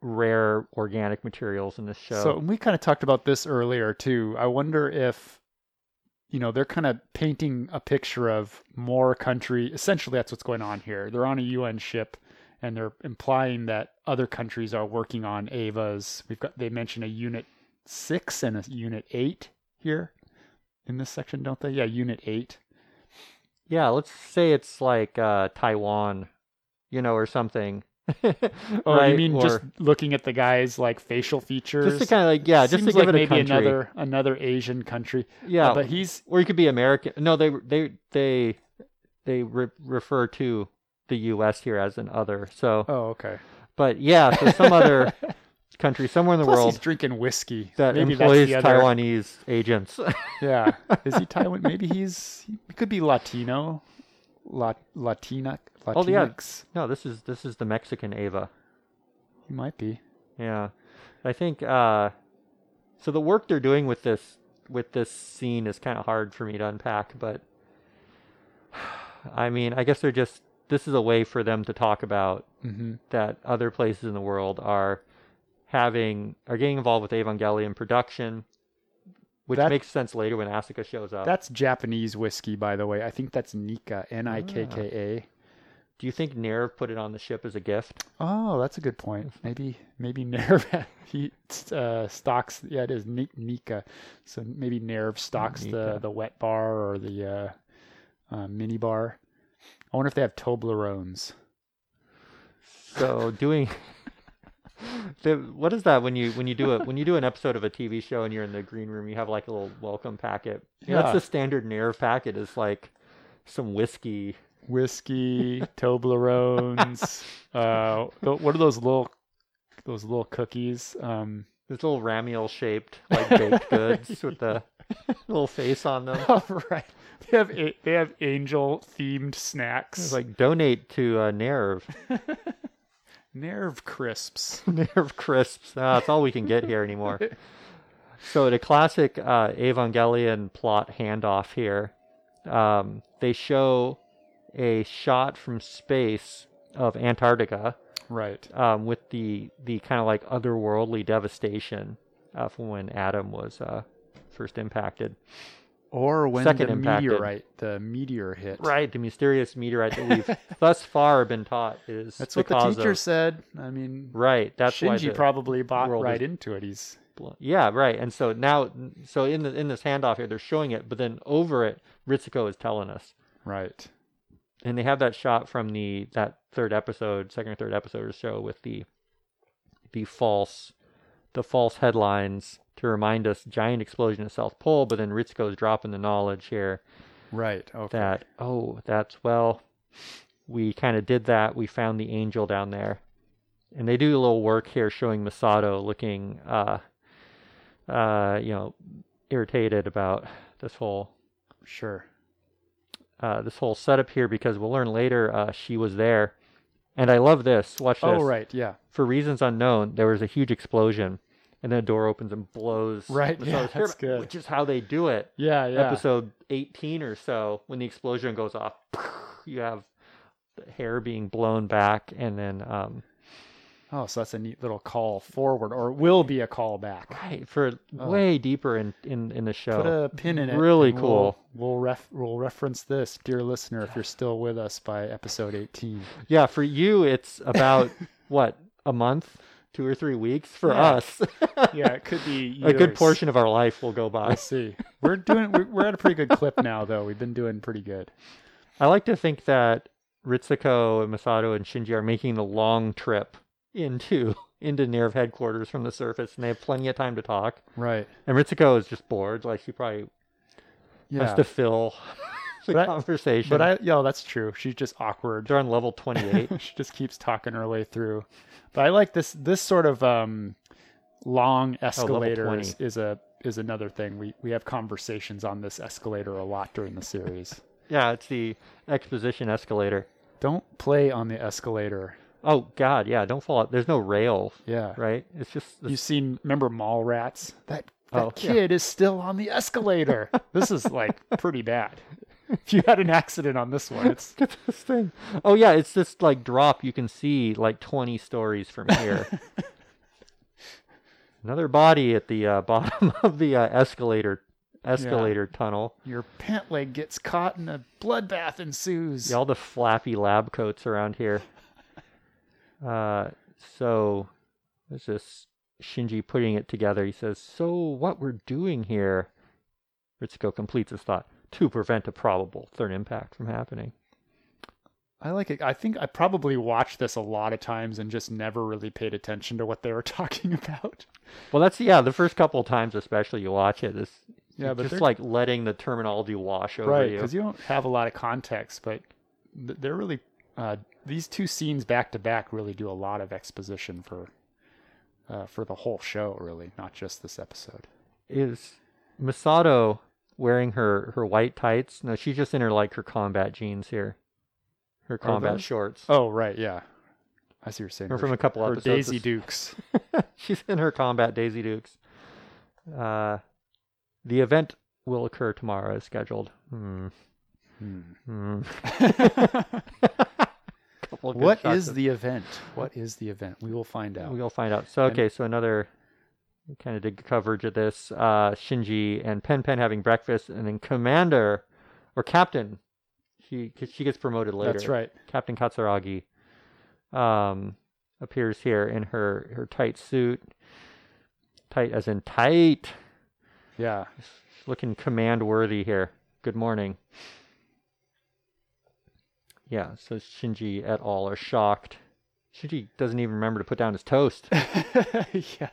Speaker 1: rare organic materials in this show.
Speaker 2: So and we kind of talked about this earlier too. I wonder if you know they're kind of painting a picture of more country. Essentially, that's what's going on here. They're on a UN ship, and they're implying that other countries are working on Avas. We've got they mention a unit six and a unit eight here in this section, don't they? Yeah, unit eight.
Speaker 1: yeah, let's say it's like uh, Taiwan, you know, or something.
Speaker 2: Oh,
Speaker 1: Right,
Speaker 2: you mean just
Speaker 1: or-
Speaker 2: looking at the guy's like facial features?
Speaker 1: just to kind of like yeah, just
Speaker 2: Seems
Speaker 1: to give
Speaker 2: like
Speaker 1: it a
Speaker 2: maybe
Speaker 1: country.
Speaker 2: another another Asian country.
Speaker 1: yeah,
Speaker 2: but he's
Speaker 1: or you could be American. No, they they they they re- refer to the U.S. here as an other. So,
Speaker 2: oh okay.
Speaker 1: but yeah, so some other country somewhere in the
Speaker 2: Plus he's
Speaker 1: world
Speaker 2: drinking whiskey.
Speaker 1: that
Speaker 2: maybe
Speaker 1: employs
Speaker 2: that's the other-
Speaker 1: Taiwanese agents.
Speaker 2: Yeah. Is he Taiwan? Maybe he's. He could be Latino. La, Latina.
Speaker 1: Oh, yeah.
Speaker 2: Latinx.
Speaker 1: no, this is this is the Mexican Ava.
Speaker 2: He might be.
Speaker 1: Yeah, I think uh, so. The work they're doing with this with this scene is kind of hard for me to unpack, but I mean, I guess they're just this is a way for them to talk about
Speaker 2: hmm
Speaker 1: that other places in the world are having are getting involved with Evangelion production, which
Speaker 2: That-
Speaker 1: makes sense later when Asuka shows up.
Speaker 2: That's Japanese whiskey, by the way. I think that's Nika. N i k k
Speaker 1: Do you think Nerve put it on the ship as a gift?
Speaker 2: a. Oh, that's a good point. Maybe maybe Nerve he uh, stocks. Yeah, it is Ni- Nika. So maybe Nerve stocks the
Speaker 1: Nika.
Speaker 2: the wet bar or the uh, uh, mini bar. I wonder if they have Toblerones.
Speaker 1: So doing. The, what is that when you when you do it when you do an episode of a TV show and you're in the green room you have like a little welcome packet yeah.
Speaker 2: Yeah.
Speaker 1: that's the standard Nerve packet is like some whiskey
Speaker 2: whiskey, Toblerones. uh, th- what are those little those little cookies? Um,
Speaker 1: this little ramiel shaped like baked goods with the little face on them
Speaker 2: all Oh, right, they have a- they have angel themed snacks
Speaker 1: it's like donate to uh, Nerve
Speaker 2: nerve crisps.
Speaker 1: Nerve crisps. Ah, that's all we can get here anymore. so the classic uh, Evangelion plot handoff here. Um, they show a shot from space of Antarctica
Speaker 2: Right.
Speaker 1: um, with the the kind of like otherworldly devastation uh, from when Adam was uh, first impacted.
Speaker 2: Or when
Speaker 1: Second
Speaker 2: the
Speaker 1: impacted.
Speaker 2: meteorite the meteor hit.
Speaker 1: Right, the mysterious meteorite that we've thus far been taught is
Speaker 2: That's
Speaker 1: the
Speaker 2: what the
Speaker 1: cause
Speaker 2: teacher
Speaker 1: of-
Speaker 2: said. I mean,
Speaker 1: Right, that's why
Speaker 2: Shinji
Speaker 1: the-
Speaker 2: probably bought
Speaker 1: world
Speaker 2: right
Speaker 1: is-
Speaker 2: into it. He's
Speaker 1: Bl- Yeah, right. And so now, so in the in this handoff here, they're showing it, but then over it, Ritsuko is telling us,
Speaker 2: right.
Speaker 1: and they have that shot from the that third episode, second or third episode of the show with the the false the false headlines to remind us giant explosion at South Pole, but then Ritsuko's dropping the knowledge here
Speaker 2: Right. Okay.
Speaker 1: that oh, that's well, we kind of did that. We found the angel down there, and they do a little work here showing Masato looking, uh, uh, you know, irritated about this whole
Speaker 2: Sure.
Speaker 1: uh, this whole setup here because we'll learn later uh, she was there, and I love this. Watch this.
Speaker 2: Oh, right. Yeah.
Speaker 1: For reasons unknown, there was a huge explosion, and then a door opens and blows.
Speaker 2: Right,
Speaker 1: Masato's
Speaker 2: yeah,
Speaker 1: hair
Speaker 2: that's
Speaker 1: back,
Speaker 2: good.
Speaker 1: Which is how they do it
Speaker 2: Yeah. Yeah.
Speaker 1: episode 18 or so when the explosion goes off you have the hair being blown back and then um
Speaker 2: Oh, so that's a neat little call forward, or will be a call back.
Speaker 1: right for
Speaker 2: Oh.
Speaker 1: way deeper in in in the
Speaker 2: Put
Speaker 1: show
Speaker 2: a pin in it.
Speaker 1: Really
Speaker 2: and
Speaker 1: cool.
Speaker 2: We'll, we'll ref we'll reference this, dear listener, if you're still with us by episode 18.
Speaker 1: yeah for you it's about what a month two or three weeks for
Speaker 2: Yeah.
Speaker 1: us
Speaker 2: Yeah, it could be
Speaker 1: a good portion of our life will go by
Speaker 2: We'll see. We're doing. We're, we're at a pretty good clip now, though. We've been doing pretty good.
Speaker 1: i like to think that ritsuko and masato and shinji are making the long trip into into nerve headquarters from the surface and they have plenty of time to talk
Speaker 2: Right.
Speaker 1: and ritsuko is just bored like she probably has
Speaker 2: Yeah.
Speaker 1: to fill the
Speaker 2: But I-
Speaker 1: conversation.
Speaker 2: but I. Yeah, that's true. She's just awkward.
Speaker 1: they're on level twenty-eight.
Speaker 2: she just keeps talking her way through. But I like this this sort of um, long
Speaker 1: Oh,
Speaker 2: escalators
Speaker 1: 20.
Speaker 2: is a is another thing. We we have conversations on this escalator a lot during the series.
Speaker 1: yeah, it's the exposition escalator.
Speaker 2: Don't play on the escalator.
Speaker 1: Oh God, yeah, don't fall out. There's no rail,
Speaker 2: Yeah.
Speaker 1: right? It's just
Speaker 2: You've seen remember Mall Rats? That that
Speaker 1: Oh, yeah.
Speaker 2: kid is still on the escalator. this is like pretty bad. If you had an accident on this one, it's
Speaker 1: look at this thing. Oh yeah, it's this like drop you can see like twenty stories from here. Another body at the uh, bottom of the uh, escalator escalator tunnel.
Speaker 2: Your pant leg gets caught and a bloodbath ensues.
Speaker 1: Yeah, all the flappy lab coats around here. Uh, so there's this Shinji putting it together. He says, "So what we're doing here?" Ritsuko completes his thought to prevent a probable third impact from happening.
Speaker 2: I like it. I think I probably watched this a lot of times and just never really paid attention to what they were talking about.
Speaker 1: Well, that's yeah. The first couple times, especially, you watch it. It's
Speaker 2: Yeah, but
Speaker 1: just
Speaker 2: they're-
Speaker 1: like letting the terminology wash over
Speaker 2: right
Speaker 1: you.
Speaker 2: because you. don't have a lot of context, but th- they're really uh, these two scenes back to back really do a lot of exposition for uh, for the whole show, really, not just this episode.
Speaker 1: is Masato wearing her her white tights? No, she's just in her like her combat jeans here, her combat
Speaker 2: those-
Speaker 1: shorts.
Speaker 2: Oh, right, yeah, I see what you're saying.
Speaker 1: Or
Speaker 2: Her-
Speaker 1: from a couple
Speaker 2: her
Speaker 1: episodes.
Speaker 2: Daisy
Speaker 1: it's-
Speaker 2: Dukes.
Speaker 1: she's in her combat Daisy Dukes. Uh, the event will occur tomorrow as scheduled. Hmm.
Speaker 2: Hmm.
Speaker 1: hmm. Couple good
Speaker 2: What
Speaker 1: shots
Speaker 2: is
Speaker 1: of-
Speaker 2: the event? What is the event? We will find out.
Speaker 1: We'll find out. So
Speaker 2: And-
Speaker 1: okay, so another we kind of did coverage of this. Uh, Shinji and Pen Pen having breakfast, and then Commander or Captain. She 'cause she gets promoted later.
Speaker 2: That's right.
Speaker 1: Captain Katsuragi um, appears here in her her tight suit, tight as in tight,
Speaker 2: Yeah.
Speaker 1: looking command worthy here. Good morning. Yeah, so Shinji et al. are shocked. Shinji doesn't even remember to put down his toast.
Speaker 2: yeah.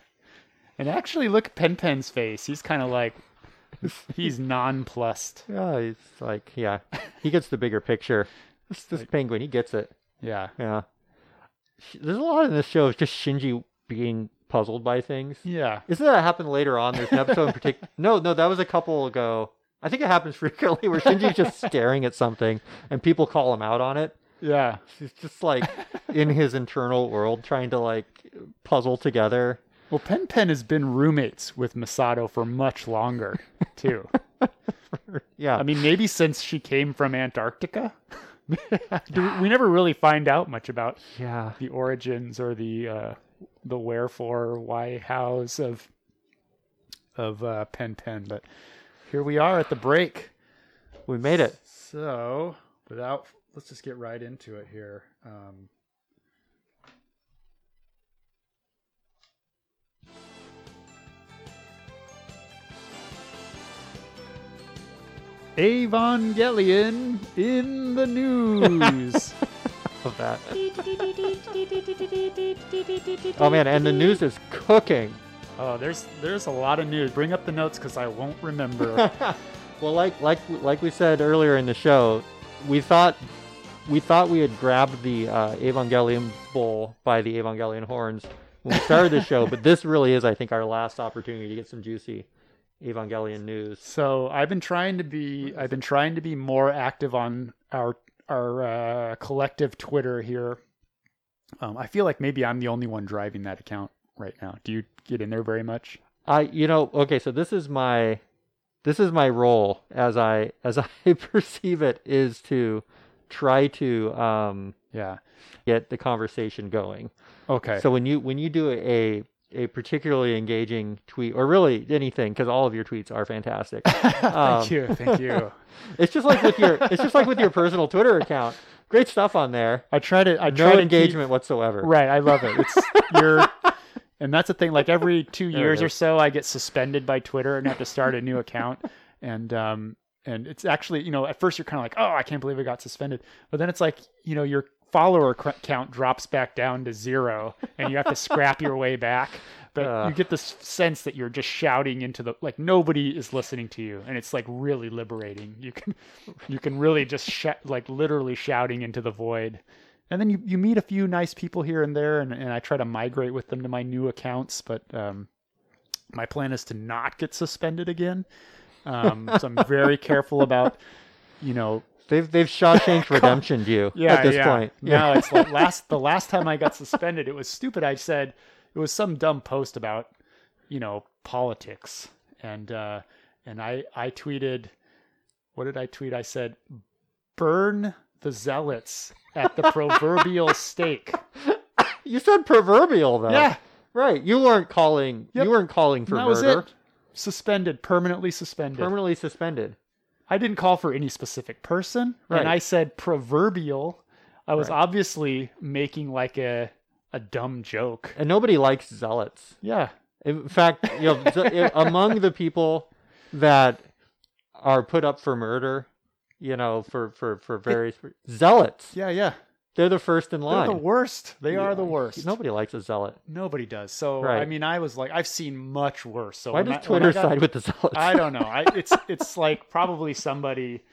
Speaker 2: And actually, look at Pen Pen's face. He's kind of like, he's nonplussed.
Speaker 1: Yeah, he's like, yeah, he gets the bigger picture. This, this penguin, he gets it.
Speaker 2: Yeah.
Speaker 1: Yeah. Sh- There's a lot in this show of just Shinji being puzzled by things.
Speaker 2: Yeah.
Speaker 1: Isn't that happened later on? There's an episode in particular. No, no, that was a couple ago. I think it happens frequently where Shinji's just staring at something and people call him out on it.
Speaker 2: Yeah.
Speaker 1: He's just like in his internal world trying to like puzzle together.
Speaker 2: Well, Pen Pen has been roommates with Masato for much longer, too.
Speaker 1: Yeah.
Speaker 2: I mean, maybe since she came from Antarctica. Do we, we never really find out much about
Speaker 1: yeah.
Speaker 2: the origins or the uh, the wherefore, why, hows of of uh, Pen Pen, but here we are at the break.
Speaker 1: We made it.
Speaker 2: So, without, let's just get right into it here. Um, Evangelion in the news.
Speaker 1: Love that. Oh man, and the news is cooking.
Speaker 2: oh, there's there's a lot of news. Bring up the notes because I won't remember.
Speaker 1: Well, like like like we said earlier in the show, we thought we thought we had grabbed the uh, Evangelion bull by the Evangelion horns when we started the show, but this really is, I think, our last opportunity to get some juicy Evangelion news.
Speaker 2: so I've been trying to be I've been trying to be more active on our our uh, collective Twitter here. Um, I feel like maybe I'm the only one driving that account right now. Do you get in there very much?
Speaker 1: I you know okay, so this is my this is my role as I as I perceive it is to try to um,
Speaker 2: Yeah.
Speaker 1: get the conversation going.
Speaker 2: Okay.
Speaker 1: So when you when you do a a particularly engaging tweet or really anything because all of your tweets are fantastic.
Speaker 2: thank
Speaker 1: um,
Speaker 2: you. Thank you.
Speaker 1: It's just like with your it's just like with your personal Twitter account. Great stuff on there.
Speaker 2: I try to I
Speaker 1: No
Speaker 2: try to keep-
Speaker 1: engagement whatsoever.
Speaker 2: Right, I love it. It's your and that's the thing. Like every two
Speaker 1: There it
Speaker 2: years or
Speaker 1: is.
Speaker 2: so, I get suspended by Twitter and have to start a new account. And um, and it's actually you know at first you're kind of like, oh, I can't believe I got suspended. But then it's like you know your follower cr- count drops back down to zero, and you have to scrap your way back. But
Speaker 1: Ugh.
Speaker 2: you get this sense that you're just shouting into the like nobody is listening to you, and it's like really liberating. You can you can really just sh- like literally shouting into the void and then you, you meet a few nice people here and there and, and i try to migrate with them to my new accounts but um, my plan is to not get suspended again um, so i'm very careful about you know
Speaker 1: They've they've Shawshank Redemption you
Speaker 2: yeah
Speaker 1: at this
Speaker 2: yeah.
Speaker 1: point. Yeah.
Speaker 2: no it's like last the last time i got suspended it was stupid i said it was some dumb post about you know politics and uh and i i tweeted what did i tweet i said burn the zealots at the proverbial stake
Speaker 1: You said proverbial though.
Speaker 2: yeah
Speaker 1: Right. You weren't calling.
Speaker 2: Yep.
Speaker 1: You weren't calling for
Speaker 2: And that was
Speaker 1: murder.
Speaker 2: it. Suspended, permanently suspended.
Speaker 1: Permanently suspended.
Speaker 2: I didn't call for any specific person,
Speaker 1: Right.
Speaker 2: and I said proverbial. I was
Speaker 1: Right.
Speaker 2: obviously making like a a dumb joke.
Speaker 1: And nobody likes zealots.
Speaker 2: Yeah,
Speaker 1: In fact, you know, z- among the people that are put up for murder, you know, for for for various zealots,
Speaker 2: yeah, yeah.
Speaker 1: they're the first in
Speaker 2: They're
Speaker 1: line.
Speaker 2: the worst. They are the
Speaker 1: Yeah.
Speaker 2: worst.
Speaker 1: Nobody likes a zealot.
Speaker 2: Nobody does. So I
Speaker 1: Right.
Speaker 2: mean, I was like, I've seen much worse. So
Speaker 1: Why
Speaker 2: when
Speaker 1: does
Speaker 2: I- when
Speaker 1: Twitter
Speaker 2: I got-
Speaker 1: side with the zealots?
Speaker 2: I don't know. I, it's it's like probably somebody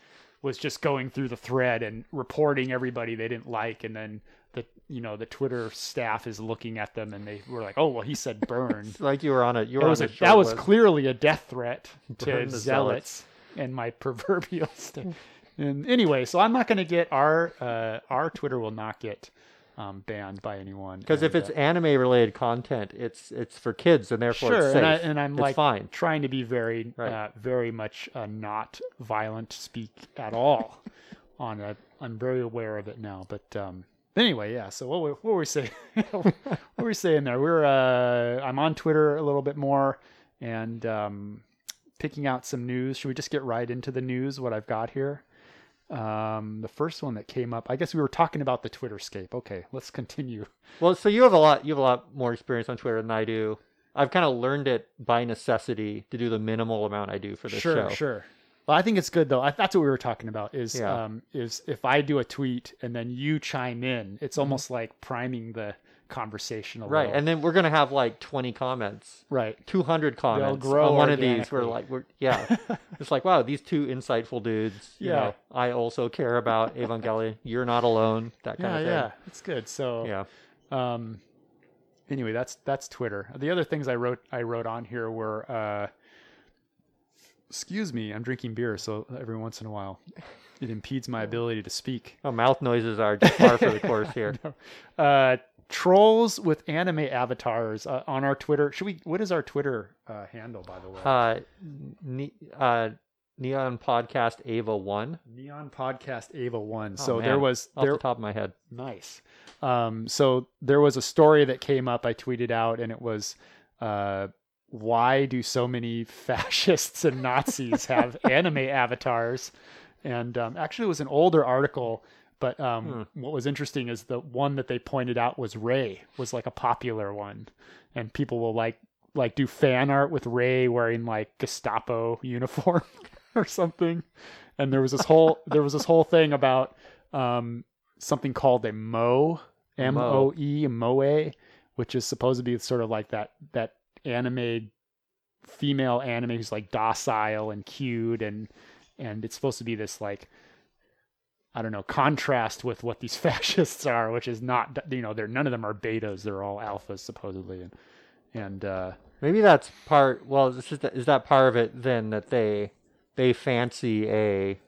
Speaker 2: was just going through the thread and reporting everybody they didn't like, and then the you know the Twitter staff is looking at them and they were like, oh well, he said burn.
Speaker 1: It's like you were on a you
Speaker 2: It
Speaker 1: were
Speaker 2: was
Speaker 1: on
Speaker 2: a,
Speaker 1: a short
Speaker 2: that was
Speaker 1: list.
Speaker 2: clearly a death threat to
Speaker 1: Burn
Speaker 2: zealots,
Speaker 1: the
Speaker 2: and my proverbial st- And anyway, so I'm not going to get our uh, our Twitter will not get um, banned by anyone
Speaker 1: because if
Speaker 2: and,
Speaker 1: it's
Speaker 2: uh,
Speaker 1: anime related content, it's it's for kids and therefore
Speaker 2: sure,
Speaker 1: it's safe.
Speaker 2: and, I, and I'm
Speaker 1: it's
Speaker 2: like
Speaker 1: fine.
Speaker 2: trying to be very
Speaker 1: Right.
Speaker 2: uh, very much uh, not violent speak at all. on a, I'm very aware of it now, but um, anyway, yeah. So what were, what were we saying? what were we saying there? We're uh, I'm on Twitter a little bit more and um, picking out some news. Should we just get right into the news? What I've got here. Um, the first one that came up, I guess we were talking about the Twitterscape. Okay, let's continue.
Speaker 1: Well, so you have a lot you have a lot more experience on Twitter than I do. I've kind of learned it by necessity to do the minimal amount I do for this
Speaker 2: sure,
Speaker 1: show.
Speaker 2: Sure, Well, I think it's good though. I, that's what we were talking about. Is
Speaker 1: Yeah.
Speaker 2: um, is if I do a tweet and then you chime in, it's almost like priming the conversation a
Speaker 1: Mm-hmm. Right,
Speaker 2: little.
Speaker 1: and then we're gonna have like 20 comments,
Speaker 2: right.
Speaker 1: 200 comments
Speaker 2: grow
Speaker 1: on one of these. We're
Speaker 2: organically.
Speaker 1: like, we're yeah, it's like wow, these two insightful dudes. You
Speaker 2: Yeah.
Speaker 1: know, I also care about Evangelion. You're not alone. That kind
Speaker 2: Yeah,
Speaker 1: of
Speaker 2: yeah,
Speaker 1: thing.
Speaker 2: it's good. So,
Speaker 1: Yeah,
Speaker 2: um, anyway, that's that's Twitter. The other things I wrote I wrote on here were, uh, excuse me, I'm drinking beer, so every once in a while, it impedes my ability to speak.
Speaker 1: Oh, mouth noises are just par for the course here.
Speaker 2: uh, trolls with anime avatars uh, on our Twitter. Should we? What is our Twitter uh, handle, by the way?
Speaker 1: Uh, ne- uh, Neon Podcast Ava One.
Speaker 2: Neon Podcast Ava One.
Speaker 1: Oh,
Speaker 2: so
Speaker 1: man.
Speaker 2: there was
Speaker 1: Off
Speaker 2: there
Speaker 1: the top of my head.
Speaker 2: nice. Um, so there was a story that came up. I tweeted out, and it was. Uh, why do so many fascists and Nazis have anime avatars? And um, actually, it was an older article, but um,
Speaker 1: Hmm.
Speaker 2: what was interesting is the one that they pointed out was Ray was like a popular one, and people will like like do fan art with Ray wearing like Gestapo uniform or something. And there was this whole there was this whole thing about um, something called a mo m o e moe, which is supposed to be sort of like that that anime female anime who's like docile and cute and and it's supposed to be this like I don't know contrast with what these fascists are, which is not you know they're none of them are betas, they're all alphas supposedly and and uh,
Speaker 1: Maybe that's part. Well, this is, the, is that part of it then that they they fancy a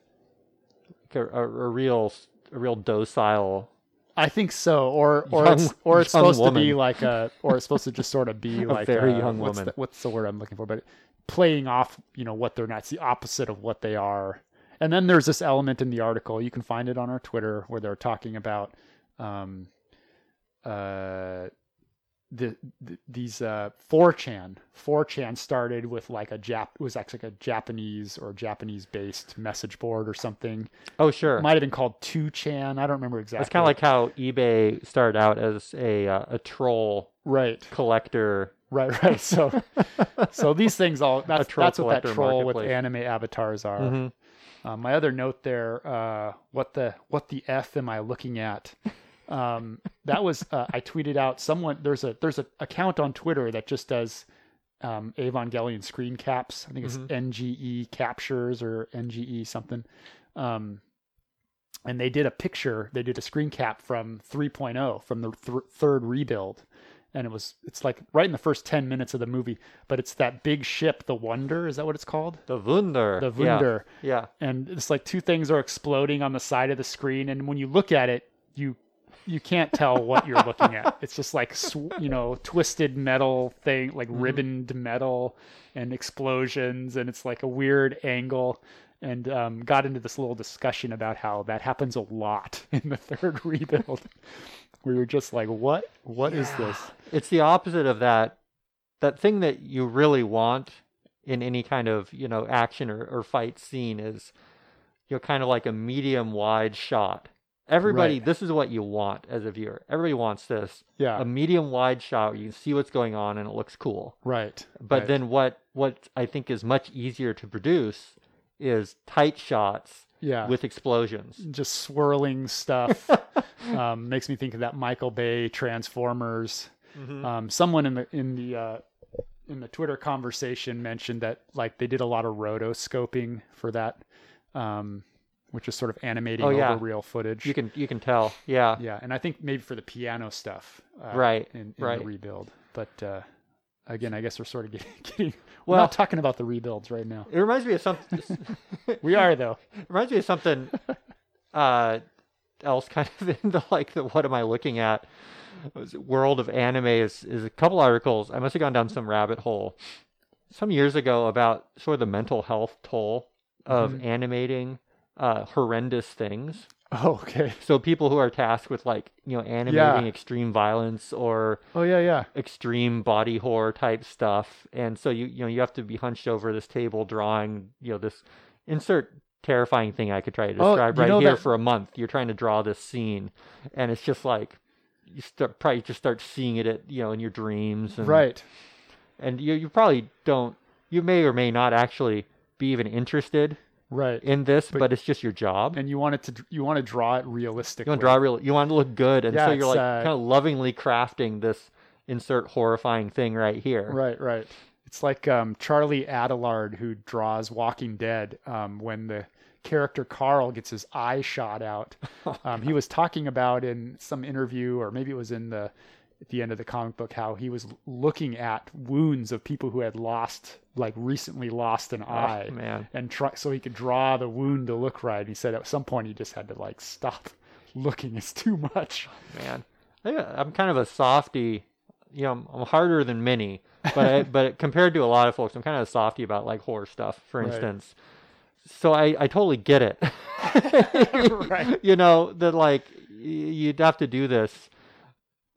Speaker 1: a, a real a real docile
Speaker 2: I think so, or or
Speaker 1: Young-
Speaker 2: it's or it's
Speaker 1: young
Speaker 2: supposed to be
Speaker 1: woman.
Speaker 2: like a or it's supposed to just sort of be
Speaker 1: A
Speaker 2: like
Speaker 1: very
Speaker 2: uh,
Speaker 1: young
Speaker 2: what's
Speaker 1: woman.
Speaker 2: The, what's the word I'm looking for? But playing off, you know, what they're not, it's the opposite of what they are. And then there's this element in the article. You can find it on our Twitter where they're talking about um, uh, the, the these uh 4chan 4chan started with like a jap was actually like a japanese or japanese based message board or something
Speaker 1: Oh, sure.
Speaker 2: it might have been called 2chan i don't remember exactly
Speaker 1: That's kind of like how eBay started out as a uh, a troll
Speaker 2: right
Speaker 1: collector.
Speaker 2: Right, right. So, so these things all that's,
Speaker 1: troll
Speaker 2: that's what that
Speaker 1: collector
Speaker 2: troll with
Speaker 1: marketplace.
Speaker 2: anime avatars are.
Speaker 1: Mhm.
Speaker 2: Uh, my other note there, uh, what the what the f am I looking at? Um, that was uh, I tweeted out someone there's a there's a account on Twitter that just does um, Evangelion screen caps. I think it's NGE captures or NGE something. Um, and they did a picture, they did a screen cap from 3.0 from the th- third rebuild. And it was it's like right in the first 10 minutes of the movie, but it's that big ship, the Wonder, is that what it's called?
Speaker 1: The Wunder.
Speaker 2: The
Speaker 1: Yeah.
Speaker 2: Wunder
Speaker 1: Yeah.
Speaker 2: and it's like two things are exploding on the side of the screen and when you look at it you you can't tell what you're looking at it's just like sw- you know twisted metal thing like
Speaker 1: Mm-hmm.
Speaker 2: ribboned metal and explosions and it's like a weird angle and um, got into this little discussion about how that happens a lot in the third rebuild where you're just like, what? What is
Speaker 1: Yeah.
Speaker 2: this?
Speaker 1: It's the opposite of that that thing that you really want in any kind of, you know, action or, or fight scene is you know, kind of like a medium wide shot. Everybody,
Speaker 2: Right.
Speaker 1: this is what you want as a viewer. Everybody wants this.
Speaker 2: Yeah,
Speaker 1: A medium wide shot where you can see what's going on and it looks cool.
Speaker 2: right.
Speaker 1: But
Speaker 2: right.
Speaker 1: then what what I think is much easier to produce is tight shots
Speaker 2: yeah,
Speaker 1: with explosions.
Speaker 2: just swirling stuff um, makes me think of that Michael Bay Transformers.
Speaker 1: Mm-hmm.
Speaker 2: Um, someone in the in the uh, in the Twitter conversation mentioned that like they did a lot of rotoscoping for that, um, which is sort of animating
Speaker 1: Oh, yeah.
Speaker 2: over real footage.
Speaker 1: You can you can tell. Yeah.
Speaker 2: yeah, and I think maybe for the piano stuff, uh,
Speaker 1: Right,
Speaker 2: In, in
Speaker 1: right.
Speaker 2: the rebuild, but uh, again, I guess we're sort of getting, getting we're
Speaker 1: Well-
Speaker 2: not talking about the rebuilds right now.
Speaker 1: It reminds me of something
Speaker 2: We are though.
Speaker 1: reminds me of something uh else kind of in the like the what am I looking at was it world of anime is is a couple articles. I must have gone down some rabbit hole some years ago about sort of the mental health toll of animating uh horrendous things.
Speaker 2: Oh, okay.
Speaker 1: So people who are tasked with like you know animating
Speaker 2: Yeah.
Speaker 1: extreme violence or
Speaker 2: Oh yeah, yeah.
Speaker 1: extreme body horror type stuff, and so you you know you have to be hunched over this table drawing you know this insert terrifying thing I could try to
Speaker 2: Oh,
Speaker 1: describe
Speaker 2: you
Speaker 1: right
Speaker 2: know
Speaker 1: here
Speaker 2: that-
Speaker 1: for a month. You're trying to draw this scene, and it's just like you start probably just start seeing it at you know in your dreams and
Speaker 2: Right.
Speaker 1: and you you probably don't you may or may not actually be even interested
Speaker 2: Right.
Speaker 1: in this, but, it's just your job.
Speaker 2: and you want it to you want to draw it realistically.
Speaker 1: You want to draw real. You want to look good, and
Speaker 2: Yeah,
Speaker 1: so you're
Speaker 2: it's,
Speaker 1: like
Speaker 2: uh,
Speaker 1: kind of lovingly crafting this insert horrifying thing right here.
Speaker 2: Right, right. It's like um, Charlie Adelaide who draws Walking Dead um, when the character Carl gets his eye shot out.
Speaker 1: Oh,
Speaker 2: Um, he was talking about in some interview, or maybe it was in the at the end of the comic book, how he was l- looking at wounds of people who had lost, like recently lost an
Speaker 1: Oh,
Speaker 2: eye,
Speaker 1: man.
Speaker 2: and try, so he could draw the wound to look right. And he said at some point he just had to like stop looking; it's too much.
Speaker 1: man. I, I'm kind of a softy. You know, I'm, I'm harder than many, but I, but compared to a lot of folks, I'm kind of a softy about like horror stuff, for
Speaker 2: Right.
Speaker 1: instance. So I, I totally get it.
Speaker 2: Right.
Speaker 1: You know that like y- you'd have to do this,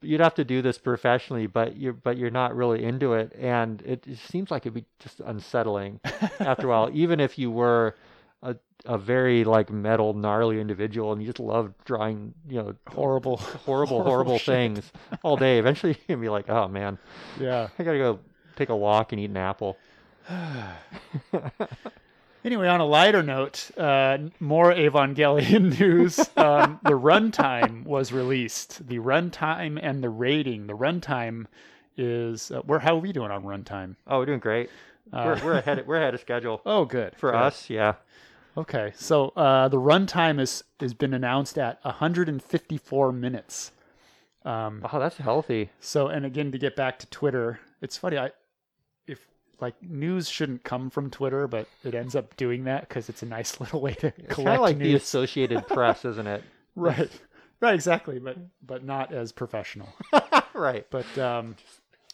Speaker 1: you'd have to do this professionally, but you're but you're not really into it, and it, it seems like it'd be just unsettling after a while, even if you were. A, a very like metal gnarly individual and you just loved drawing you know
Speaker 2: Horrible.
Speaker 1: horrible,
Speaker 2: Horrible
Speaker 1: horrible
Speaker 2: shit.
Speaker 1: things all day. Eventually, you're gonna be like, "Oh man,
Speaker 2: Yeah.
Speaker 1: I gotta go take a walk and eat an apple."
Speaker 2: Anyway, on a lighter note, uh, more Evangelion news. Um, the runtime was released. The runtime and the rating. The runtime is uh, where. How are we doing on runtime?
Speaker 1: Oh, we're doing great. we're, we're ahead. We're ahead of schedule
Speaker 2: Uh, Oh, good
Speaker 1: for
Speaker 2: good.
Speaker 1: us. Yeah,
Speaker 2: Okay, so uh, the runtime is has been announced at 154 minutes. Um,
Speaker 1: oh, that's healthy.
Speaker 2: So, and again, to get back to Twitter, it's funny. I, if like news shouldn't come from Twitter, but it ends up doing that because it's a nice little way to
Speaker 1: It's kind
Speaker 2: collect
Speaker 1: of like the
Speaker 2: news.
Speaker 1: Associated Press, isn't it?
Speaker 2: right right exactly but but not as professional
Speaker 1: right.
Speaker 2: but um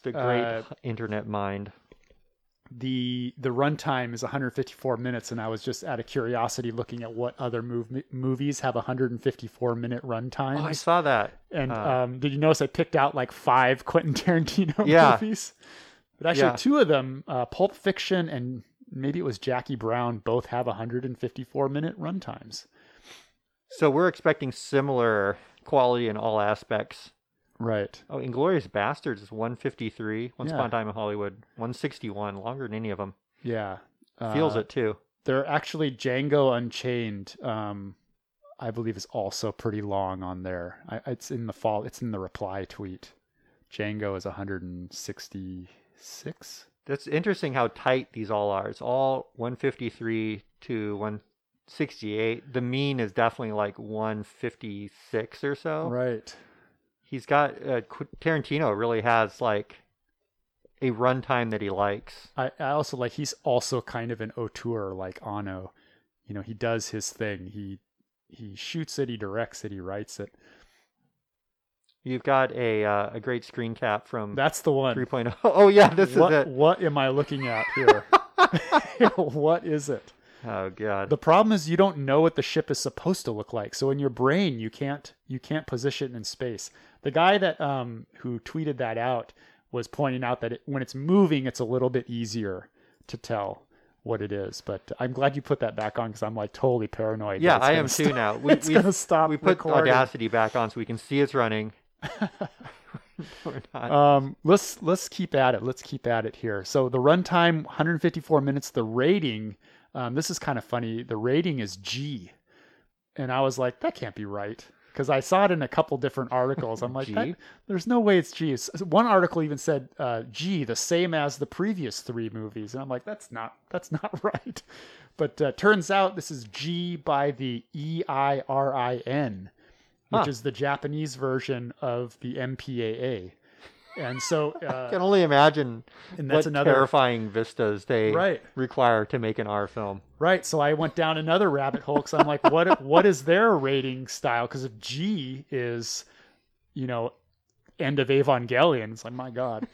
Speaker 1: The great
Speaker 2: Uh,
Speaker 1: internet mind.
Speaker 2: the the runtime is 154 minutes and i was just out of curiosity looking at what other mov- movies have 154 minute
Speaker 1: Oh, I
Speaker 2: runtimes
Speaker 1: saw that.
Speaker 2: and
Speaker 1: uh,
Speaker 2: um did you notice i picked out like five quentin tarantino
Speaker 1: Yeah.
Speaker 2: movies but actually
Speaker 1: Yeah.
Speaker 2: two of them uh pulp fiction and maybe it was jackie brown both have 154 minute runtimes
Speaker 1: So we're expecting similar quality in all aspects.
Speaker 2: right
Speaker 1: Oh, Inglorious Bastards is 153. Once
Speaker 2: Yeah.
Speaker 1: Upon a Time in Hollywood, 161. Longer than any of them.
Speaker 2: yeah
Speaker 1: Feels
Speaker 2: Uh,
Speaker 1: it too.
Speaker 2: They're actually Django Unchained. Um, I believe is also pretty long on there. I, it's in the fall. It's in the reply tweet. Django is 166.
Speaker 1: That's interesting how tight these all are. It's all 153 to 168. The mean is definitely like 156 or so.
Speaker 2: Right.
Speaker 1: He's got uh, Qu- Tarantino really has like a runtime that he likes.
Speaker 2: I, I also like he's also kind of an auteur like Ano. You know, he does his thing. He he shoots it. He directs it. He writes it.
Speaker 1: You've got a uh, a great screen cap from
Speaker 2: That's the one.
Speaker 1: 3.0. Oh yeah, Hmm. this is
Speaker 2: what,
Speaker 1: it.
Speaker 2: what am I looking at here? what is it?
Speaker 1: Oh god.
Speaker 2: The problem is you don't know what the ship is supposed to look like. So in your brain, you can't you can't position it in space. the guy that um who tweeted that out was pointing out that it, when it's moving, it's a little bit easier to tell what it is. But I'm glad you put that back on because I'm like totally paranoid. that
Speaker 1: Yeah,
Speaker 2: it's
Speaker 1: I
Speaker 2: gonna
Speaker 1: am too
Speaker 2: stop-
Speaker 1: now. We,
Speaker 2: it's
Speaker 1: we,
Speaker 2: gonna stop.
Speaker 1: we put
Speaker 2: recording.
Speaker 1: Audacity back on so we can see it's running. We're not.
Speaker 2: Um, let's let's keep at it. Let's keep at it here. So the runtime 154 minutes. The rating. Um, this is kind of funny. The rating is G, and I was like, that can't be right because I saw it in a couple different articles. I'm like,
Speaker 1: G?
Speaker 2: that, there's no way it's G. S- One article even said uh, G, the same as the previous three movies, and I'm like, that's not that's not right. But uh, turns out this is G by the E I R I N, which
Speaker 1: Huh.
Speaker 2: is the Japanese version of the MPAA. And so,
Speaker 1: I
Speaker 2: uh,
Speaker 1: can only imagine
Speaker 2: and
Speaker 1: what
Speaker 2: that's another
Speaker 1: terrifying vistas they
Speaker 2: Right.
Speaker 1: require to make an R film.
Speaker 2: right. So I went down another rabbit hole because I'm like, what what is their rating style? Because if G is, you know, end of Evangelion, it's like my god.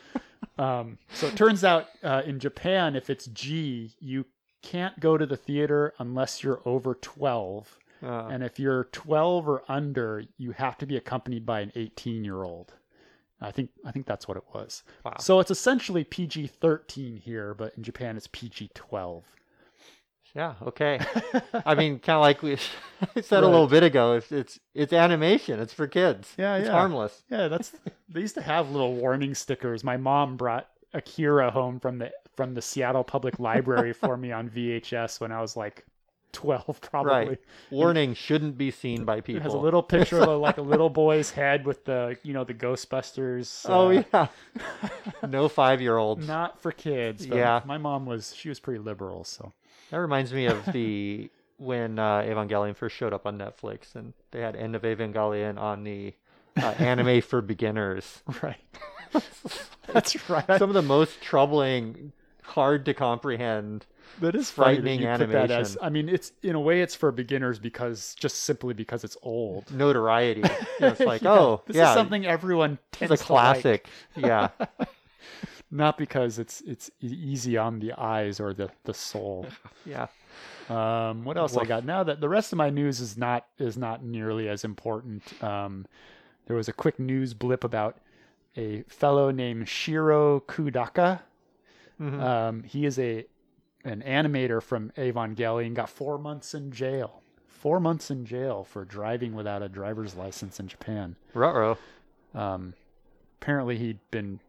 Speaker 2: Um, so it turns out uh, in Japan, if it's G, you can't go to the theater unless you're over 12.
Speaker 1: Uh,
Speaker 2: And if you're 12 or under, you have to be accompanied by an 18 year old. I think I think that's what it was.
Speaker 1: Wow.
Speaker 2: So it's essentially PG 13 here, but in Japan it's PG 12.
Speaker 1: yeah, okay. I mean, kind of like we I said a
Speaker 2: Right.
Speaker 1: little bit ago, it's, it's it's animation. It's for kids.
Speaker 2: Yeah,
Speaker 1: it's
Speaker 2: yeah.
Speaker 1: harmless.
Speaker 2: Yeah, that's they used to have little warning stickers. My mom brought Akira home from the from the Seattle Public Library for me on VHS when I was like 12 probably.
Speaker 1: Right. Warning shouldn't be seen by people.
Speaker 2: It has a little picture of a, like a little boy's head with the, you know, the Ghostbusters
Speaker 1: oh
Speaker 2: uh,
Speaker 1: yeah. no five-year-olds.
Speaker 2: not for kids. But
Speaker 1: Yeah.
Speaker 2: my mom was she was pretty liberal, so
Speaker 1: That reminds me of the when uh, Evangelion first showed up on Netflix, and they had End of Evangelion on the uh, anime for beginners.
Speaker 2: right. That's right.
Speaker 1: Some of the most troubling, hard to comprehend.
Speaker 2: that is funny
Speaker 1: frightening
Speaker 2: that you put that as-
Speaker 1: animation.
Speaker 2: I mean, it's in a way it's for beginners because just simply because it's old.
Speaker 1: notoriety. You know, it's like,
Speaker 2: Yeah,
Speaker 1: oh,
Speaker 2: this
Speaker 1: yeah,
Speaker 2: is something everyone
Speaker 1: it's
Speaker 2: tends
Speaker 1: a
Speaker 2: to like,
Speaker 1: classic. yeah,
Speaker 2: not because it's it's e- easy on the eyes or the the soul.
Speaker 1: yeah.
Speaker 2: Um, what else I
Speaker 1: Woof.
Speaker 2: got? Now that the rest of my news is not is not nearly as important. Um, there was a quick news blip about a fellow named Shiro Kudaka.
Speaker 1: Mhm.
Speaker 2: Um, he is a an animator from Evangelion. Got four months in jail. Four months in jail for driving without a driver's license in Japan.
Speaker 1: Ruh-roh.
Speaker 2: Um, apparently, he'd been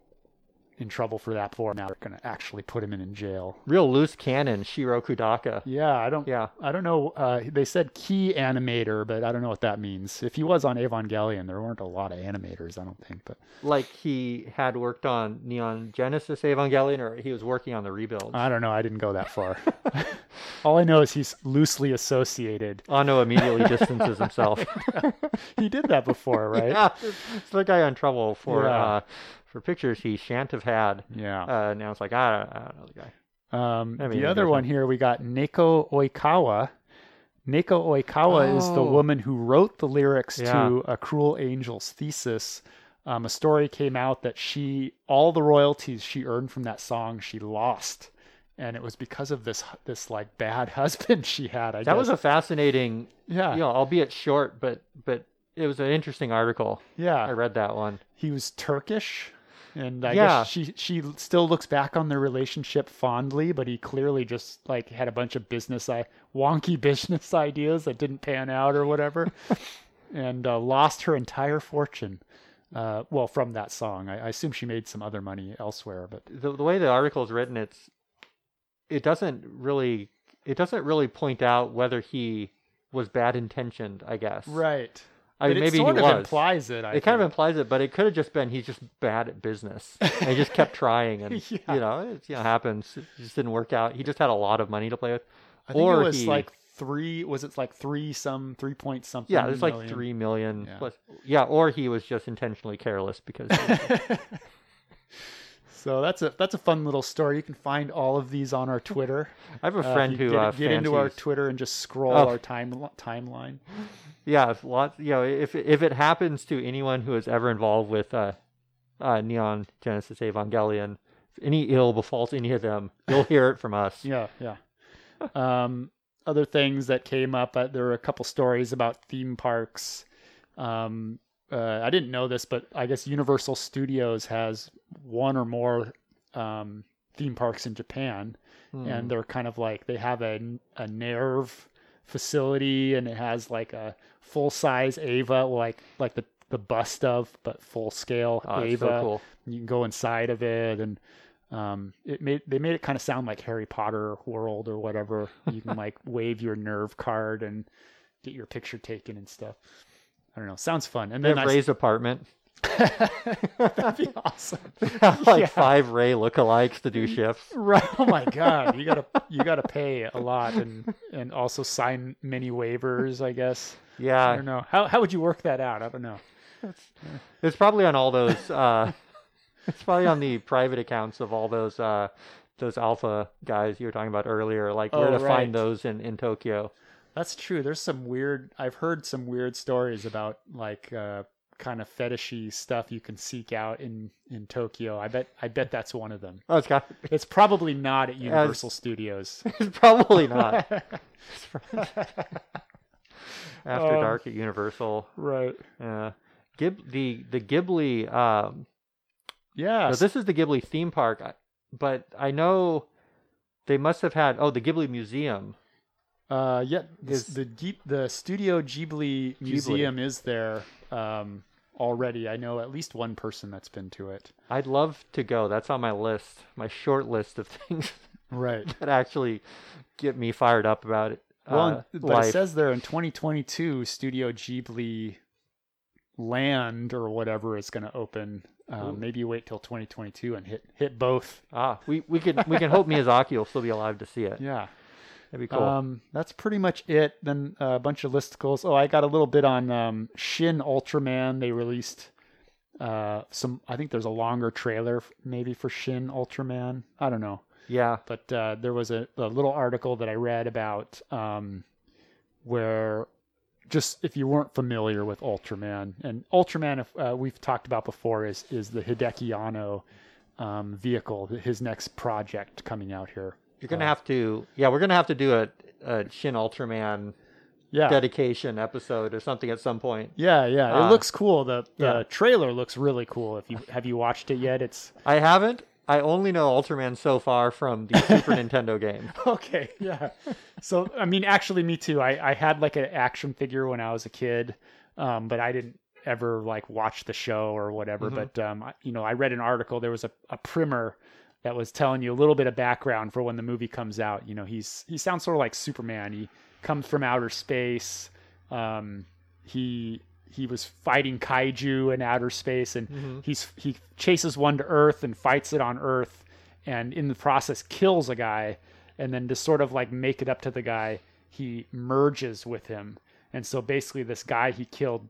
Speaker 2: in trouble for that before. Now they're going to actually put him in, in jail.
Speaker 1: Real loose cannon, Shiro Kudaka.
Speaker 2: Yeah, I don't.
Speaker 1: Yeah.
Speaker 2: I don't know. Uh, they said key animator, but I don't know what that means. If he was on Evangelion, there weren't a lot of animators, I don't think. But
Speaker 1: Like he had worked on Neon Genesis Evangelion, or he was working on the rebuild.
Speaker 2: I don't know. I didn't go that far. All I know is he's loosely associated.
Speaker 1: Ano immediately distances himself.
Speaker 2: He did that before, right?
Speaker 1: yeah, it's the guy in trouble for
Speaker 2: Yeah.
Speaker 1: uh, for pictures he shan't have had.
Speaker 2: Yeah.
Speaker 1: Uh, now it's like I don't, I don't know the guy.
Speaker 2: Um,
Speaker 1: I mean,
Speaker 2: the
Speaker 1: I
Speaker 2: other
Speaker 1: guess
Speaker 2: one here, we got Neko Oikawa. Neko Oikawa is the
Speaker 1: Oh.
Speaker 2: woman who wrote the lyrics
Speaker 1: Yeah.
Speaker 2: to A Cruel Angel's Thesis. Um, a story came out that she, all the royalties she earned from that song, she lost. And it was because of this, this like bad husband she had. I
Speaker 1: That
Speaker 2: guess.
Speaker 1: was a fascinating,
Speaker 2: yeah,
Speaker 1: you know, albeit short, but but it was an interesting article. I
Speaker 2: yeah.
Speaker 1: read that one.
Speaker 2: He was Turkish, and I
Speaker 1: Yeah.
Speaker 2: guess she she still looks back on their relationship fondly, but he clearly just like had a bunch of business I wonky business ideas that didn't pan out or whatever, and uh, lost her entire fortune. Uh, well, from that song, I, I assume she made some other money elsewhere, but
Speaker 1: the, the way the article is written, it's it doesn't really it doesn't really point out whether he was bad intentioned. I guess.
Speaker 2: right.
Speaker 1: I mean,
Speaker 2: but
Speaker 1: maybe
Speaker 2: it sort
Speaker 1: he
Speaker 2: of
Speaker 1: was.
Speaker 2: implies it. I
Speaker 1: it kind of
Speaker 2: think.
Speaker 1: implies it, but it could have just been he's just bad at business and he just kept trying, and
Speaker 2: Yeah.
Speaker 1: you know, it you know, happens. It just didn't work out. He just had a lot of money to play with.
Speaker 2: I think
Speaker 1: or
Speaker 2: it was
Speaker 1: he-
Speaker 2: like three. Was it like three some three point something?
Speaker 1: Yeah, there's like
Speaker 2: million?
Speaker 1: three million
Speaker 2: Yeah.
Speaker 1: plus. Yeah, or he was just intentionally careless because
Speaker 2: so that's a that's a fun little story. You can find all of these on our Twitter.
Speaker 1: I have a
Speaker 2: Uh, if
Speaker 1: friend
Speaker 2: you
Speaker 1: who
Speaker 2: get,
Speaker 1: uh,
Speaker 2: get into our
Speaker 1: fancies-
Speaker 2: Twitter and just scroll
Speaker 1: Oh.
Speaker 2: our time timeline.
Speaker 1: Yeah, if lots. You know, if if it happens to anyone who is ever involved with uh, uh, Neon Genesis Evangelion, if any ill befalls any of them, you'll hear it from us.
Speaker 2: Yeah, yeah. um, other things that came up, uh, there were a couple stories about theme parks. Um, uh, I didn't know this, but I guess Universal Studios has one or more um, theme parks in Japan,
Speaker 1: Hmm.
Speaker 2: and they're kind of like they have a a nerve facility, and it has like a full size Ava, like like the the bust of, but full scale
Speaker 1: Oh,
Speaker 2: Ava.
Speaker 1: it's so cool.
Speaker 2: You can go inside of it, and um, it made they made it kind of sound like Harry Potter World or whatever. You can like wave your nerve card and get your picture taken and stuff. I don't know. Sounds fun. And
Speaker 1: They
Speaker 2: then
Speaker 1: have
Speaker 2: I
Speaker 1: Ray's apartment.
Speaker 2: That'd be awesome.
Speaker 1: like
Speaker 2: Yeah.
Speaker 1: five Ray lookalikes to do shifts.
Speaker 2: Right. Oh my god, you gotta you gotta pay a lot and and also sign many waivers. I guess I
Speaker 1: Yeah,
Speaker 2: don't know how how would you work that out. I don't know.
Speaker 1: it's probably on all those. Uh, it's probably on the private accounts of all those uh, those alpha guys you were talking about earlier. Like where
Speaker 2: Oh,
Speaker 1: to
Speaker 2: right.
Speaker 1: find those in in Tokyo.
Speaker 2: That's true. There's some weird. I've heard some weird stories about like uh, kind of fetishy stuff you can seek out in in Tokyo. I bet I bet that's one of them.
Speaker 1: Oh, it's got.
Speaker 2: It's probably not at Universal Studios.
Speaker 1: It's probably not. After
Speaker 2: Um,
Speaker 1: dark at Universal.
Speaker 2: right.
Speaker 1: Uh, Gib the the Ghibli. Um,
Speaker 2: Yeah.
Speaker 1: no, this is the Ghibli theme park, I- but I know they must have had. Oh, the Ghibli Museum.
Speaker 2: Uh, yeah, the,
Speaker 1: Is-
Speaker 2: the deep the Studio Ghibli Museum is there um, already. I know at least one person that's been to it.
Speaker 1: I'd love to go. That's on my list, my short list of things
Speaker 2: Right.
Speaker 1: that actually get me fired up about it.
Speaker 2: Well,
Speaker 1: uh,
Speaker 2: but
Speaker 1: life.
Speaker 2: it says there in 2022, Studio Ghibli Land or whatever is going to open.
Speaker 1: Ooh.
Speaker 2: Um, maybe wait till 2022 and hit hit both.
Speaker 1: ah, we we can we can hope Miyazaki will still be alive to see it.
Speaker 2: Yeah.
Speaker 1: That'd be cool.
Speaker 2: Um, that's pretty much it. Then uh, a bunch of listicles. Oh, I got a little bit on um, Shin Ultraman. They released uh, some. I think there's a longer trailer f- maybe for Shin Ultraman. I don't know,
Speaker 1: yeah,
Speaker 2: but uh, there was a, a little article that I read about um, where just if you weren't familiar with Ultraman and Ultraman, if uh, we've talked about before, is is the Hideki Anno um, vehicle, his next project coming out here.
Speaker 1: you're gonna have to. Yeah, we're gonna have to do a, a Shin Ultraman
Speaker 2: Yeah.
Speaker 1: dedication episode or something at some point.
Speaker 2: Yeah, yeah,
Speaker 1: Uh,
Speaker 2: it looks cool. The the
Speaker 1: yeah.
Speaker 2: trailer looks really cool. If you have you watched it yet, it's
Speaker 1: I haven't. I only know Ultraman so far from the Super Nintendo game.
Speaker 2: okay. Yeah. So I mean, actually, me too. I I had like an action figure when I was a kid, um, but I didn't ever like watch the show or whatever.
Speaker 1: Mhm.
Speaker 2: But um, I, you know, I read an article. There was a a primer that was telling you a little bit of background for when the movie comes out. You know, he's he sounds sort of like Superman. He comes from outer space. Um, he he was fighting kaiju in outer space and he's he chases one to earth and fights it on earth and in the process kills a guy and then to sort of like make it up to the guy he merges with him and so basically this guy he killed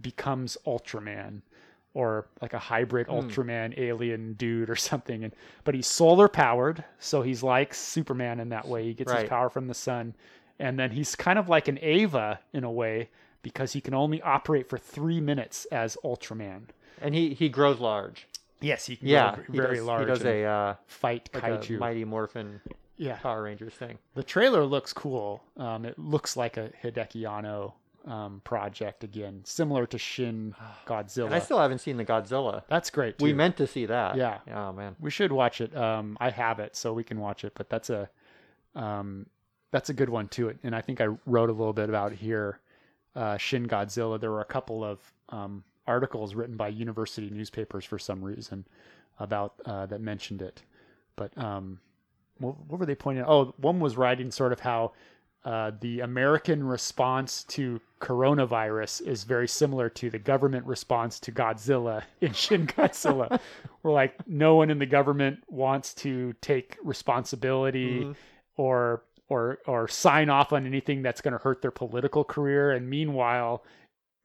Speaker 2: becomes ultraman or like a hybrid
Speaker 1: Hmm.
Speaker 2: ultraman alien dude or something and but he's solar powered so he's like superman in that way he gets
Speaker 1: Right.
Speaker 2: his power from the sun and then he's kind of like an ava in a way because he can only operate for three minutes as ultraman
Speaker 1: And he he grows large.
Speaker 2: Yes, he can
Speaker 1: Yeah,
Speaker 2: grow
Speaker 1: he
Speaker 2: very
Speaker 1: does,
Speaker 2: large.
Speaker 1: He does
Speaker 2: and
Speaker 1: a uh,
Speaker 2: fight
Speaker 1: like a
Speaker 2: kaiju.
Speaker 1: Mighty Morphin
Speaker 2: yeah,
Speaker 1: Power Rangers thing.
Speaker 2: the trailer looks cool. Um, it looks like a Hideki Anno um, project again, similar to Shin
Speaker 1: And I
Speaker 2: Godzilla.
Speaker 1: still haven't seen the Godzilla.
Speaker 2: That's great.
Speaker 1: We
Speaker 2: too.
Speaker 1: meant to see that.
Speaker 2: Yeah.
Speaker 1: Oh man.
Speaker 2: we should watch it. Um, I have it, so we can watch it. But that's a um, that's a good one too. And I think I wrote a little bit about here uh, Shin Godzilla. There were a couple of um, articles written by university newspapers for some reason about uh, that mentioned it. But um, what, what were they pointing? Out? Oh, one was writing sort of how. Uh, the American response to coronavirus is very similar to the government response to Godzilla in Shin Godzilla. We're like, no one in the government wants to take responsibility or or or sign off on anything that's going to hurt their political career and meanwhile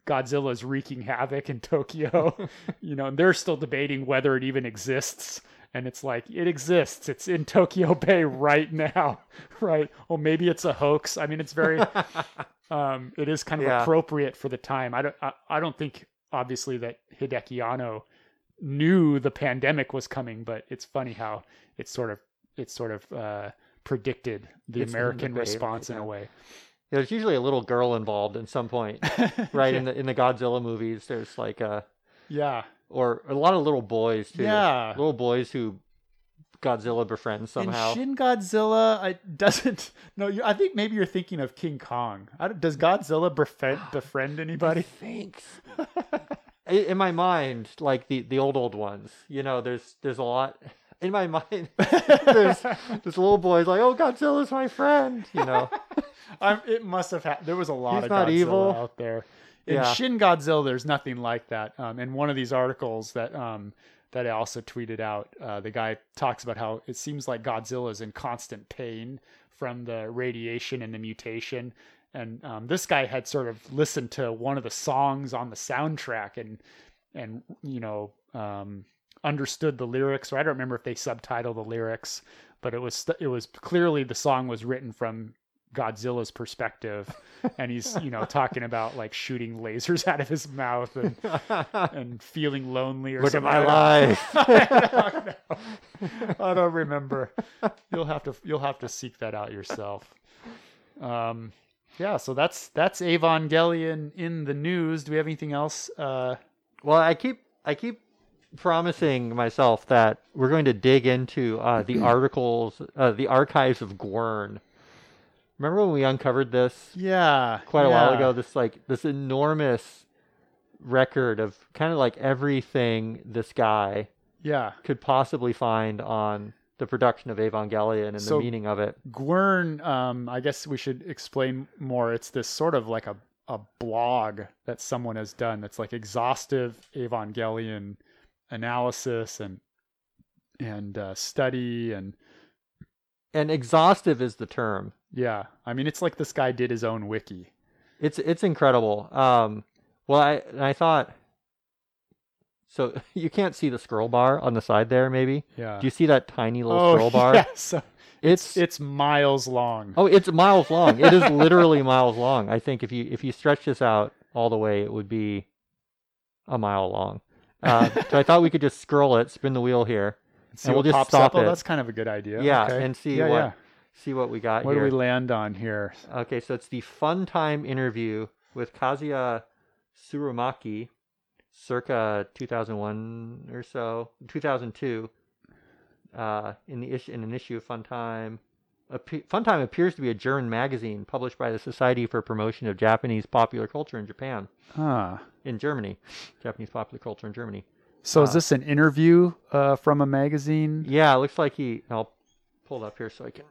Speaker 2: Godzilla's wreaking havoc in Tokyo you know and they're still debating whether it even exists and it's like it exists it's in Tokyo Bay right now right well maybe it's a hoax i mean it's very um it is kind of
Speaker 1: Yeah.
Speaker 2: appropriate for the time i don't I, I don't think obviously that Hideki Anno knew the pandemic was coming but it's funny how it's sort of it's sort of uh predicted the
Speaker 1: It's in the
Speaker 2: American
Speaker 1: debate,
Speaker 2: response in
Speaker 1: yeah.
Speaker 2: a way.
Speaker 1: You know, there's usually a little girl involved at some point, right? In the in the Godzilla movies, there's like a
Speaker 2: Yeah.
Speaker 1: or a lot of little boys too.
Speaker 2: Yeah.
Speaker 1: little boys who Godzilla befriends somehow.
Speaker 2: In Shin Godzilla, I doesn't. No, you, I think maybe you're thinking of King Kong. I don't- does Godzilla befriend befriend anybody?
Speaker 1: Thanks. I- in my mind, like the the old old ones, you know, there's there's a lot in my mind. there's this little boy's like, oh, Godzilla's my friend, you know.
Speaker 2: I'm, it must have happened. There was a lot
Speaker 1: He's
Speaker 2: of
Speaker 1: not
Speaker 2: Godzilla
Speaker 1: evil.
Speaker 2: out there. In
Speaker 1: Yeah.
Speaker 2: Shin Godzilla, there's nothing like that. Um, in one of these articles that um, that I also tweeted out, uh, the guy talks about how it seems like Godzilla is in constant pain from the radiation and the mutation. And um, this guy had sort of listened to one of the songs on the soundtrack and and you know um, understood the lyrics. Or I don't remember if they subtitle the lyrics, but it was st- it was clearly the song was written from Godzilla's perspective, and he's you know talking about like shooting lasers out of his mouth and and feeling lonely or
Speaker 1: Look at
Speaker 2: something.
Speaker 1: my
Speaker 2: I
Speaker 1: life.
Speaker 2: don't know. I don't remember. You'll have to you'll have to seek that out yourself. Um, yeah, so that's that's Evangelion in the news. Do we have anything else? Uh,
Speaker 1: Well, I keep I keep promising myself that we're going to dig into uh, the articles, uh, the archives of Gwern. Remember when we uncovered this
Speaker 2: yeah,
Speaker 1: quite a while
Speaker 2: yeah.
Speaker 1: ago? This like this enormous record of kind of like everything this guy
Speaker 2: Yeah,
Speaker 1: could possibly find on the production of Evangelion and
Speaker 2: So-
Speaker 1: the meaning of it.
Speaker 2: Gwern, um, I guess we should explain more. It's this sort of like a, a blog that someone has done that's like exhaustive Evangelion analysis and and uh, study and
Speaker 1: And exhaustive is the term.
Speaker 2: yeah. I mean, it's like this guy did his own wiki.
Speaker 1: It's it's incredible. Um, well, I and I thought. So you can't see the scroll bar on the side there, maybe.
Speaker 2: Yeah.
Speaker 1: Do you see that tiny little
Speaker 2: oh,
Speaker 1: scroll bar?
Speaker 2: yeah. So
Speaker 1: It's,
Speaker 2: it's miles long.
Speaker 1: oh, it's miles long. It is literally miles long. I think if you if you stretch this out all the way, it would be a mile long. Uh, so I thought we could just scroll it, spin the wheel here,
Speaker 2: See
Speaker 1: and
Speaker 2: what
Speaker 1: we'll just
Speaker 2: pops
Speaker 1: stop
Speaker 2: up. Oh,
Speaker 1: it.
Speaker 2: that's kind of a good idea.
Speaker 1: yeah,
Speaker 2: Okay.
Speaker 1: and see
Speaker 2: yeah,
Speaker 1: what
Speaker 2: yeah.
Speaker 1: see what we got
Speaker 2: What do
Speaker 1: here.
Speaker 2: we land on here?
Speaker 1: Okay, so it's the fun time interview with Kazuya Surumaki, circa 2001 or so, 2002. Uh, in the issue, in an issue of Fun Time, Appe- Fun Time appears to be a German magazine published by the Society for Promotion of Japanese Popular Culture in Japan,
Speaker 2: Huh.
Speaker 1: in Germany, Japanese Popular Culture in Germany.
Speaker 2: So is this an interview uh, from a magazine?
Speaker 1: Yeah, it looks like he. I'll pull it up here so I can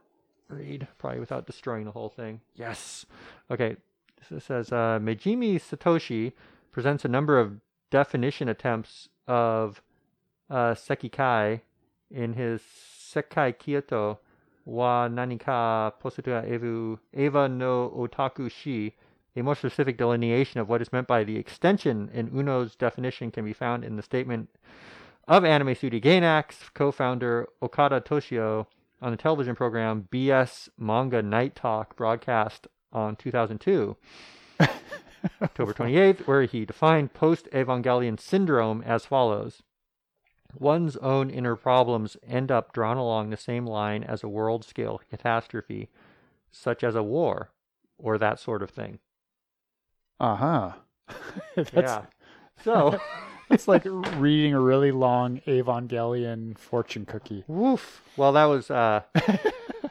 Speaker 1: read, probably without destroying the whole thing. Yes. Okay. So it says uh, Majimi Satoshi presents a number of definition attempts of uh, Sekikai in his Sekai Kyoto wa Nanika Posutua Evu Eva no Otaku Shi. A more specific delineation of what is meant by the extension in Uno's definition can be found in the statement of Anime Studio Gainax, co-founder Okada Toshio, on the television program BS Manga Night Talk, broadcast on 2002, October 28th, where he defined post-Evangelion syndrome as follows. One's own inner problems end up drawn along the same line as a world-scale catastrophe, such as a war, or that sort of thing.
Speaker 2: Uh huh. that's,
Speaker 1: yeah. So,
Speaker 2: that's like reading a really long Evangelion fortune cookie.
Speaker 1: woof. Well, that was. uh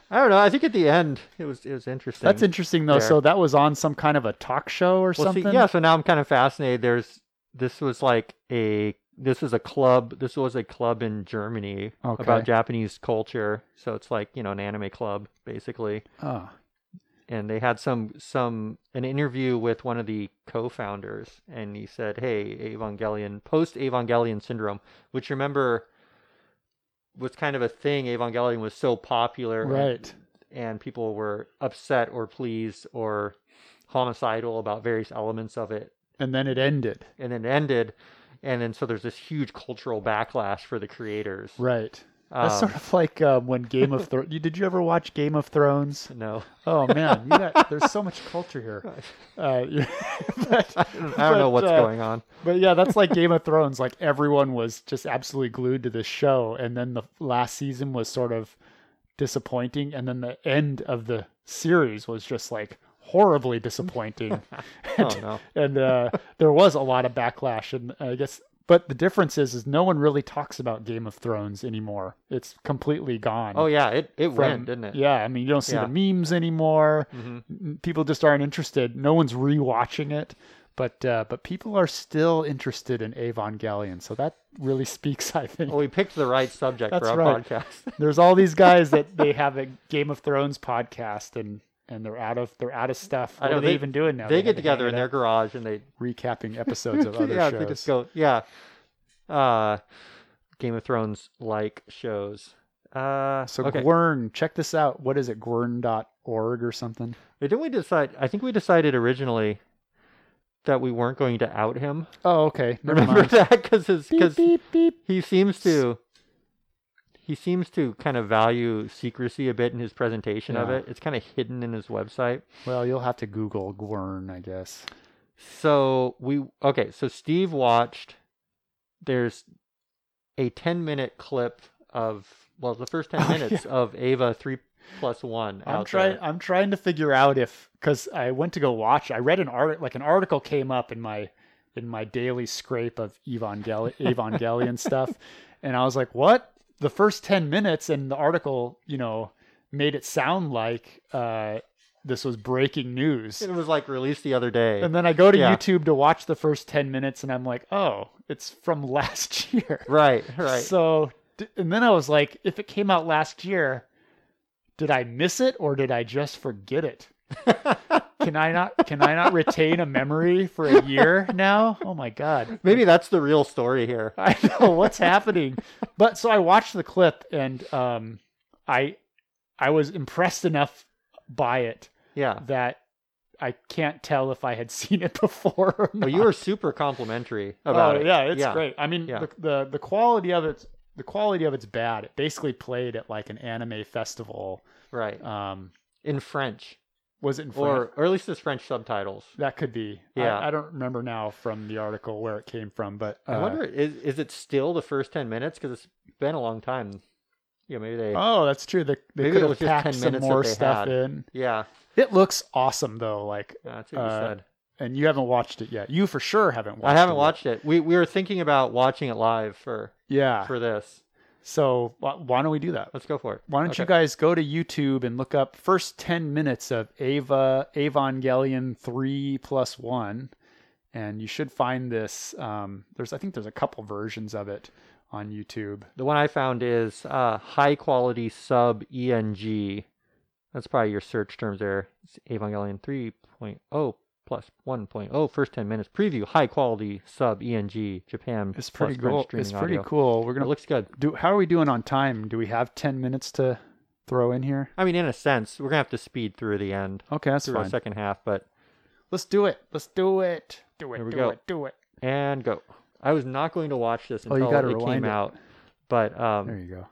Speaker 1: I don't know. I think at the end it was it was interesting.
Speaker 2: That's interesting though.
Speaker 1: There.
Speaker 2: So that was on some kind of a talk show or
Speaker 1: Well, see,
Speaker 2: something.
Speaker 1: yeah, so now I'm kind of fascinated. There's this was like a this is a club. This was a club in Germany
Speaker 2: Okay.
Speaker 1: about Japanese culture. So it's like you know an anime club basically,
Speaker 2: Oh,
Speaker 1: and they had some some an interview with one of the co-founders, and he said, "Hey, Evangelion post Evangelion syndrome," which remember was kind of a thing. Evangelion was so popular, and
Speaker 2: right.
Speaker 1: and people were upset or pleased or homicidal about various elements of it
Speaker 2: And then it ended.
Speaker 1: and then it ended and then so there's this huge cultural backlash for the creators
Speaker 2: Right.
Speaker 1: um,
Speaker 2: That's sort of like um, when Game of Thrones. Did you ever watch Game of Thrones?
Speaker 1: no
Speaker 2: Oh man, you got, there's so much culture here. Uh, yeah, but, uh,
Speaker 1: i don't know what's going on
Speaker 2: But yeah, that's like Game of Thrones. Like everyone was just absolutely glued to this show, and then the last season was sort of disappointing, and then the end of the series was just like horribly disappointing.
Speaker 1: Oh no.
Speaker 2: and uh, there was a lot of backlash and i guess but the difference is is no one really talks about game of thrones anymore it's completely gone
Speaker 1: Oh yeah, it it
Speaker 2: from-
Speaker 1: went, didn't it?
Speaker 2: yeah i mean you don't see the memes anymore
Speaker 1: Mhm.
Speaker 2: N- people just aren't interested no one's rewatching it but uh, but people are still interested in avon galleon so that really speaks i think
Speaker 1: Well, we picked the right subject for
Speaker 2: That's
Speaker 1: our
Speaker 2: right.
Speaker 1: podcast.
Speaker 2: there's all these guys that they have a game of thrones podcast and and they're out of they're out of stuff
Speaker 1: I
Speaker 2: what
Speaker 1: know,
Speaker 2: are they,
Speaker 1: they-
Speaker 2: even doing now
Speaker 1: they
Speaker 2: They
Speaker 1: get
Speaker 2: had to hang
Speaker 1: together in
Speaker 2: it
Speaker 1: their
Speaker 2: up
Speaker 1: garage and they
Speaker 2: recapping episodes of other
Speaker 1: yeah,
Speaker 2: shows
Speaker 1: they just go yeah. Uh, Game of Thrones like shows. Uh,
Speaker 2: So
Speaker 1: okay.
Speaker 2: Gwern, check this out. What is it? Gwern.org or something?
Speaker 1: Didn't we decide? I think we decided originally that we weren't going to out him.
Speaker 2: Oh, okay. Never
Speaker 1: Remember
Speaker 2: mind.
Speaker 1: that? Because
Speaker 2: Beep, beep, beep.
Speaker 1: he seems to he seems to kind of value secrecy a bit in his presentation of
Speaker 2: Yeah.
Speaker 1: it. It's kind of hidden in his website.
Speaker 2: Well, you'll have to Google Gwern, I guess.
Speaker 1: So we okay. So Steve watched. There's a 10 minute clip of well, the first 10
Speaker 2: Oh,
Speaker 1: minutes of Ava three plus one.
Speaker 2: I'm
Speaker 1: out
Speaker 2: trying.
Speaker 1: there.
Speaker 2: I'm trying to figure out if because I went to go watch. I read an art like an article came up in my in my daily scrape of Evangel- Evangelion stuff, and I was like, "What?" The first ten minutes, and the article, you know, made it sound like uh, this was breaking news.
Speaker 1: It was like released the other day.
Speaker 2: And then I go to
Speaker 1: Yeah.
Speaker 2: YouTube to watch the first 10 minutes and I'm like, oh, it's from last year.
Speaker 1: right, right.
Speaker 2: So, d- and then I was like, if it came out last year, did I miss it or did I just forget it? can I not can I not retain a memory for a year now? Oh my god.
Speaker 1: Maybe that's the real story here.
Speaker 2: I know what's happening. But so I watched the clip and um I I was impressed enough by it
Speaker 1: Yeah.
Speaker 2: that I can't tell if I had seen it before. Or
Speaker 1: Well,
Speaker 2: not.
Speaker 1: Oh, you were super complimentary about
Speaker 2: oh,
Speaker 1: it.
Speaker 2: Yeah, it's great. I mean,
Speaker 1: Yeah.
Speaker 2: the, the the quality of it's the quality of it's bad. It basically played at like an anime festival.
Speaker 1: Right.
Speaker 2: Um,
Speaker 1: In French.
Speaker 2: was it in French?
Speaker 1: Or or at least his French subtitles.
Speaker 2: that could be.
Speaker 1: Yeah.
Speaker 2: I, I don't remember now from the article where it came from, but
Speaker 1: I
Speaker 2: uh,
Speaker 1: wonder is is it still the first ten minutes? Because it's been a long time. Yeah, maybe they.
Speaker 2: Oh, that's true. They, they
Speaker 1: Maybe
Speaker 2: could
Speaker 1: it
Speaker 2: have
Speaker 1: was just 10
Speaker 2: packed some
Speaker 1: minutes that
Speaker 2: more
Speaker 1: they
Speaker 2: stuff
Speaker 1: had.
Speaker 2: in.
Speaker 1: yeah,
Speaker 2: It looks awesome though. Like,
Speaker 1: that's what you
Speaker 2: Uh,
Speaker 1: said.
Speaker 2: and you haven't watched it yet. You for sure haven't. watched
Speaker 1: I haven't
Speaker 2: it yet.
Speaker 1: watched it. We we were thinking about watching it live for
Speaker 2: Yeah.
Speaker 1: for this.
Speaker 2: So why, why don't we do that?
Speaker 1: Let's go for it.
Speaker 2: Why don't you
Speaker 1: Okay.
Speaker 2: guys go to YouTube and look up first 10 minutes of Ava Evangelion 3 plus 1 and you should find this um, there's I think there's a couple versions of it on YouTube.
Speaker 1: The one I found is uh, high quality sub ENG. That's probably your search terms there. It's Evangelion 3.0 plus 1.0 first 10 minutes preview high quality sub ENG Japan.
Speaker 2: It's
Speaker 1: plus
Speaker 2: pretty
Speaker 1: French
Speaker 2: cool. It's
Speaker 1: streaming
Speaker 2: pretty
Speaker 1: audio.
Speaker 2: cool. We're
Speaker 1: It
Speaker 2: going to
Speaker 1: looks good.
Speaker 2: do how are we doing on time? Do we have 10 minutes to throw in here?
Speaker 1: I mean, in a sense, we're gonna have to speed through the end,
Speaker 2: Okay, that's
Speaker 1: through our
Speaker 2: fine.
Speaker 1: second half, but
Speaker 2: Let's do it. Let's do it. Do it.
Speaker 1: Here we
Speaker 2: do
Speaker 1: go.
Speaker 2: it. Do it.
Speaker 1: and go. I was not going to watch this
Speaker 2: Oh, you
Speaker 1: until
Speaker 2: gotta
Speaker 1: it
Speaker 2: rewind
Speaker 1: came
Speaker 2: it.
Speaker 1: out, but
Speaker 2: There
Speaker 1: um,
Speaker 2: you go.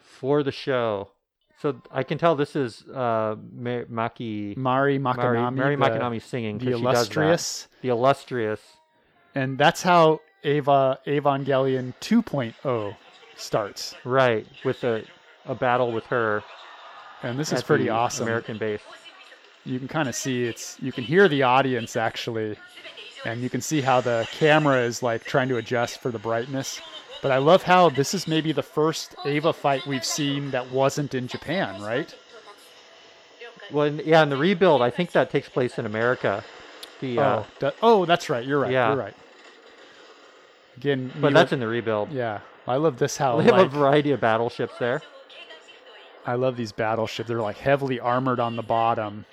Speaker 1: for the show, so I can tell this is uh, Ma- Maki
Speaker 2: Mari
Speaker 1: Mari,
Speaker 2: Makanami.
Speaker 1: Mary
Speaker 2: the-
Speaker 1: Makanami singing. 'cause
Speaker 2: the
Speaker 1: she does that.
Speaker 2: illustrious
Speaker 1: the illustrious.
Speaker 2: and that's how Ava Evangelion 2.0 starts.
Speaker 1: Right, with a a battle with her.
Speaker 2: And this is
Speaker 1: at
Speaker 2: pretty
Speaker 1: the
Speaker 2: awesome.
Speaker 1: American base.
Speaker 2: You can kind of see it's you can hear the audience actually and you can see how the camera is like trying to adjust for the brightness. But I love how this is maybe the first Ava fight we've seen that wasn't in Japan, right?
Speaker 1: Well, and- yeah, and the rebuild. I think that takes place in America. The uh,
Speaker 2: Oh, that- oh, that's right. You're right.
Speaker 1: Yeah.
Speaker 2: You're right. Again,
Speaker 1: but
Speaker 2: we
Speaker 1: that's
Speaker 2: Oh, were-
Speaker 1: in the rebuild.
Speaker 2: yeah. I love this how
Speaker 1: They have a
Speaker 2: like,
Speaker 1: variety of battleships there.
Speaker 2: I love these battleships. They're like heavily armored on the bottom.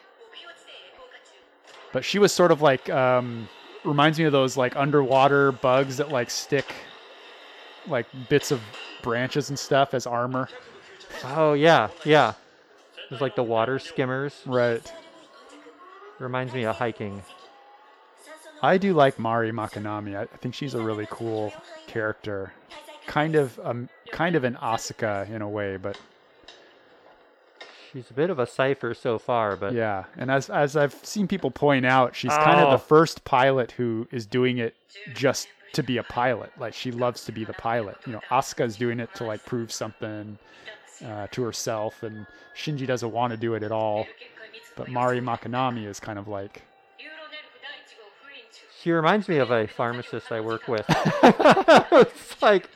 Speaker 2: But she was sort of like um, reminds me of those like underwater bugs that like stick like bits of branches and stuff as armor.
Speaker 1: Oh yeah, yeah. It's like the water skimmers.
Speaker 2: Right.
Speaker 1: Reminds me of hiking.
Speaker 2: I do like Mari Makanami. I, I think she's a really cool character. Kind of um, kind of an Asuka in a way, but
Speaker 1: She's a bit of a cipher so far, but
Speaker 2: yeah. And as as I've seen people point out, she's kind of
Speaker 1: Oh.
Speaker 2: the first pilot who is doing it just to be a pilot. Like she loves to be the pilot. You know, Asuka's doing it to like prove something uh, to herself, and Shinji doesn't want to do it at all. But Mari Makanami is kind of like
Speaker 1: She reminds me of a pharmacist I work with. it's like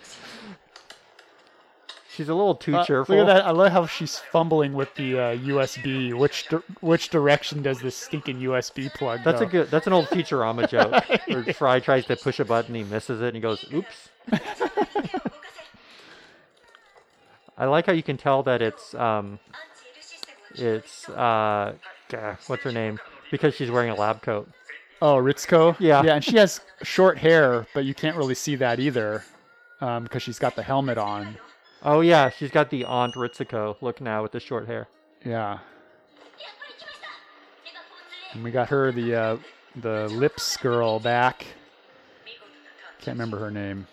Speaker 1: she's a little too
Speaker 2: Uh,
Speaker 1: cheerful.
Speaker 2: Look at that! I love how she's fumbling with the uh, USB. Which dir- which direction does this stinking USB plug
Speaker 1: That's
Speaker 2: go?
Speaker 1: a good. That's an old Futurama joke. Where Fry tries to push a button, he misses it, and he goes, "Oops." I like how you can tell that it's um, it's uh, gah, what's her name? Because she's wearing a lab coat.
Speaker 2: Oh, Ritsuko.
Speaker 1: Yeah.
Speaker 2: yeah, and she has short hair, but you can't really see that either, because she's got the helmet on.
Speaker 1: Oh yeah, she's got the Aunt Ritsuko look now with the short hair.
Speaker 2: Yeah, and we got her the uh, the lips girl back. Can't remember her name.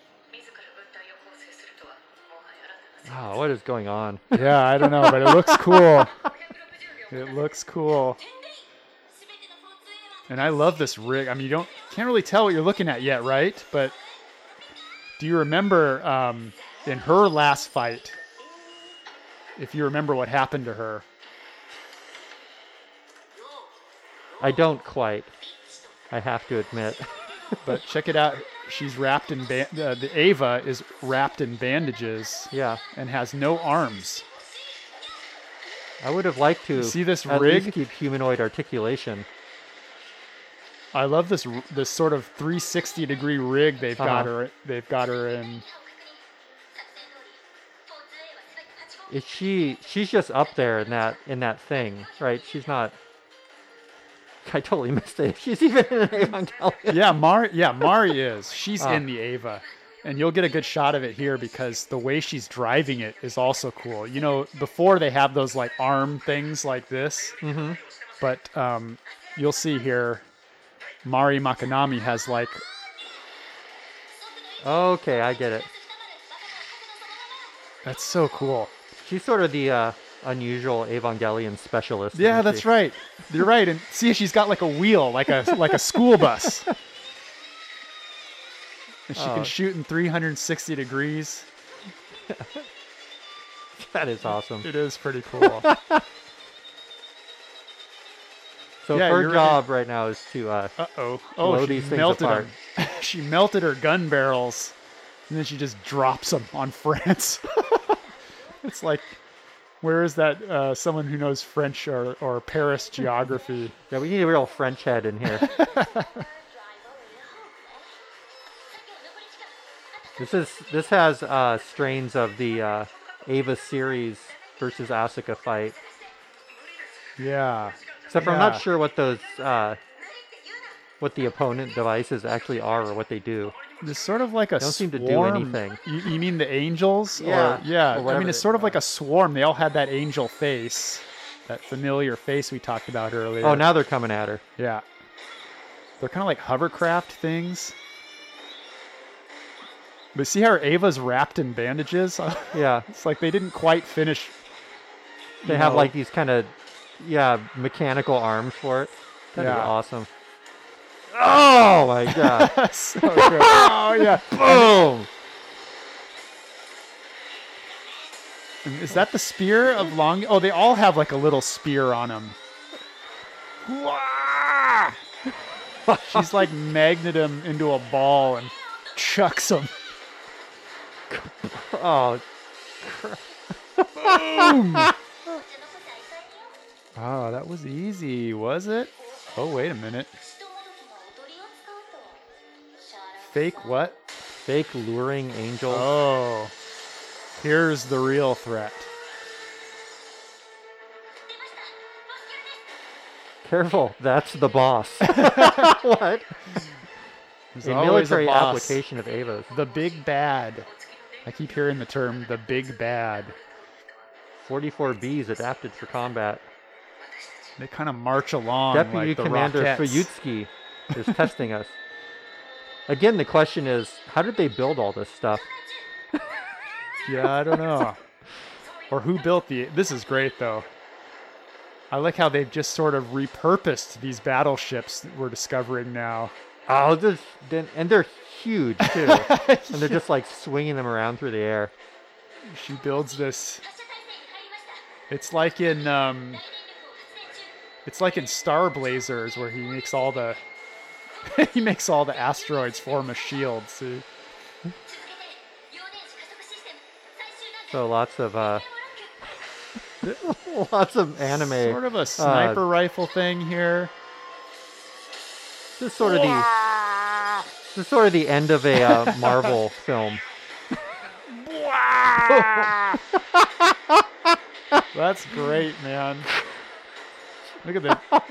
Speaker 1: Wow, Oh, what is going on?
Speaker 2: Yeah, I don't know, but it looks cool. It looks cool. And I love this rig. I mean, you don't can't really tell what you're looking at yet, right? But do you remember um, in her last fight? If you remember what happened to her,
Speaker 1: I don't quite. I have to admit.
Speaker 2: but check it out. She's wrapped in band. Uh, the Ava is wrapped in bandages
Speaker 1: Yeah,
Speaker 2: and has no arms.
Speaker 1: I would have liked to
Speaker 2: see this
Speaker 1: at
Speaker 2: rig?
Speaker 1: least keep humanoid articulation.
Speaker 2: I love this r- this sort of 360 degree rig they've got
Speaker 1: Uh-huh.
Speaker 2: her. They've got her in.
Speaker 1: Is she? She's just up there in that in that thing, right? She's not. I totally missed it. She's even in an Evangelion.
Speaker 2: yeah, Mari. Yeah, Mari is. She's
Speaker 1: Ah.
Speaker 2: in the Ava, and you'll get a good shot of it here because the way she's driving it is also cool. You know, before they have those like arm things like this,
Speaker 1: Mhm.
Speaker 2: but um, you'll see here, Mari Makanami has like
Speaker 1: Okay, I get it.
Speaker 2: that's so cool.
Speaker 1: She's sort of the uh, unusual Evangelion specialist.
Speaker 2: Yeah, that's right. You're right. And see, she's got like a wheel, like a like a school bus. And she
Speaker 1: Oh.
Speaker 2: can shoot in 360 degrees.
Speaker 1: That is awesome.
Speaker 2: It is pretty cool.
Speaker 1: So
Speaker 2: Yeah,
Speaker 1: her
Speaker 2: you're right.
Speaker 1: job right now is to uh,
Speaker 2: Uh oh. Oh,
Speaker 1: Blow
Speaker 2: she
Speaker 1: these things
Speaker 2: melted
Speaker 1: apart.
Speaker 2: them. she melted her gun barrels, and then she just drops them on France. it's like, where is that? Uh, someone who knows French or, or Paris geography.
Speaker 1: yeah, we need a real French head in here. this is this has uh, strains of the uh, Ava series versus Asuka fight.
Speaker 2: Yeah.
Speaker 1: Except for I'm
Speaker 2: Yeah.
Speaker 1: not sure what those uh, what the opponent devices actually are or what they do.
Speaker 2: There's sort of like a
Speaker 1: Don't seem to do
Speaker 2: swarm.
Speaker 1: anything.
Speaker 2: You, you mean the angels?
Speaker 1: Yeah,
Speaker 2: Or, yeah.
Speaker 1: or
Speaker 2: I
Speaker 1: whatever
Speaker 2: mean, it's
Speaker 1: they-
Speaker 2: sort of like a swarm. They all had that angel face, that familiar face we talked about earlier.
Speaker 1: Oh, now they're coming at her.
Speaker 2: Yeah. They're kind of like hovercraft things. But see how Ava's wrapped in bandages?
Speaker 1: Yeah,
Speaker 2: it's like they didn't quite finish.
Speaker 1: they
Speaker 2: you
Speaker 1: have
Speaker 2: know,
Speaker 1: like these kind of yeah mechanical arms for it. That'd be
Speaker 2: Yeah.
Speaker 1: awesome. Oh my god!
Speaker 2: so good. oh yeah.
Speaker 1: Boom!
Speaker 2: And Is that the spear of long? Oh, they all have like a little spear on them. She's like magnet him into a ball and chucks him.
Speaker 1: Oh,
Speaker 2: Oh, that was easy, was it? Oh, wait a minute. Fake what?
Speaker 1: fake luring angel.
Speaker 2: Oh, here's the real threat.
Speaker 1: Careful, that's the boss. what?
Speaker 2: There's
Speaker 1: a
Speaker 2: always
Speaker 1: military
Speaker 2: boss.
Speaker 1: application of Ava's.
Speaker 2: The big bad. I keep hearing the term the big bad.
Speaker 1: 44B is adapted for combat.
Speaker 2: They kind of march along
Speaker 1: Deputy
Speaker 2: like the
Speaker 1: Commander
Speaker 2: Rockettes.
Speaker 1: Fuyutsuki is testing us. Again, the question is, how did they build all this stuff?
Speaker 2: Yeah, I don't know. or who built the? This is great though. I like how they've just sort of repurposed these battleships that we're discovering now.
Speaker 1: Oh, this then, and they're huge too, and they're just like swinging them around through the air.
Speaker 2: She builds this. It's like in um, It's like in Star Blazers where he makes all the he makes all the asteroids form a shield. So
Speaker 3: 幼電子加速システム最終段階
Speaker 1: So lots of uh,
Speaker 3: 電話ロック
Speaker 1: lots of anime. uh,
Speaker 2: sort of a sniper rifle thing here.
Speaker 1: This is sort of the this is sort of the end of a uh, Marvel film.
Speaker 2: That's great, man. Look at the
Speaker 1: Oh,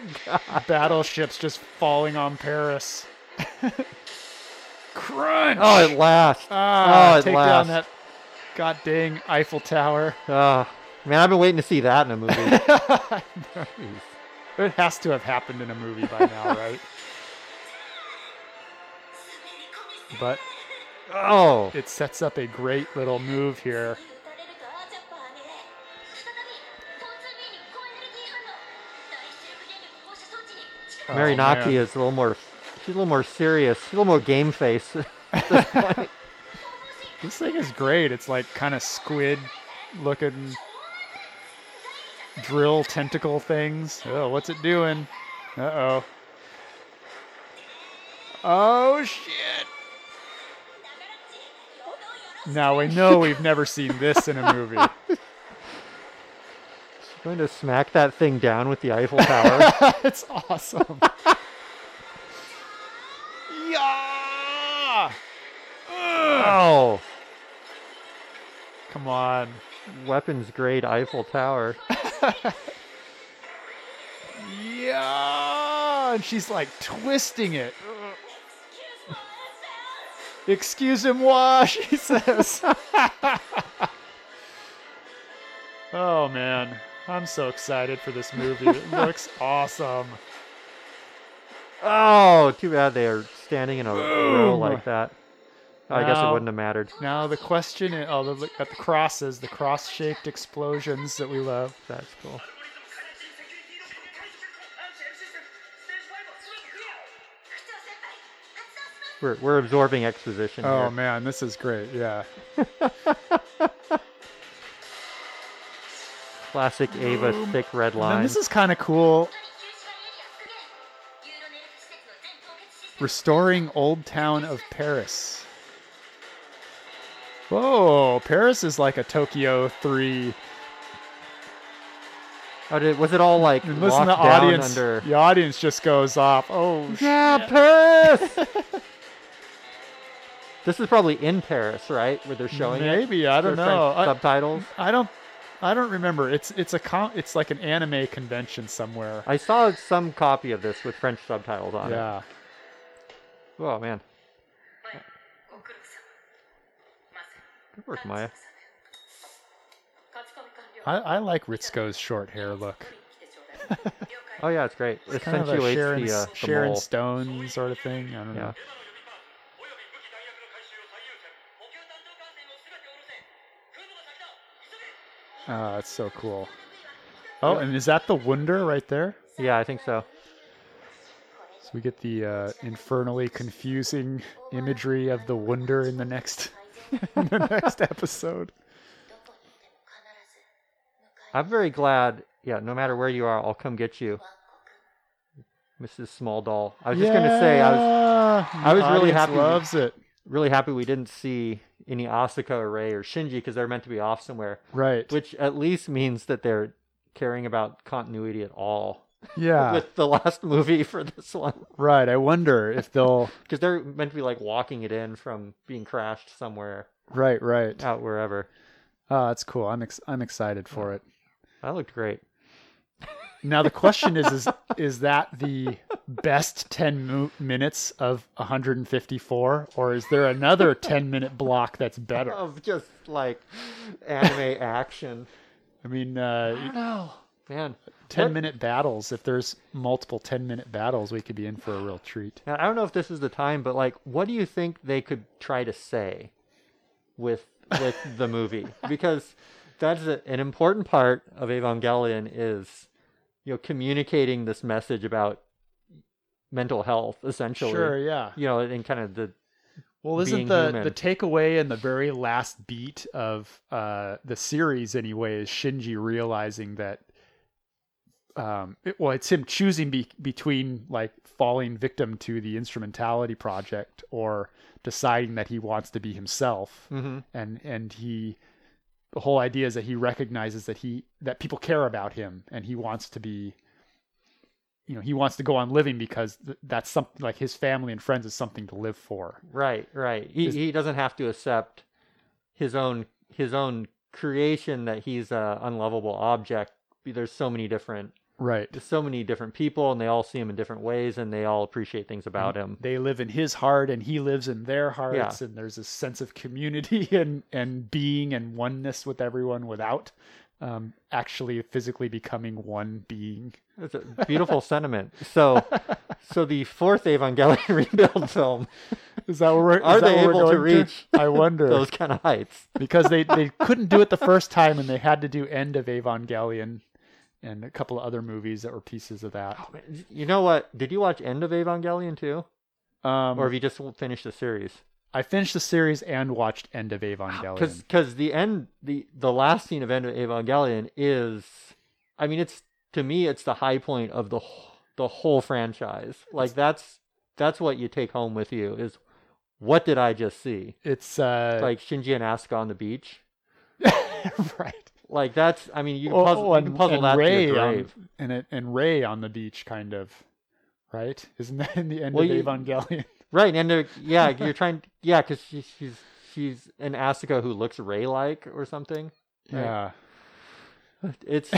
Speaker 2: battleships just falling on Paris. Crunch!
Speaker 1: Oh, at last!
Speaker 2: Ah,
Speaker 1: oh, at
Speaker 2: take
Speaker 1: last!
Speaker 2: down that god dang Eiffel Tower.
Speaker 1: Ah, man, I've been waiting to see that in a movie. Jeez.
Speaker 2: It has to have happened in a movie by now, right? But
Speaker 1: Oh,
Speaker 2: it sets up a great little move here.
Speaker 3: 撃たれるとアーチャッパー命令再び 4-2B に高エネルギー反応大出力電力放射装置に力を
Speaker 1: Mary
Speaker 2: Oh,
Speaker 1: Naki
Speaker 2: man.
Speaker 1: is a little more. She's a little more serious. She's a little more game face.
Speaker 2: This thing is great. It's like kind of squid looking drill tentacle things. Oh, what's it doing? Uh oh. Oh shit. Now we know we've never seen this in a movie.
Speaker 1: She's going to smack that thing down with the Eiffel Tower.
Speaker 2: That's awesome. yeah!
Speaker 1: oh,
Speaker 2: Come on.
Speaker 1: weapons grade Eiffel Tower.
Speaker 2: Yeah! And she's like twisting it. Excuse him, why? She says. oh man, I'm so excited for this movie. It looks awesome.
Speaker 1: Oh, too bad they are standing in a row
Speaker 2: Boom.
Speaker 1: like that. I guess it
Speaker 2: Now-
Speaker 1: wouldn't have mattered.
Speaker 2: Now the question is, oh, look at the crosses, the cross-shaped explosions that we love.
Speaker 1: That's cool. We're, we're absorbing exposition
Speaker 2: Oh
Speaker 1: here.
Speaker 2: man, this is great. Yeah.
Speaker 1: Classic Ava thick red
Speaker 2: And then
Speaker 1: line.
Speaker 2: this is kind of cool,
Speaker 3: 旧市街エリア復元ユーロネルフ施設の全凍結システム
Speaker 2: restoring old town of Paris. Whoa, Paris is like a Tokyo 3
Speaker 1: Oh, did- was it all like
Speaker 2: And
Speaker 1: locked
Speaker 2: listen, the
Speaker 1: down
Speaker 2: audience,
Speaker 1: under?
Speaker 2: the audience just goes off. Oh, sh-
Speaker 1: Yeah, Paris. this is probably in Paris, right? Where they're showing it.
Speaker 2: maybe I don't
Speaker 1: They're showing
Speaker 2: know. I,
Speaker 1: subtitles.
Speaker 2: I don't, I don't remember. It's it's a com- it's like an anime convention somewhere.
Speaker 1: I saw some copy of this with French subtitles on it.
Speaker 2: Yeah,
Speaker 1: Oh man,
Speaker 3: 前ご苦労様まず
Speaker 1: good work, Maya.
Speaker 3: 勝ち込み完了
Speaker 2: I, I like Ritsuko's short hair look.
Speaker 3: 了解
Speaker 1: Oh yeah, it's great. It
Speaker 2: Kind of a
Speaker 1: accentuates
Speaker 2: Sharon,
Speaker 1: the, uh, the
Speaker 2: Sharon
Speaker 1: mole.
Speaker 2: Stone sort of thing. I don't
Speaker 1: Yeah.
Speaker 2: know.
Speaker 3: および武器弾薬の回収を最優先補給弾道艦船の全てを下ろせ来るのが先だ急げ
Speaker 2: Oh, that's so cool. Oh, and is that the Wunder right there?
Speaker 1: Yeah, I think so.
Speaker 2: So we get the uh, infernally confusing imagery of the Wunder in the next in the next episode.
Speaker 3: どこにいても必ず迎え
Speaker 1: I'm very glad. Yeah, no matter where you are, I'll come get you,
Speaker 3: 万国
Speaker 1: Mrs. Small Doll. I was just gonna say, I was I was really happy with-
Speaker 2: Loves it.
Speaker 1: really happy we didn't see any Asuka or Ray or Shinji because they're meant to be off somewhere,
Speaker 2: Right.
Speaker 1: which at least means that they're caring about continuity at all
Speaker 2: yeah.
Speaker 1: with the last movie for this one
Speaker 2: Right. I wonder if they'll.
Speaker 1: because they're meant to be like walking it in from being crashed somewhere
Speaker 2: right. Right.
Speaker 1: out wherever.
Speaker 2: Oh, that's cool. I'm ex- I'm excited for it.
Speaker 1: That looked great.
Speaker 2: Now the question is is is that the best 10 mo- minutes of 154 or is there another 10 minute block that's better?
Speaker 1: Of just like anime action.
Speaker 2: I mean, uh,
Speaker 1: No. Man.
Speaker 2: 10
Speaker 1: What-
Speaker 2: minute battles. If there's multiple 10 minute battles, we could be in for a real treat.
Speaker 1: Now, I don't know if this is the time, but like, what do you think they could try to say with with the movie? Because that's a, an important part of Evangelion is, you know, communicating this message about mental health, essentially.
Speaker 2: yeah.
Speaker 1: You know, and kind of the
Speaker 2: Well,
Speaker 1: being
Speaker 2: isn't the,
Speaker 1: human.
Speaker 2: the takeaway in the very last beat of uh, the series anyway is Shinji realizing that um, it, well, it's him choosing be, between like falling victim to the instrumentality project or deciding that he wants to be himself,
Speaker 1: Mhm.
Speaker 2: and and he, the whole idea is that he recognizes that he that people care about him, and he wants to be, you know, he wants to go on living because th- that's something like his family and friends is something to live for.
Speaker 1: Right, right. He
Speaker 2: Is-
Speaker 1: he doesn't have to accept his own his own creation that he's a unlovable object. There's so many different
Speaker 2: Right.
Speaker 1: there's so many different people and they all see him in different ways and they all appreciate things about him.
Speaker 2: They live in his heart and he lives in their hearts and there's a sense of community and and being and oneness with everyone without um actually physically becoming one being.
Speaker 1: It's a beautiful sentiment. So so the fourth Evangelion rebuild film,
Speaker 2: Is that where we're, is
Speaker 1: Are
Speaker 2: that
Speaker 1: they
Speaker 2: where we're
Speaker 1: able to
Speaker 2: going
Speaker 1: reach
Speaker 2: I wonder.
Speaker 1: those kind of heights.
Speaker 2: because they they couldn't do it the first time and they had to do End of Evangelion and a couple of other movies that were pieces of that.
Speaker 1: You know what? Did you watch End of Evangelion too?
Speaker 2: Um
Speaker 1: Or have you just finished the series?
Speaker 2: I finished the series and watched End of Evangelion.
Speaker 1: because because the end the the last scene of end of Evangelion is I mean it's to me it's the high point of the wh- the whole franchise like that's that's what you take home with you is what did I just see
Speaker 2: it's uh
Speaker 1: like Shinji and Asuka on the beach
Speaker 2: right.
Speaker 1: like that's I mean you can
Speaker 2: Oh,
Speaker 1: puzzle,
Speaker 2: oh,
Speaker 1: you can puzzle that to your
Speaker 2: on-
Speaker 1: grave
Speaker 2: and it, and Ray on the beach, kind of, right? Isn't that in the end
Speaker 1: Well,
Speaker 2: of
Speaker 1: you-
Speaker 2: Evangelion?
Speaker 1: right and they're- yeah you're trying yeah because she, she's she's an Asuka who looks Ray like or something
Speaker 2: Yeah.
Speaker 1: it's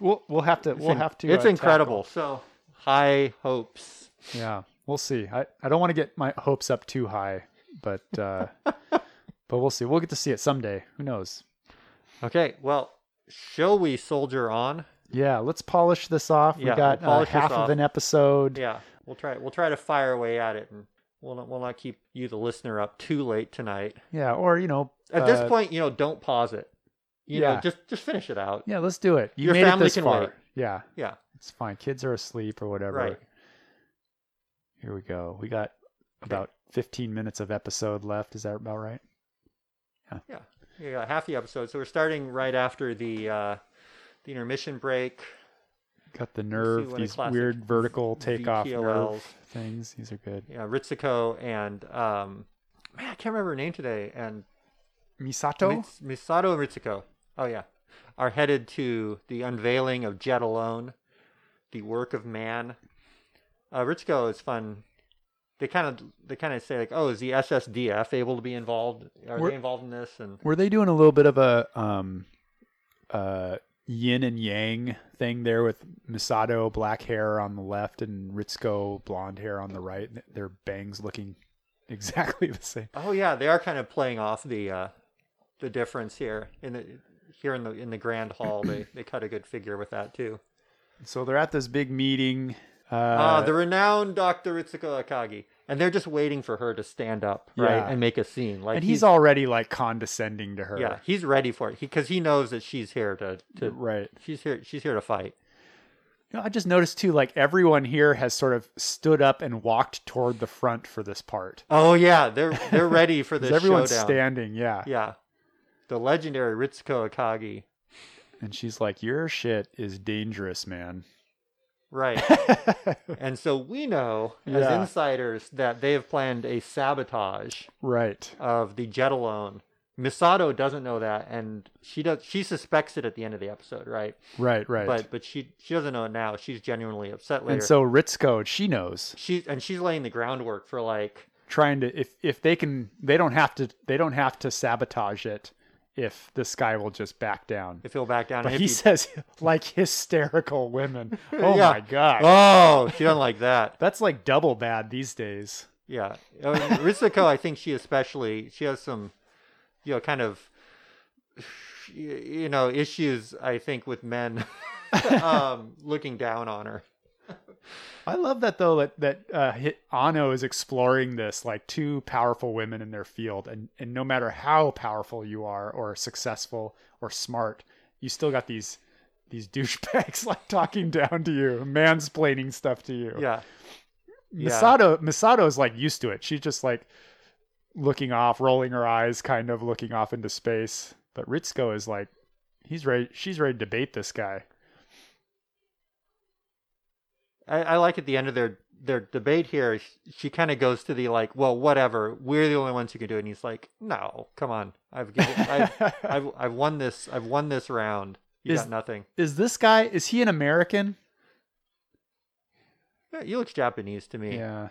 Speaker 2: we'll we'll have to
Speaker 1: it's
Speaker 2: we'll
Speaker 1: in-
Speaker 2: have to. uh,
Speaker 1: it's
Speaker 2: tackle-
Speaker 1: incredible so high hopes.
Speaker 2: Yeah, we'll see. I I don't want to get my hopes up too high, but uh, but we'll see. We'll get to see it someday. Who knows?
Speaker 1: Okay, well, shall we soldier on?
Speaker 2: Yeah, let's polish this off.
Speaker 1: Yeah,
Speaker 2: we got
Speaker 1: we'll polish
Speaker 2: uh,
Speaker 1: this
Speaker 2: half
Speaker 1: off.
Speaker 2: of an episode.
Speaker 1: Yeah, we'll try. We'll try to fire away at it, and we'll not, we'll not keep you, the listener, up too late tonight.
Speaker 2: Yeah, or you know,
Speaker 1: At this
Speaker 2: uh,
Speaker 1: point, you know, don't pause it. You know,
Speaker 2: yeah.
Speaker 1: just just finish it out.
Speaker 2: yeah, let's do it. You
Speaker 1: Your
Speaker 2: made
Speaker 1: family
Speaker 2: it this
Speaker 1: can
Speaker 2: far.
Speaker 1: wait.
Speaker 2: Yeah,
Speaker 1: Yeah,
Speaker 2: it's fine. Kids are asleep or whatever.
Speaker 1: right.
Speaker 2: Here we go. We got about 15 minutes of episode left. Is that about right?
Speaker 1: Yeah, we got half the episode, so we're starting right after the uh, the intermission break.
Speaker 2: Got the
Speaker 1: see
Speaker 2: nerve,
Speaker 1: what a
Speaker 2: these
Speaker 1: classic
Speaker 2: weird vertical takeoff
Speaker 1: VTLLs.
Speaker 2: nerve things. These are good.
Speaker 1: Yeah, Ritsuko and um, man, I can't remember her name today. And
Speaker 2: Misato?
Speaker 1: Mits- Misato and Ritsuko. Oh yeah, are headed to the unveiling of Jet Alone, the work of man. Uh, Ritsuko is fun. They kind of they kind of say like, oh, is the SSDF able to be involved? Are
Speaker 2: We're-
Speaker 1: they involved in this? And
Speaker 2: Were they doing a little bit of a um, uh, yin and yang thing there with Misato black hair on the left and Ritsuko blonde hair on the right? and Their bangs looking exactly the same.
Speaker 1: oh yeah, they are kind of playing off the uh, the difference here in the here in the in the grand hall. They they cut a good figure with that too.
Speaker 2: So they're at this big meeting. Uh,
Speaker 1: Ah, the renowned Dr. Ritsuko Akagi. And they're just waiting for her to stand up, right,
Speaker 2: Yeah.
Speaker 1: and make a scene. Like
Speaker 2: and he's, already like condescending to her.
Speaker 1: Yeah, he's ready for it because he, knows that she's here to, to
Speaker 2: Right.
Speaker 1: she's here she's here to fight.
Speaker 2: You know, I just noticed too, like everyone here has sort of stood up and walked toward the front for this part.
Speaker 1: Oh yeah, they're they're ready for
Speaker 2: 'Cause
Speaker 1: this
Speaker 2: Everyone's
Speaker 1: showdown.
Speaker 2: standing, yeah.
Speaker 1: Yeah, the legendary Ritsuko Akagi.
Speaker 2: And she's like, "Your shit is dangerous, man."
Speaker 1: Right, and so we know as
Speaker 2: Yeah.
Speaker 1: insiders that they have planned a sabotage
Speaker 2: right.
Speaker 1: of the jet alone. Misato doesn't know that, and she does. She suspects it at the end of the episode, right?
Speaker 2: Right. Right.
Speaker 1: But but she she doesn't know it now. She's genuinely upset later.
Speaker 2: and so Ritsuko, she knows,
Speaker 1: she and she's laying the groundwork for like
Speaker 2: trying to if if they can, they don't have to, they don't have to sabotage it if this guy will just back down.
Speaker 1: if he'll back down.
Speaker 2: but
Speaker 1: and if
Speaker 2: he
Speaker 1: you-
Speaker 2: says like hysterical women. Oh
Speaker 1: Yeah.
Speaker 2: my god,
Speaker 1: oh, she doesn't like that.
Speaker 2: that's like double bad these days.
Speaker 1: Yeah, Uh, Ritsuko. I think she especially she has some, you know, kind of, you know, issues. I think with men um, looking down on her.
Speaker 2: I love that though that that uh, Hi- Ano is exploring this like two powerful women in their field, and and no matter how powerful you are or successful or smart, you still got these these douchebags like talking down to you, mansplaining stuff to you.
Speaker 1: Yeah, yeah.
Speaker 2: Misato Misato's like used to it. She's just like looking off, rolling her eyes, kind of looking off into space. But Ritsuko is like, he's ready. She's ready to debate this guy.
Speaker 1: I, I like at the end of their their debate here, she, she kind of goes to the like, well, whatever, we're the only ones who can do it. And he's like, no, come on, I've given, I've, I've I've won this, I've won this round. You
Speaker 2: Is-
Speaker 1: got nothing.
Speaker 2: Is this guy? Is he an American?
Speaker 1: Yeah, He looks Japanese to me.
Speaker 2: Yeah.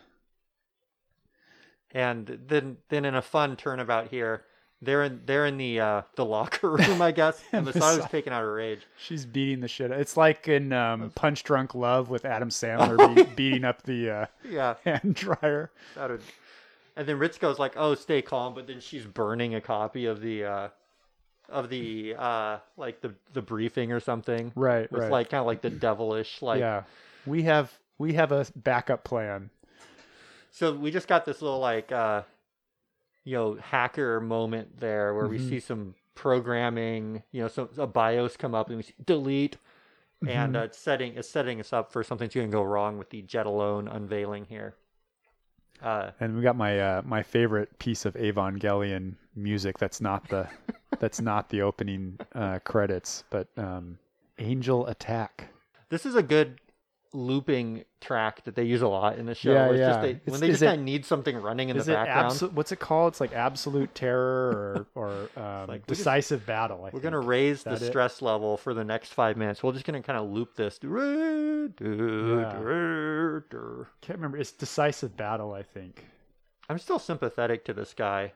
Speaker 1: And then then in a fun turnabout here, they're in they're in the uh, the locker room, I guess. and Masato's taking out her rage.
Speaker 2: She's beating the shit. It's like in um, Punch Drunk Love with Adam Sandler be- beating up the uh,
Speaker 1: Yeah,
Speaker 2: hand dryer.
Speaker 1: that would. And then Ritsuko's like, "Oh, stay calm," but then she's burning a copy of the uh, of the uh, like the the briefing or something.
Speaker 2: Right.
Speaker 1: With like kind of like the devilish like.
Speaker 2: yeah. We have we have a backup plan.
Speaker 1: So we just got this little like uh, you know hacker moment there where
Speaker 2: Mm-hmm.
Speaker 1: we see some programming, you know, so a BIOS come up and we see delete.
Speaker 2: Mm-hmm.
Speaker 1: And uh, it's setting it's setting us up for something's going to go wrong with the Jet Alone unveiling here. Uh,
Speaker 2: And we got my uh, my favorite piece of Evangelion music. That's not the that's not the opening uh, credits, but um, Angel Attack.
Speaker 1: this is a good looping track that they use a lot in the show.
Speaker 2: Yeah,
Speaker 1: where it's
Speaker 2: yeah.
Speaker 1: Just they,
Speaker 2: It's-
Speaker 1: when they
Speaker 2: is
Speaker 1: just
Speaker 2: it-
Speaker 1: kind of need something running in the background,
Speaker 2: abso- what's it called? It's like Absolute Terror or, or
Speaker 1: like,
Speaker 2: um,
Speaker 1: we just-
Speaker 2: Decisive Battle. I
Speaker 1: we're
Speaker 2: think.
Speaker 1: gonna raise the
Speaker 2: That it?
Speaker 1: stress level for the next five minutes. We're just gonna kind of loop this. I'm
Speaker 2: can't remember. It's Decisive Battle. I think.
Speaker 1: still sympathetic to this guy.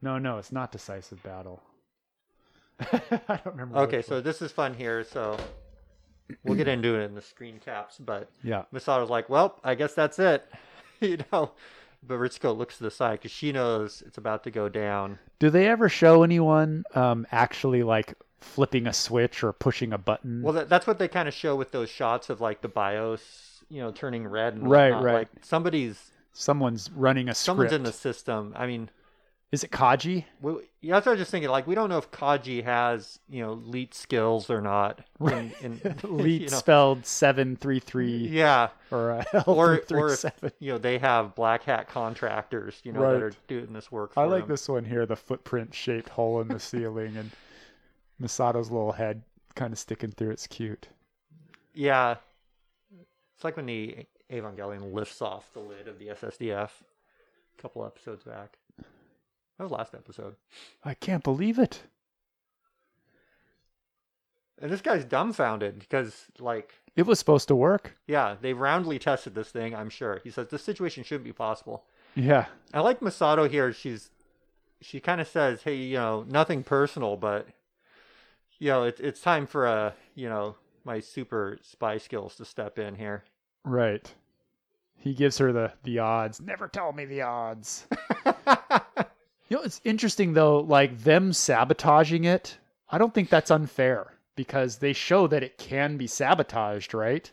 Speaker 2: No, no, it's not Decisive Battle. I don't remember.
Speaker 1: Okay,
Speaker 2: which
Speaker 1: so
Speaker 2: one.
Speaker 1: this is fun here. So we'll get into it in the screen caps, but
Speaker 2: yeah,
Speaker 1: Masato's like, well, I guess that's it. you know, but Ritsuko looks to the side because she knows it's about to go down.
Speaker 2: do they ever show anyone um, actually like flipping a switch or pushing a button?
Speaker 1: Well, that, that's what they kind of show with those shots of like the BIOS, you know, turning red. And
Speaker 2: Right,
Speaker 1: whatnot.
Speaker 2: right.
Speaker 1: Like somebody's
Speaker 2: someone's running a script.
Speaker 1: someone's in the system. I mean,
Speaker 2: Is it Kaji?
Speaker 1: we, yeah, that's what I was just thinking. Like, we don't know if Kaji has you know elite skills or not. In, in,
Speaker 2: Leet
Speaker 1: you know,
Speaker 2: spelled seven three three
Speaker 1: yeah,
Speaker 2: or uh,
Speaker 1: or or if,
Speaker 2: 337.
Speaker 1: you know they have black hat contractors, you know, that
Speaker 2: Right.
Speaker 1: are doing this work. For
Speaker 2: I like
Speaker 1: them.
Speaker 2: this one here, the footprint shaped hole in the ceiling and Masato's little head kind of sticking through. It's cute.
Speaker 1: Yeah, it's like when the Evangelion lifts off the lid of the SSDF a couple episodes back. That was last episode.
Speaker 2: I can't believe it.
Speaker 1: And this guy's dumbfounded because, like,
Speaker 2: It was supposed to work.
Speaker 1: yeah, they roundly tested this thing, I'm sure. He says, this situation shouldn't be possible.
Speaker 2: Yeah.
Speaker 1: I like Masato here. She's, she kind of says, hey, you know, nothing personal, but, you know, it's it's time for, uh, you know, my super spy skills to step in here.
Speaker 2: Right. He gives her the the odds. Never tell me the odds. you know, it's interesting though, like them sabotaging it. I don't think that's unfair because they show that it can be sabotaged, right?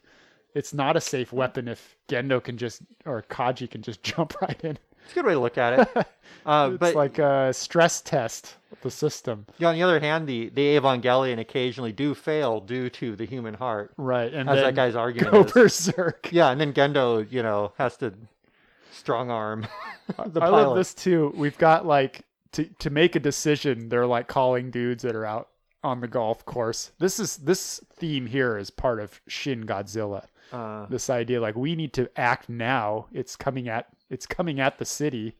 Speaker 2: It's not a safe weapon if Gendo can just or Kaji can just jump right in.
Speaker 1: It's a good way to look at it. Uh,
Speaker 2: It's
Speaker 1: but
Speaker 2: like a stress test of the system,
Speaker 1: you know, on the other hand, the, the Evangelion occasionally do fail due to the human heart.
Speaker 2: right? And
Speaker 1: As
Speaker 2: then
Speaker 1: that guy's argument
Speaker 2: go
Speaker 1: is.
Speaker 2: berserk.
Speaker 1: Yeah, and then Gendo, you know, has to strong arm the
Speaker 2: I
Speaker 1: pilot.
Speaker 2: love this too. We've got like to to make a decision. They're like calling dudes that are out on the golf course. This is this theme here is part of Shin Godzilla.
Speaker 1: Uh,
Speaker 2: This idea like we need to act now. It's coming at it's coming at the city,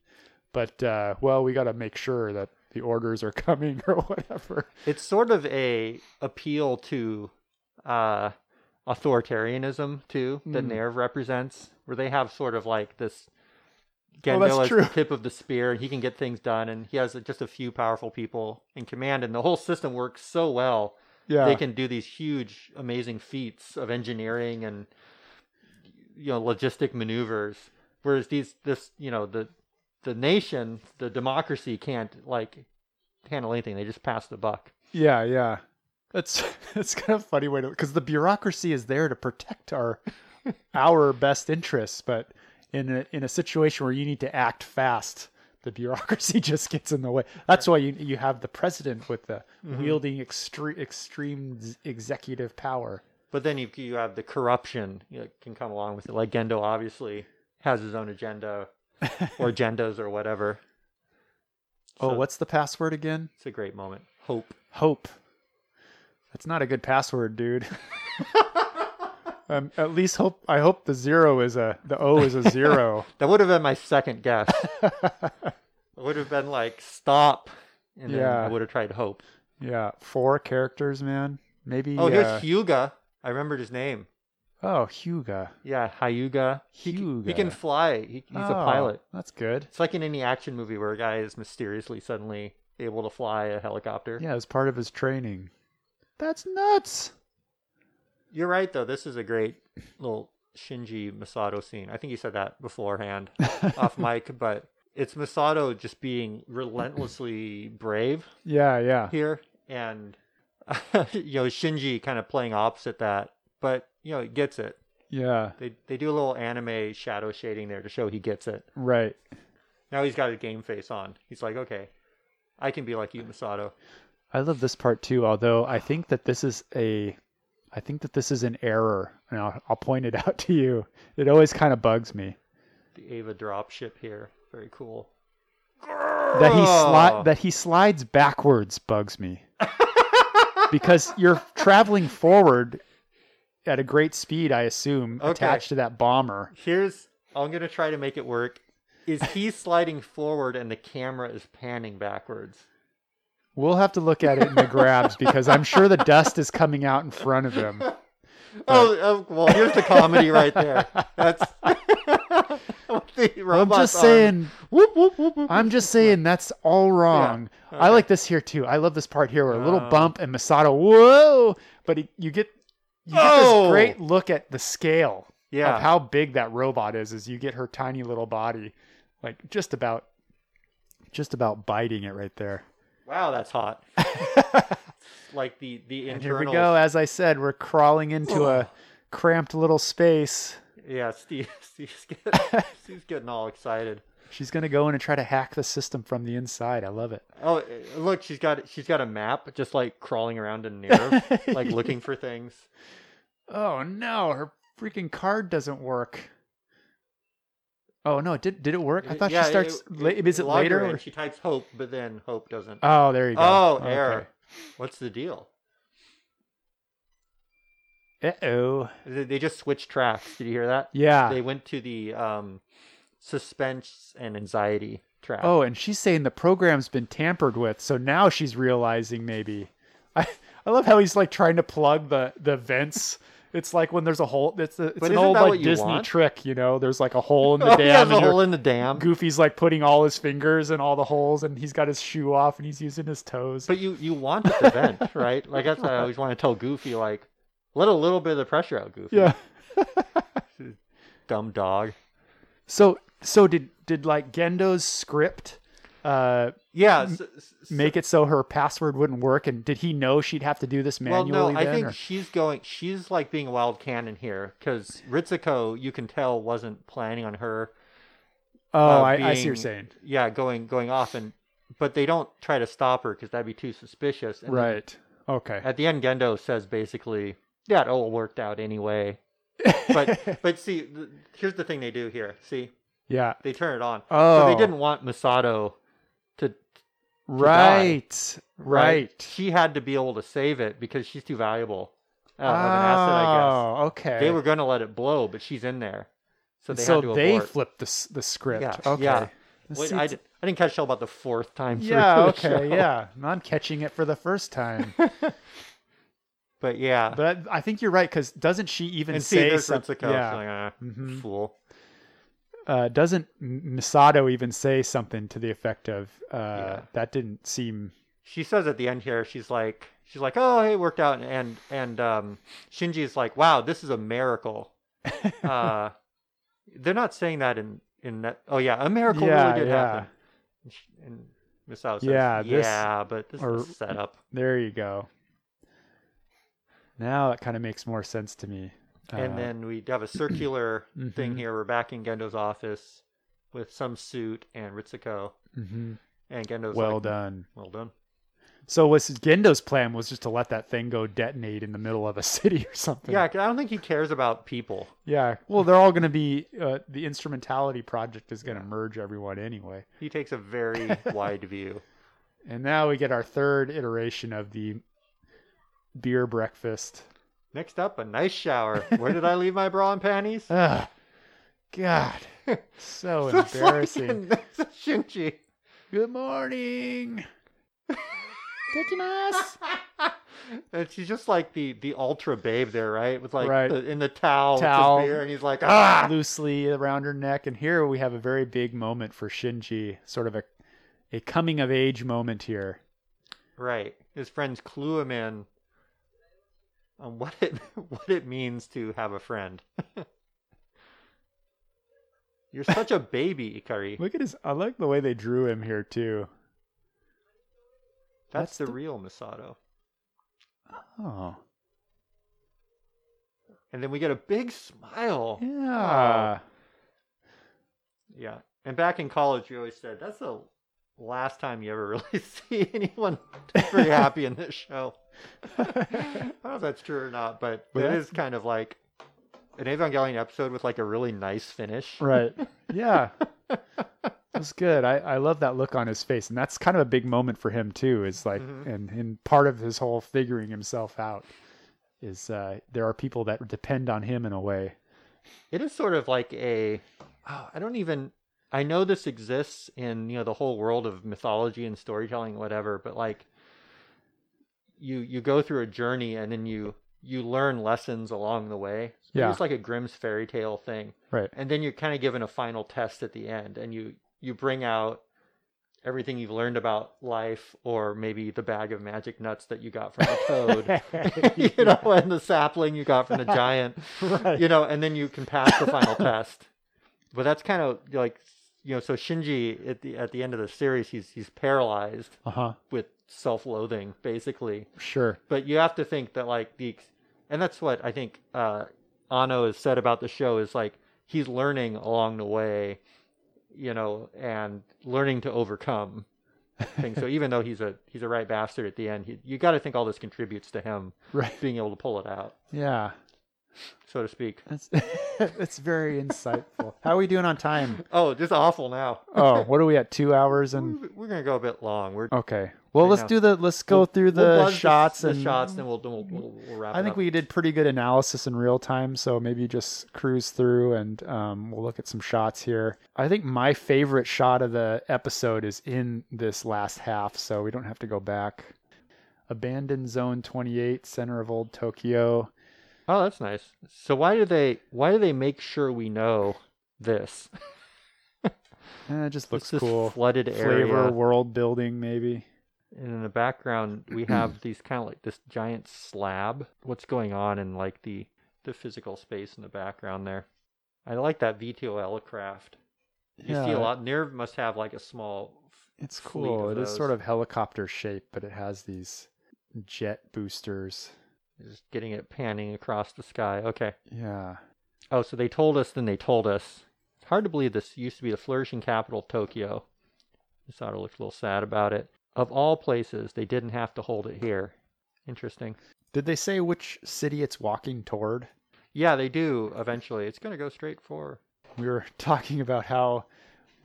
Speaker 2: but uh, well, we got to make sure that the orders are coming or whatever.
Speaker 1: it's sort of a appeal to uh, authoritarianism too
Speaker 2: Hmm.
Speaker 1: that Nerve represents, where they have sort of like this
Speaker 2: Oh,
Speaker 1: Gendo
Speaker 2: that's
Speaker 1: as
Speaker 2: true.
Speaker 1: the tip of the spear, and he can get things done, and he has just a few powerful people in command, and the whole system works so well.
Speaker 2: Yeah,
Speaker 1: They can do these huge, amazing feats of engineering and you know logistic maneuvers, whereas these this you know the the nation, the democracy can't like handle anything. They just pass the buck.
Speaker 2: Yeah, yeah. That's that's kind of a funny way to because the bureaucracy is there to protect our our best interests, but in a in a situation where you need to act fast, the bureaucracy just gets in the way. That's why you you have the president with the wielding extreme extreme z- executive power.
Speaker 1: But then you, you have the corruption you know, can come along with it. Like Gendo obviously has his own agenda or agendas or whatever.
Speaker 2: oh,
Speaker 1: So-
Speaker 2: what's the password again?
Speaker 1: It's a great moment. Hope.
Speaker 2: Hope. That's not a good password, dude. Um, at least hope I hope the zero is a the O is a zero.
Speaker 1: That would have been my second guess. it would have been like stop, and then
Speaker 2: Yeah.
Speaker 1: I would have tried hope.
Speaker 2: yeah, four characters, man. Maybe.
Speaker 1: Oh,
Speaker 2: uh,
Speaker 1: here's Hyuga. I remembered his name.
Speaker 2: oh, Hyuga.
Speaker 1: Yeah, Hyuga. He, c- he can
Speaker 2: Hyuga.
Speaker 1: fly. He, he's a
Speaker 2: Oh,
Speaker 1: pilot.
Speaker 2: That's good.
Speaker 1: It's like in any action movie where a guy is mysteriously suddenly able to fly a helicopter.
Speaker 2: Yeah, as part of his training. That's nuts.
Speaker 1: You're right though. This is a great little Shinji Masato scene. I think he said that beforehand off mic, but it's Masato just being relentlessly brave
Speaker 2: Yeah, yeah.
Speaker 1: here and you know Shinji kind of playing opposite that, but you know, it gets it.
Speaker 2: Yeah.
Speaker 1: They they do a little anime shadow shading there to show he gets it.
Speaker 2: Right.
Speaker 1: Now he's got his game face on. He's like, "Okay, I can be like you, Masato."
Speaker 2: I love this part too, although I think that this is a I think that this is an error. And I'll, I'll point it out to you. It always kind of bugs me
Speaker 1: The Ava dropship here. Very cool.
Speaker 2: that he
Speaker 1: Oh.
Speaker 2: sli- that he slides backwards bugs me. because you're traveling forward at a great speed, I assume,
Speaker 1: Okay.
Speaker 2: attached to that bomber.
Speaker 1: Here's I'm gonna try to make it work. Is he sliding forward and the camera is panning backwards?
Speaker 2: We'll have to look at it in the grabs because I'm sure the dust is coming out in front of him. Uh,
Speaker 1: Oh, oh, well, here's the comedy right there. That's the
Speaker 2: I'm
Speaker 1: robot's
Speaker 2: just
Speaker 1: arm.
Speaker 2: saying,
Speaker 1: Whoop, whoop, whoop, whoop.
Speaker 2: I'm just saying that's all wrong. I
Speaker 1: okay.
Speaker 2: like this here too. I love this part here where a little
Speaker 1: Oh.
Speaker 2: bump and Masato, whoa! But he, you get you get
Speaker 1: Oh!
Speaker 2: this great look at the scale
Speaker 1: Yeah.
Speaker 2: of how big that robot is. As you get her tiny little body, like just about just about biting it right there.
Speaker 1: wow, that's hot. like the the
Speaker 2: And here
Speaker 1: internal.
Speaker 2: we go. As I said, we're crawling into a cramped little space.
Speaker 1: Yeah, Steve. Steve's getting, Steve's getting all excited.
Speaker 2: She's gonna go in and try to hack the system from the inside. I love it.
Speaker 1: Oh, uh, look, she's got she's got a map, just like crawling around in Nerve, like looking for things.
Speaker 2: Oh no, her freaking card doesn't work. Oh no, it did did it work? I
Speaker 1: It-
Speaker 2: thought
Speaker 1: yeah,
Speaker 2: she starts. la- is it
Speaker 1: logged her
Speaker 2: later?
Speaker 1: in,
Speaker 2: or-
Speaker 1: She types hope, but then hope doesn't.
Speaker 2: Oh, there you go.
Speaker 1: oh, error. What's the deal?
Speaker 2: Uh oh.
Speaker 1: They they just switched tracks. Did you hear that?
Speaker 2: Yeah.
Speaker 1: They went to the um, suspense and anxiety track.
Speaker 2: Oh, and she's saying the program's been tampered with, so now she's realizing maybe. I I love how he's like trying to plug the the vents. It's like when there's a hole. It's a, it's
Speaker 1: But
Speaker 2: an
Speaker 1: isn't
Speaker 2: old
Speaker 1: that
Speaker 2: like
Speaker 1: what you
Speaker 2: Disney
Speaker 1: want?
Speaker 2: trick, you know. There's like a hole in the
Speaker 1: Oh,
Speaker 2: dam.
Speaker 1: he has
Speaker 2: and
Speaker 1: a
Speaker 2: you're-
Speaker 1: hole in the dam.
Speaker 2: Goofy's like putting all his fingers in all the holes, and he's got his shoe off, and he's using his toes.
Speaker 1: But you you want the vent, right? Like that's what I always want to tell Goofy. Like, let a little bit of the pressure out, Goofy.
Speaker 2: yeah.
Speaker 1: Dumb dog.
Speaker 2: So so did did like Gendo's script uh
Speaker 1: Yeah. So, so-
Speaker 2: make it so her password wouldn't work and did he know she'd have to do this
Speaker 1: well,
Speaker 2: manually
Speaker 1: no, I
Speaker 2: then,
Speaker 1: think
Speaker 2: or-
Speaker 1: she's going. She's like being a wild cannon here because Ritsuko, you can tell, wasn't planning on her.
Speaker 2: Oh,
Speaker 1: uh,
Speaker 2: I, I see what
Speaker 1: being-
Speaker 2: you're saying.
Speaker 1: Yeah, going going off and, but they don't try to stop her because that'd be too suspicious. And then
Speaker 2: Right. Okay.
Speaker 1: At the end, Gendo says basically, "Yeah, it all worked out anyway." But but see, th- here's the thing they do here. See,
Speaker 2: Yeah.
Speaker 1: they turn it on. So
Speaker 2: Oh.
Speaker 1: they didn't want Masato to
Speaker 2: Right. Right.
Speaker 1: She had to be able to save it because she's too valuable uh,
Speaker 2: Oh,
Speaker 1: of an asset, I guess.
Speaker 2: okay.
Speaker 1: They were going to let it blow, but she's in there, so they
Speaker 2: so
Speaker 1: had to
Speaker 2: they
Speaker 1: abort.
Speaker 2: flipped the s- the script.
Speaker 1: Yeah,
Speaker 2: Okay.
Speaker 1: yeah.
Speaker 2: This
Speaker 1: Wait,
Speaker 2: seems-
Speaker 1: I, di- I didn't catch till about the fourth time. through
Speaker 2: yeah.
Speaker 1: the
Speaker 2: Okay.
Speaker 1: show.
Speaker 2: Yeah. I'm catching it for the first time,
Speaker 1: But yeah,
Speaker 2: but I think you're right because doesn't she even
Speaker 1: and see,
Speaker 2: say
Speaker 1: there's
Speaker 2: something?
Speaker 1: Ritsuko. Yeah. Like, ah,
Speaker 2: Mhm.
Speaker 1: fool.
Speaker 2: uh, doesn't M- Misato even say something to the effect of uh,
Speaker 1: Yeah.
Speaker 2: that didn't seem
Speaker 1: she says at the end here, she's like, she's like, oh, hey, it worked out, and and um, Shinji's like, wow, this is a miracle. uh, they're not saying that in in that. Oh yeah, a miracle
Speaker 2: Yeah,
Speaker 1: really did
Speaker 2: yeah.
Speaker 1: happen. And sh- And Misao says, yeah,
Speaker 2: Yeah, this-
Speaker 1: but this
Speaker 2: or-
Speaker 1: is a setup.
Speaker 2: there you go. Now it kind of makes more sense to me. Uh,
Speaker 1: and then we have a circular thing
Speaker 2: Mhm.
Speaker 1: here. We're back in Gendo's office with some suit and Ritsuko,
Speaker 2: mhm.
Speaker 1: and Gendo's
Speaker 2: well
Speaker 1: like,
Speaker 2: done.
Speaker 1: well done.
Speaker 2: So was Gendo's plan was just to let that thing go detonate in the middle of a city or something?
Speaker 1: Yeah, 'cause I don't think he cares about people.
Speaker 2: yeah. Well, they're all going to be uh, the instrumentality project is going to merge everyone anyway.
Speaker 1: He takes a very wide view.
Speaker 2: And now we get our third iteration of the beer breakfast.
Speaker 1: Next up, a nice shower. Where did I leave my bra and panties?
Speaker 2: Ugh. God. So
Speaker 1: So it's like
Speaker 2: Oh, embarrassing.
Speaker 1: in- that's a Shinji.
Speaker 2: Good morning. Tekimas.
Speaker 1: and she's just like the the ultra babe there, right? With like
Speaker 2: Right.
Speaker 1: the, in the towel, with his
Speaker 2: Towel.
Speaker 1: beer, and he's like, ah,
Speaker 2: Loosely around her neck. And here we have a very big moment for Shinji, sort of a a coming of age moment here.
Speaker 1: right. His friends clue him in on what it what it means to have a friend. You're such a baby, Ikari.
Speaker 2: Look at his I like the way they drew him here too.
Speaker 1: That's
Speaker 2: That's
Speaker 1: the
Speaker 2: the-
Speaker 1: real Masato.
Speaker 2: Oh.
Speaker 1: And then we get a big smile.
Speaker 2: Yeah.
Speaker 1: Yeah. And back in college, you always said that's the last time you ever really see anyone very happy in this show. I don't know if that's true or not, but
Speaker 2: But
Speaker 1: it
Speaker 2: that's-
Speaker 1: is kind of like an Evangelion episode with like a really nice finish.
Speaker 2: Right. Yeah. That's good. I, I love that look on his face. And that's kind of a big moment for him too, is like
Speaker 1: Mhm.
Speaker 2: and, and part of his whole figuring himself out is uh there are people that depend on him in a way.
Speaker 1: It is sort of like a oh, I don't even I know this exists in you know the whole world of mythology and storytelling, whatever, but like you you go through a journey and then you you learn lessons along the way.
Speaker 2: Yeah.
Speaker 1: It's like a Grimm's fairy tale thing.
Speaker 2: Right.
Speaker 1: and then you're kind of given a final test at the end and you you bring out everything you've learned about life or maybe the bag of magic nuts that you got from the toad you know and the sapling you got from the giant
Speaker 2: Right.
Speaker 1: you know and then you can pass the final test but that's kind of like you know so shinji at the at the end of the series he's he's paralyzed
Speaker 2: Uh huh.
Speaker 1: with self-loathing basically
Speaker 2: Sure.
Speaker 1: but you have to think that like the ex- and that's what i think uh ano has said about the show is like he's learning along the way you know and learning to overcome things so even though he's a he's a right bastard at the end he, you got to think all this contributes to him
Speaker 2: Right.
Speaker 1: being able to pull it out
Speaker 2: Yeah.
Speaker 1: so to speak
Speaker 2: That's that's very insightful. How are we doing on time?
Speaker 1: oh this is awful now
Speaker 2: Oh, what are we at? Two hours and
Speaker 1: we're, we're gonna go a bit long we're
Speaker 2: okay. Well,
Speaker 1: I
Speaker 2: let's
Speaker 1: know.
Speaker 2: do the. Let's go through
Speaker 1: we'll
Speaker 2: the
Speaker 1: buzz
Speaker 2: shots
Speaker 1: the,
Speaker 2: and
Speaker 1: shots and we'll, then we'll, we'll, we'll wrap
Speaker 2: I
Speaker 1: it
Speaker 2: think
Speaker 1: up.
Speaker 2: we did pretty good analysis in real time, so maybe just cruise through and um, we'll look at some shots here. I think my favorite shot of the episode is in this last half, so we don't have to go back. Abandoned Zone 28, center of old Tokyo.
Speaker 1: Oh, that's nice. So why do they why do they make sure we know this?
Speaker 2: Eh, it just
Speaker 1: What's
Speaker 2: looks
Speaker 1: this
Speaker 2: cool.
Speaker 1: flooded area.
Speaker 2: Flavor world building, maybe.
Speaker 1: And in the background we have these kind of like this giant slab. What's going on in like the the physical space in the background there? I like that VTOL craft. You see
Speaker 2: Yeah.
Speaker 1: a lot. Nerve must have like a small. f-
Speaker 2: It's
Speaker 1: fleet
Speaker 2: cool.
Speaker 1: of
Speaker 2: It is sort
Speaker 1: those.
Speaker 2: of helicopter shaped, but it has these jet boosters.
Speaker 1: Just getting it panning across the sky. Okay.
Speaker 2: Yeah.
Speaker 1: Oh, so they told us, then they told us. It's hard to believe this used to be the flourishing capital of Tokyo. Masato looked a little sad about it. Of all places, they didn't have to hold it here. Interesting.
Speaker 2: Did they say which city it's walking toward?
Speaker 1: Yeah, they do eventually. It's going to go straight for.
Speaker 2: we were talking about how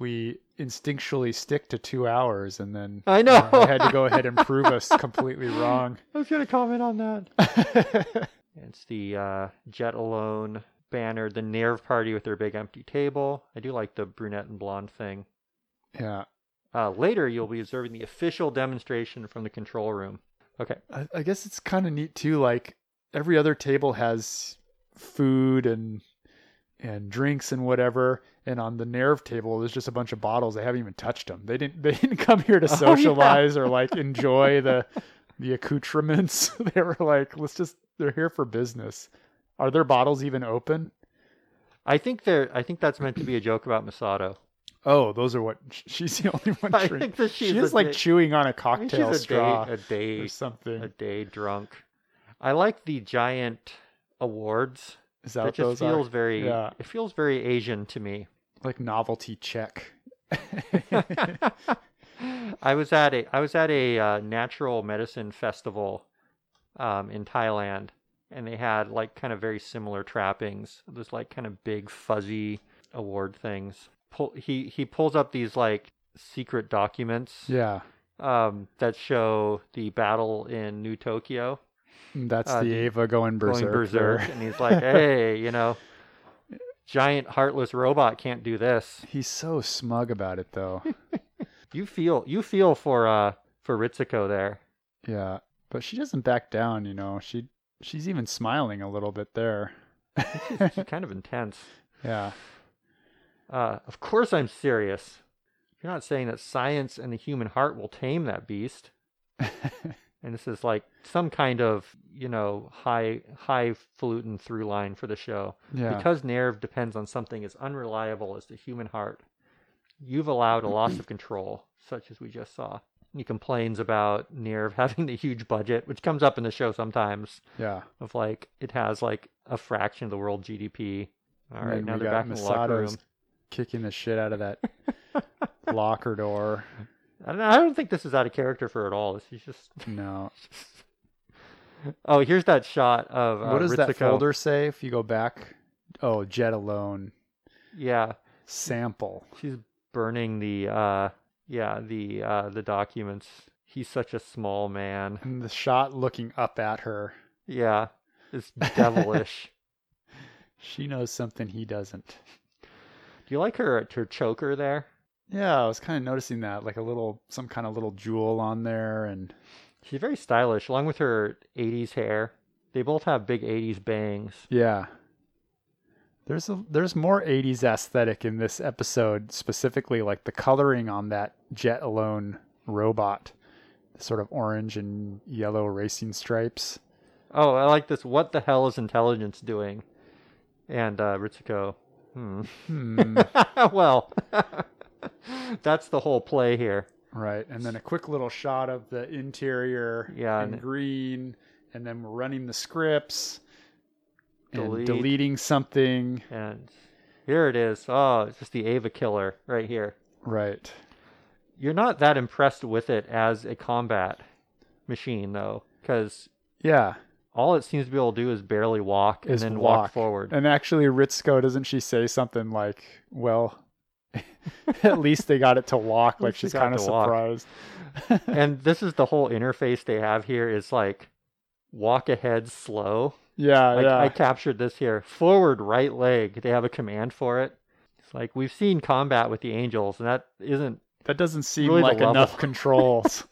Speaker 2: we instinctually stick to two hours and then
Speaker 1: I know.
Speaker 2: I had to go ahead and prove us completely wrong.
Speaker 1: I was going to comment on that. It's the uh, Jet Alone banner, the Nerve Party with their big empty table. I do like the brunette and blonde thing.
Speaker 2: yeah.
Speaker 1: Uh, later, you'll be observing the official demonstration from the control room. Okay.
Speaker 2: I, I guess it's kind of neat too. Like every other table has food and and drinks and whatever. And on the nerve table, there's just a bunch of bottles. They haven't even touched them. They didn't. They didn't come here to
Speaker 1: Oh, yeah.
Speaker 2: socialize or like enjoy the the accoutrements. they were like, let's just. They're here for business. Are their bottles even open?
Speaker 1: I think they're. I think that's meant to be a joke about Masato.
Speaker 2: Oh, those are what sh- she's the only one.
Speaker 1: I
Speaker 2: drink-
Speaker 1: think that she's
Speaker 2: she is
Speaker 1: a
Speaker 2: like
Speaker 1: day-
Speaker 2: chewing on a
Speaker 1: I think she's
Speaker 2: cocktail
Speaker 1: a
Speaker 2: straw
Speaker 1: day, a
Speaker 2: or
Speaker 1: day,
Speaker 2: something.
Speaker 1: a day drunk. I like the giant awards.
Speaker 2: is that
Speaker 1: that
Speaker 2: what
Speaker 1: just
Speaker 2: those
Speaker 1: feels
Speaker 2: are?
Speaker 1: very.
Speaker 2: Yeah.
Speaker 1: It feels very Asian to me.
Speaker 2: Like novelty check.
Speaker 1: I was at a. I was at a uh, natural medicine festival, um, in Thailand, and they had like kind of very similar trappings. This like kind of big fuzzy award things. Pull, he he pulls up these like secret documents.
Speaker 2: yeah.
Speaker 1: um, that show the battle in New Tokyo.
Speaker 2: That's
Speaker 1: Uh,
Speaker 2: the Ava going berserk.
Speaker 1: going berserk,
Speaker 2: there.
Speaker 1: and he's like, "Hey, you know, giant heartless robot can't do this."
Speaker 2: He's so smug about it, though.
Speaker 1: You feel you feel for uh for Ritsuko there.
Speaker 2: yeah, but she doesn't back down. You know, she she's even smiling a little bit there.
Speaker 1: She's kind of intense.
Speaker 2: Yeah,
Speaker 1: Uh, of course, I'm serious. You're not saying that science and the human heart will tame that beast. and this is like some kind of you know high highfalutin through line for the show.
Speaker 2: yeah.
Speaker 1: Because nerve depends on something as unreliable as the human heart, you've allowed a loss of control, such as we just saw. He complains about nerve having the huge budget, which comes up in the show sometimes,
Speaker 2: yeah.
Speaker 1: of like it has like a fraction of the world GDP. All right,
Speaker 2: And
Speaker 1: now
Speaker 2: we
Speaker 1: they're
Speaker 2: got
Speaker 1: back in the locker
Speaker 2: Masato's
Speaker 1: room.
Speaker 2: kicking the shit out of that locker door.
Speaker 1: I don't, I don't think this is out of character for her at all. This is just.
Speaker 2: No.
Speaker 1: Oh, here's that shot of uh,
Speaker 2: what does that
Speaker 1: Ritsuko.
Speaker 2: folder say if you go back? Oh, jet alone
Speaker 1: Yeah,
Speaker 2: sample.
Speaker 1: she's burning the uh, yeah the uh, the documents. He's such a small man.
Speaker 2: And the shot looking up at her.
Speaker 1: Yeah, it's devilish.
Speaker 2: She knows something he doesn't.
Speaker 1: Do you like her her choker there?
Speaker 2: Yeah, I was kind of noticing that, like a little, some kind of little jewel on there, and
Speaker 1: She's very stylish, along with her '80s hair. They both have big '80s bangs.
Speaker 2: yeah. There's a there's more '80s aesthetic in this episode, specifically like the coloring on that Jet Alone robot, sort of orange and yellow racing stripes.
Speaker 1: Oh, I like this. What the hell is intelligence doing? And uh, Ritsuko. Hmm.
Speaker 2: Hmm.
Speaker 1: well, that's the whole play here.
Speaker 2: right, and then a quick little shot of the interior
Speaker 1: Yeah,
Speaker 2: in
Speaker 1: and-
Speaker 2: green, and then we're running the scripts
Speaker 1: Delete.
Speaker 2: and deleting something.
Speaker 1: And here it is. Oh, it's just the Ava killer right here.
Speaker 2: Right.
Speaker 1: You're not that impressed with it as a combat machine, though, because
Speaker 2: Yeah.
Speaker 1: all it seems to be able to do is barely walk and
Speaker 2: is
Speaker 1: then
Speaker 2: walk,
Speaker 1: walk forward.
Speaker 2: And actually, Ritsko doesn't she say something like, "Well, at least they got it to walk." like
Speaker 1: least they
Speaker 2: she's
Speaker 1: got
Speaker 2: kind of
Speaker 1: it to walk.
Speaker 2: surprised.
Speaker 1: and this is the whole interface they have here is like walk ahead slow.
Speaker 2: Yeah,
Speaker 1: Like
Speaker 2: yeah,
Speaker 1: I captured this here. Forward right leg. They have a command for it. It's like we've seen combat with the angels, and that isn't
Speaker 2: that doesn't seem
Speaker 1: really the
Speaker 2: like
Speaker 1: level.
Speaker 2: enough controls.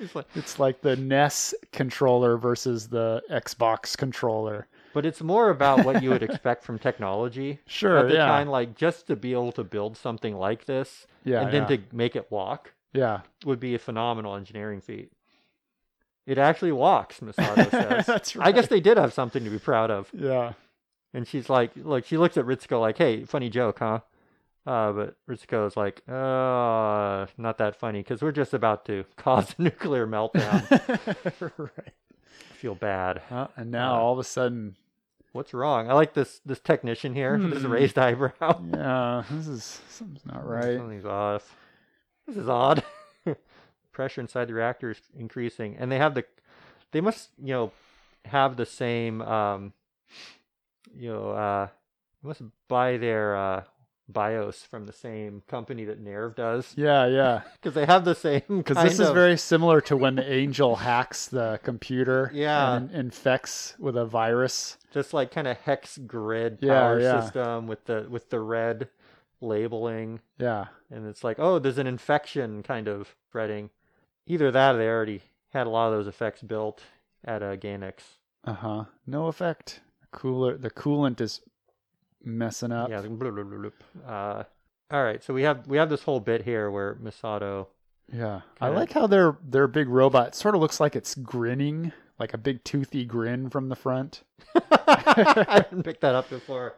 Speaker 1: it's like-
Speaker 2: it's like the NES controller versus the Xbox controller.
Speaker 1: but it's more about what you would expect from technology.
Speaker 2: Sure,
Speaker 1: At the
Speaker 2: yeah.
Speaker 1: time, like just to be able to build something like this
Speaker 2: Yeah,
Speaker 1: and then
Speaker 2: yeah,
Speaker 1: to make it walk
Speaker 2: yeah.
Speaker 1: would be a phenomenal engineering feat. It actually walks, Masato says.
Speaker 2: That's
Speaker 1: I guess they did have something to be proud of.
Speaker 2: yeah.
Speaker 1: And she's like, look, she looks at Ritsuko like, hey, funny joke, huh? Uh, but Ritsuko is like, uh, not that funny because we're just about to cause a nuclear meltdown.
Speaker 2: right.
Speaker 1: I feel bad.
Speaker 2: Uh, and now
Speaker 1: Yeah.
Speaker 2: all of a sudden,
Speaker 1: What's wrong? I like this this technician here with his
Speaker 2: Hmm.
Speaker 1: raised eyebrow.
Speaker 2: yeah, this is something's not right.
Speaker 1: Something's off. This is odd. Pressure inside the reactor is increasing, and they have the, they must you know, have the same um, you know, uh, they must buy their uh BIOS from the same company that Nerve does
Speaker 2: Yeah, yeah.
Speaker 1: because they have the same.
Speaker 2: Because
Speaker 1: kind
Speaker 2: this is
Speaker 1: of-
Speaker 2: very similar to when the angel hacks the computer
Speaker 1: Yeah.
Speaker 2: and infects with a virus.
Speaker 1: just like kind of hex grid
Speaker 2: Yeah,
Speaker 1: power
Speaker 2: yeah.
Speaker 1: system with the with the red labeling.
Speaker 2: Yeah.
Speaker 1: and it's like, oh, there's an infection kind of spreading. Either that, or they already had a lot of those effects built at uh, Gainax.
Speaker 2: Uh huh. No effect. Cooler. The coolant is messing up.
Speaker 1: Yeah. it's like bloop, bloop, bloop, bloop. Uh, all right, so we have we have this whole bit here where Misato.
Speaker 2: Yeah. I
Speaker 1: Kinda-
Speaker 2: like how their their big robot sort of looks like it's grinning, like a big toothy grin from the front.
Speaker 1: I didn't pick that up before.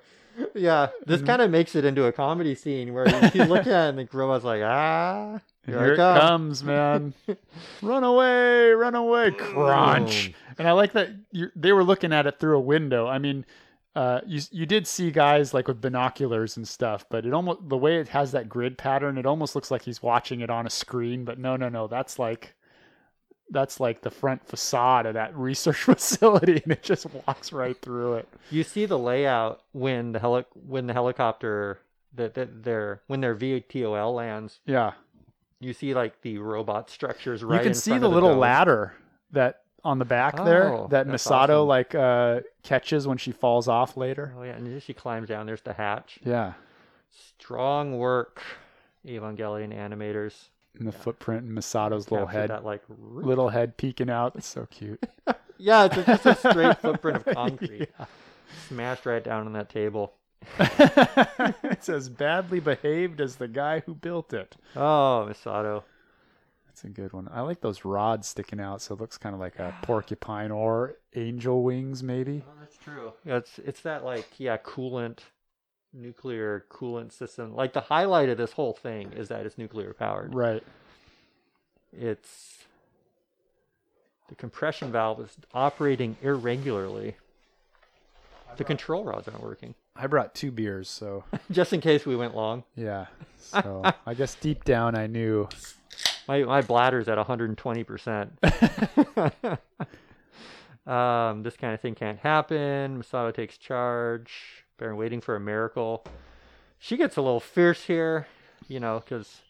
Speaker 1: Yeah, this
Speaker 2: Mm-hmm.
Speaker 1: kind of makes it into a comedy scene where you, you look at it and the robot's like, ah,
Speaker 2: Here,
Speaker 1: here, I
Speaker 2: it
Speaker 1: come.
Speaker 2: comes, man. run away, run away, crunch.
Speaker 1: Boom.
Speaker 2: And I like that you, they were looking at it through a window. I mean, uh, you you did see guys like with binoculars and stuff, but it almost the way it has that grid pattern, it almost looks like he's watching it on a screen. But no, no, no, that's like that's like the front facade of that research facility, and it just walks right through it.
Speaker 1: You see the layout when the heli- when the helicopter that that their when their VTOL lands.
Speaker 2: Yeah,
Speaker 1: you see like the robot structures right
Speaker 2: you can
Speaker 1: in
Speaker 2: see
Speaker 1: front
Speaker 2: the
Speaker 1: of
Speaker 2: little
Speaker 1: dome.
Speaker 2: ladder that on the back there
Speaker 1: Oh,
Speaker 2: that
Speaker 1: that's
Speaker 2: Masato
Speaker 1: awesome.
Speaker 2: like uh, catches when she falls off later.
Speaker 1: Oh yeah, and then she climbs down. There's the hatch.
Speaker 2: Yeah,
Speaker 1: Strong work, Evangelion animators.
Speaker 2: and the footprint and Masato's little
Speaker 1: Captured
Speaker 2: head,
Speaker 1: that like r-
Speaker 2: little head peeking out. That's so cute.
Speaker 1: yeah, it's a- just a straight footprint of concrete smashed right down on that table.
Speaker 2: it's as badly behaved as the guy who built it.
Speaker 1: Oh, Misato.
Speaker 2: That's a good one. I like those rods sticking out, so it looks kind of like a porcupine or angel wings, maybe.
Speaker 1: Oh, that's true. Yeah, it's it's that like yeah coolant, nuclear coolant system. Like the highlight of this whole thing is that it's nuclear powered.
Speaker 2: Right.
Speaker 1: It's the compression valve is operating irregularly. The control rods aren't working.
Speaker 2: I brought two beers, so
Speaker 1: Just in case we went long,
Speaker 2: yeah. So I guess deep down I knew.
Speaker 1: my my bladder's at 120 percent. Um, this kind of thing can't happen. Masato takes charge. Baron waiting for a miracle. She gets a little fierce here, you know, because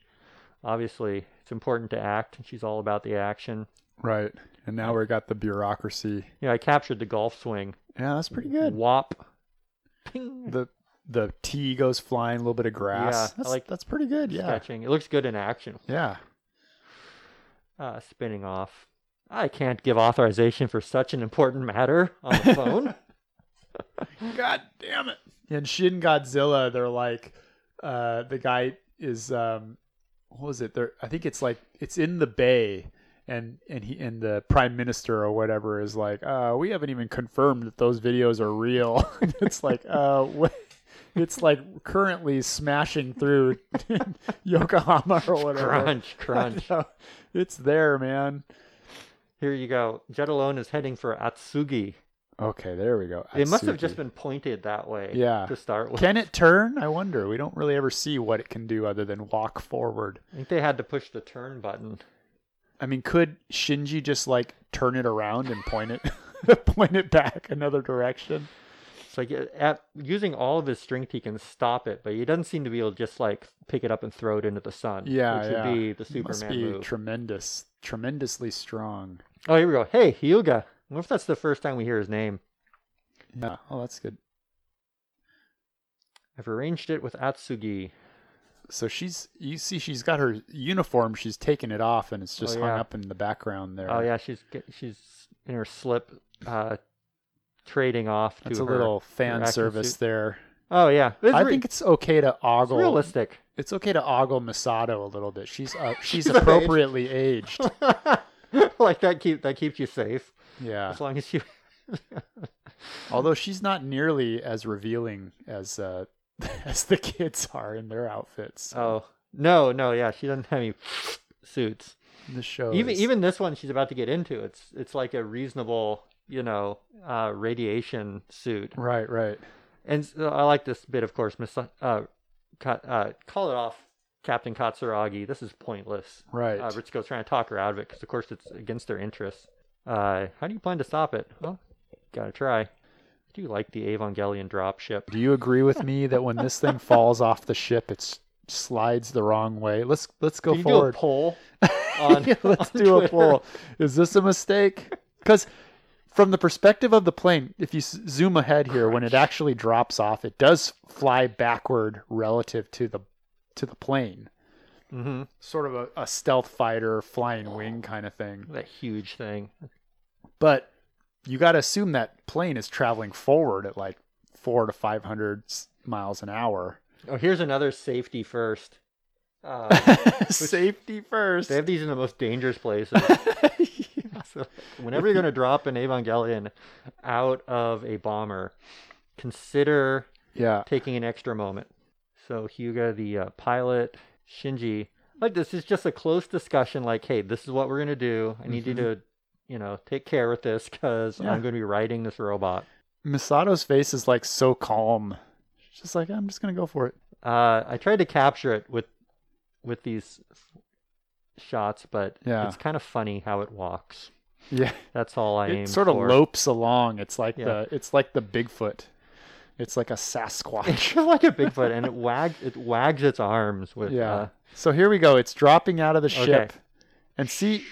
Speaker 1: obviously it's important to act, and she's all about the action.
Speaker 2: Right. And now we got the bureaucracy.
Speaker 1: You know, I captured the golf swing.
Speaker 2: Yeah, that's pretty good.
Speaker 1: Wop. Ping.
Speaker 2: The the tea goes flying, a little bit of grass.
Speaker 1: Yeah, I
Speaker 2: that's,
Speaker 1: like
Speaker 2: that's pretty good. Yeah.
Speaker 1: Sketching. It looks good in action.
Speaker 2: Yeah.
Speaker 1: Uh, spinning off. I can't give authorization for such an important matter on the phone.
Speaker 2: God damn it. In Shin Godzilla, they're like, uh, the guy is, um, what was it? They're, I think it's like, it's in the bay. And, and he and the prime minister or whatever is like, uh, we haven't even confirmed that those videos are real. And it's like, uh, what? It's like currently smashing through Yokohama or whatever.
Speaker 1: crunch, crunch.
Speaker 2: So, it's there, man.
Speaker 1: Here you go. Jet alone is heading for Atsugi.
Speaker 2: Okay, there we go.
Speaker 1: It must have just
Speaker 2: Atsugi.
Speaker 1: been pointed that way.
Speaker 2: Yeah.
Speaker 1: To start with,
Speaker 2: Can it turn? I wonder. We don't really ever see what it can do other than walk forward.
Speaker 1: I think they had to push the turn button.
Speaker 2: I mean, could Shinji just like turn it around and point it, point it back another direction?
Speaker 1: It's like uh, at, using all of his strength, he can stop it, but he doesn't seem to be able to just like pick it up and throw it into the sun.
Speaker 2: Yeah,
Speaker 1: which would
Speaker 2: yeah.
Speaker 1: be the
Speaker 2: Must
Speaker 1: Superman
Speaker 2: be
Speaker 1: move.
Speaker 2: tremendous, tremendously strong.
Speaker 1: oh, here we go. Hey, Hyuga. I wonder if that's the first time we hear his name.
Speaker 2: Yeah. Oh, that's good.
Speaker 1: I've arranged it with Atsugi.
Speaker 2: So she's, you see, she's got her uniform. She's taken it off, and it's just
Speaker 1: Oh,
Speaker 2: hung
Speaker 1: yeah.
Speaker 2: up in the background there.
Speaker 1: Oh yeah, she's get- she's in her slip, uh, trading off
Speaker 2: That's
Speaker 1: to
Speaker 2: a
Speaker 1: her-
Speaker 2: little
Speaker 1: her
Speaker 2: fan
Speaker 1: acting
Speaker 2: service
Speaker 1: suit.
Speaker 2: there.
Speaker 1: Oh yeah, It's
Speaker 2: I
Speaker 1: re-
Speaker 2: think it's okay to
Speaker 1: it's
Speaker 2: ogle.
Speaker 1: realistic.
Speaker 2: It's okay to ogle Masato a little bit. She's uh, she's,
Speaker 1: She's of age.
Speaker 2: appropriately aged.
Speaker 1: like that keep that keeps you safe
Speaker 2: Yeah.
Speaker 1: as long as you
Speaker 2: Although she's not nearly as revealing as uh, as the kids are in their outfits.
Speaker 1: Oh no, no, yeah, she doesn't have any suits.
Speaker 2: the show
Speaker 1: even
Speaker 2: is-
Speaker 1: even this one she's about to get into. It's it's like a reasonable, you know, uh, radiation suit.
Speaker 2: right, right.
Speaker 1: And so I like this bit, of course. Miss, uh, Ka- uh, call it off, Captain Katsuragi. This is pointless.
Speaker 2: Right.
Speaker 1: Uh, Ritsuko's trying to talk her out of it because, of course, it's against their interests. Uh, how do you plan to stop it? Well, gotta try. I do like the Evangelion dropship.
Speaker 2: Do you agree with me that when this thing falls off the ship it slides the wrong way? Let's let's go
Speaker 1: Can you do a
Speaker 2: forward.
Speaker 1: poll? On,
Speaker 2: let's
Speaker 1: on
Speaker 2: do a
Speaker 1: Twitter?
Speaker 2: poll. Is this a mistake? Cuz from the perspective of the plane, if you s- zoom ahead here when it actually drops off, it does fly backward relative to the to the plane.
Speaker 1: Mhm.
Speaker 2: Sort of a, a stealth fighter flying wing kind of thing.
Speaker 1: That huge thing.
Speaker 2: but you got to assume that plane is traveling forward at like four to five hundred s- miles an hour.
Speaker 1: Oh, here's another safety first. Uh,
Speaker 2: Safety first.
Speaker 1: they have these in the most dangerous places. So whenever you're going to drop an Evangelion out of a bomber, consider
Speaker 2: Yeah,
Speaker 1: taking an extra moment. So Hyuga, the uh, pilot, Shinji, like this is just a close discussion. Like, hey, this is what we're going to do. I need you to, you know, take care with this because
Speaker 2: Mm-hmm. Yeah.
Speaker 1: I'm going to be riding this robot.
Speaker 2: Misato's face is like so calm. She's just like, I'm just gonna go for it.
Speaker 1: Uh, I tried to capture it with with these shots, but
Speaker 2: Yeah.
Speaker 1: it's kind of funny how it walks.
Speaker 2: Yeah,
Speaker 1: That's all I aim
Speaker 2: it sort of
Speaker 1: for.
Speaker 2: lopes along. It's like
Speaker 1: Yeah.
Speaker 2: the it's like the Bigfoot. It's like a Sasquatch.
Speaker 1: It's like a Bigfoot, and it wags it wags its arms with.
Speaker 2: Yeah.
Speaker 1: uh,
Speaker 2: so here we go. It's dropping out of the
Speaker 1: Okay.
Speaker 2: ship, and see,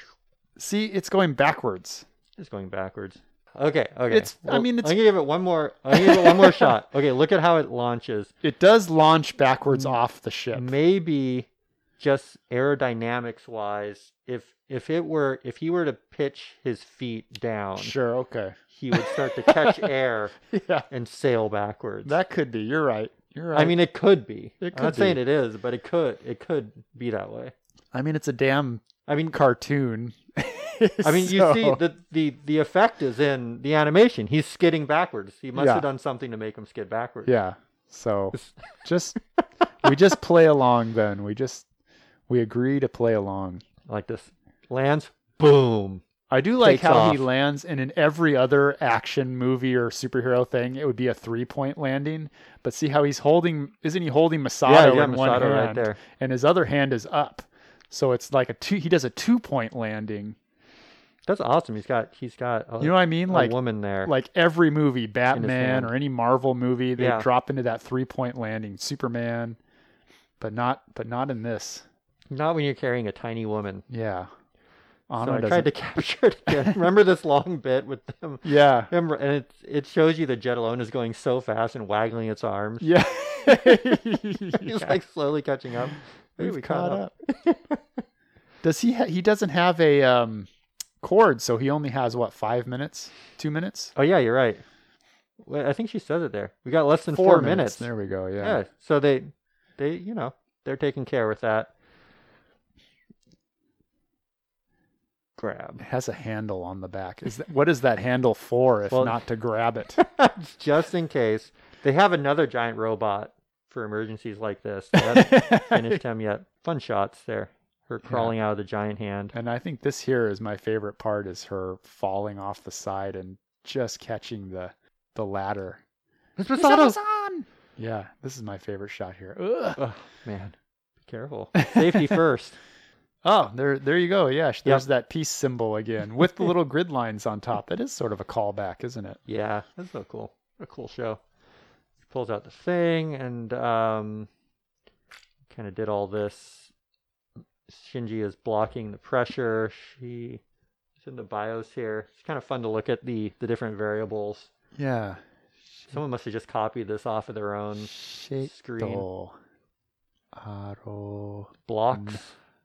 Speaker 2: see, it's going backwards.
Speaker 1: It's going backwards. Okay, okay.
Speaker 2: It's- I mean, it's-
Speaker 1: I'm gonna give it one more. I'm gonna give it one more shot. Okay, look at how it launches.
Speaker 2: It does launch
Speaker 1: Mm.
Speaker 2: backwards off the ship.
Speaker 1: Maybe just aerodynamics wise, if if it were if he were to pitch his feet down,
Speaker 2: Sure, okay.
Speaker 1: he would start to catch air
Speaker 2: Yeah.
Speaker 1: and sail backwards.
Speaker 2: That could be. You're right. You're right.
Speaker 1: I mean, it could be.
Speaker 2: It
Speaker 1: I'm not
Speaker 2: could
Speaker 1: saying
Speaker 2: be.
Speaker 1: it is, but it could. It could be that way.
Speaker 2: I mean it's a damn
Speaker 1: I mean,
Speaker 2: cartoon.
Speaker 1: I mean, you see the, the the effect is in the animation. He's skidding backwards. He must
Speaker 2: Yeah.
Speaker 1: have done something to make him skid backwards.
Speaker 2: Yeah. So just we just play along then. We just we agree to play along.
Speaker 1: Like this lands, boom.
Speaker 2: I do like
Speaker 1: Takes
Speaker 2: how he
Speaker 1: off.
Speaker 2: lands and in every other action movie or superhero thing it would be a three point landing. But see how he's holding isn't he holding Masato
Speaker 1: yeah,
Speaker 2: in
Speaker 1: Masato
Speaker 2: one hand
Speaker 1: right there.
Speaker 2: and his other hand is up. So it's like a two he does a two point landing.
Speaker 1: That's awesome. He's got he's got a,
Speaker 2: You know what I mean?
Speaker 1: a
Speaker 2: Like
Speaker 1: woman there.
Speaker 2: like every movie, Batman
Speaker 1: hand.
Speaker 2: or any Marvel movie, they
Speaker 1: Yeah.
Speaker 2: drop into that three point landing. Superman, but not but not in this.
Speaker 1: Not when you're carrying a tiny woman.
Speaker 2: Yeah,
Speaker 1: So
Speaker 2: Anna
Speaker 1: I
Speaker 2: doesn't-
Speaker 1: tried to capture it again. Remember this long bit with them.
Speaker 2: Yeah,
Speaker 1: Remember, and it it shows you the jet alone is going so fast and waggling its arms.
Speaker 2: yeah.
Speaker 1: He's like slowly catching up. Maybe
Speaker 2: We've Does he? Ha- he doesn't have a um cord, so he only has what five minutes, two minutes,
Speaker 1: Oh yeah, you're right. Well, I think she says it there. We got less than four, minutes.
Speaker 2: There we go.
Speaker 1: yeah.
Speaker 2: Yeah.
Speaker 1: So they, they, you know, they're taking care with that. Grab.
Speaker 2: It has a handle on the back. Is that, what is that handle for? If
Speaker 1: Well-
Speaker 2: not to grab it.
Speaker 1: Just in case they have another giant robot for emergencies like this. They haven't finished him yet. Fun shots there. Her crawling out of the giant hand.
Speaker 2: And I think this here is my favorite part is her falling off the side and just catching the the ladder.
Speaker 1: It's Masato.
Speaker 2: Yeah, this is my favorite shot here. Ugh.
Speaker 1: Oh, man, be careful. Safety first.
Speaker 2: Oh, there there you go. Yeah, sh- there's that peace symbol again with the little grid lines on top. That is sort of a callback, isn't it?
Speaker 1: Yeah, that's so cool. A cool show. He pulls out the thing and um, kind of did all this. Shinji is blocking the pressure. She is in the bios here. It's kind of fun to look at the the different variables.
Speaker 2: Yeah.
Speaker 1: Someone must have just copied this off of their own
Speaker 2: Shato. Aro.
Speaker 1: blocks,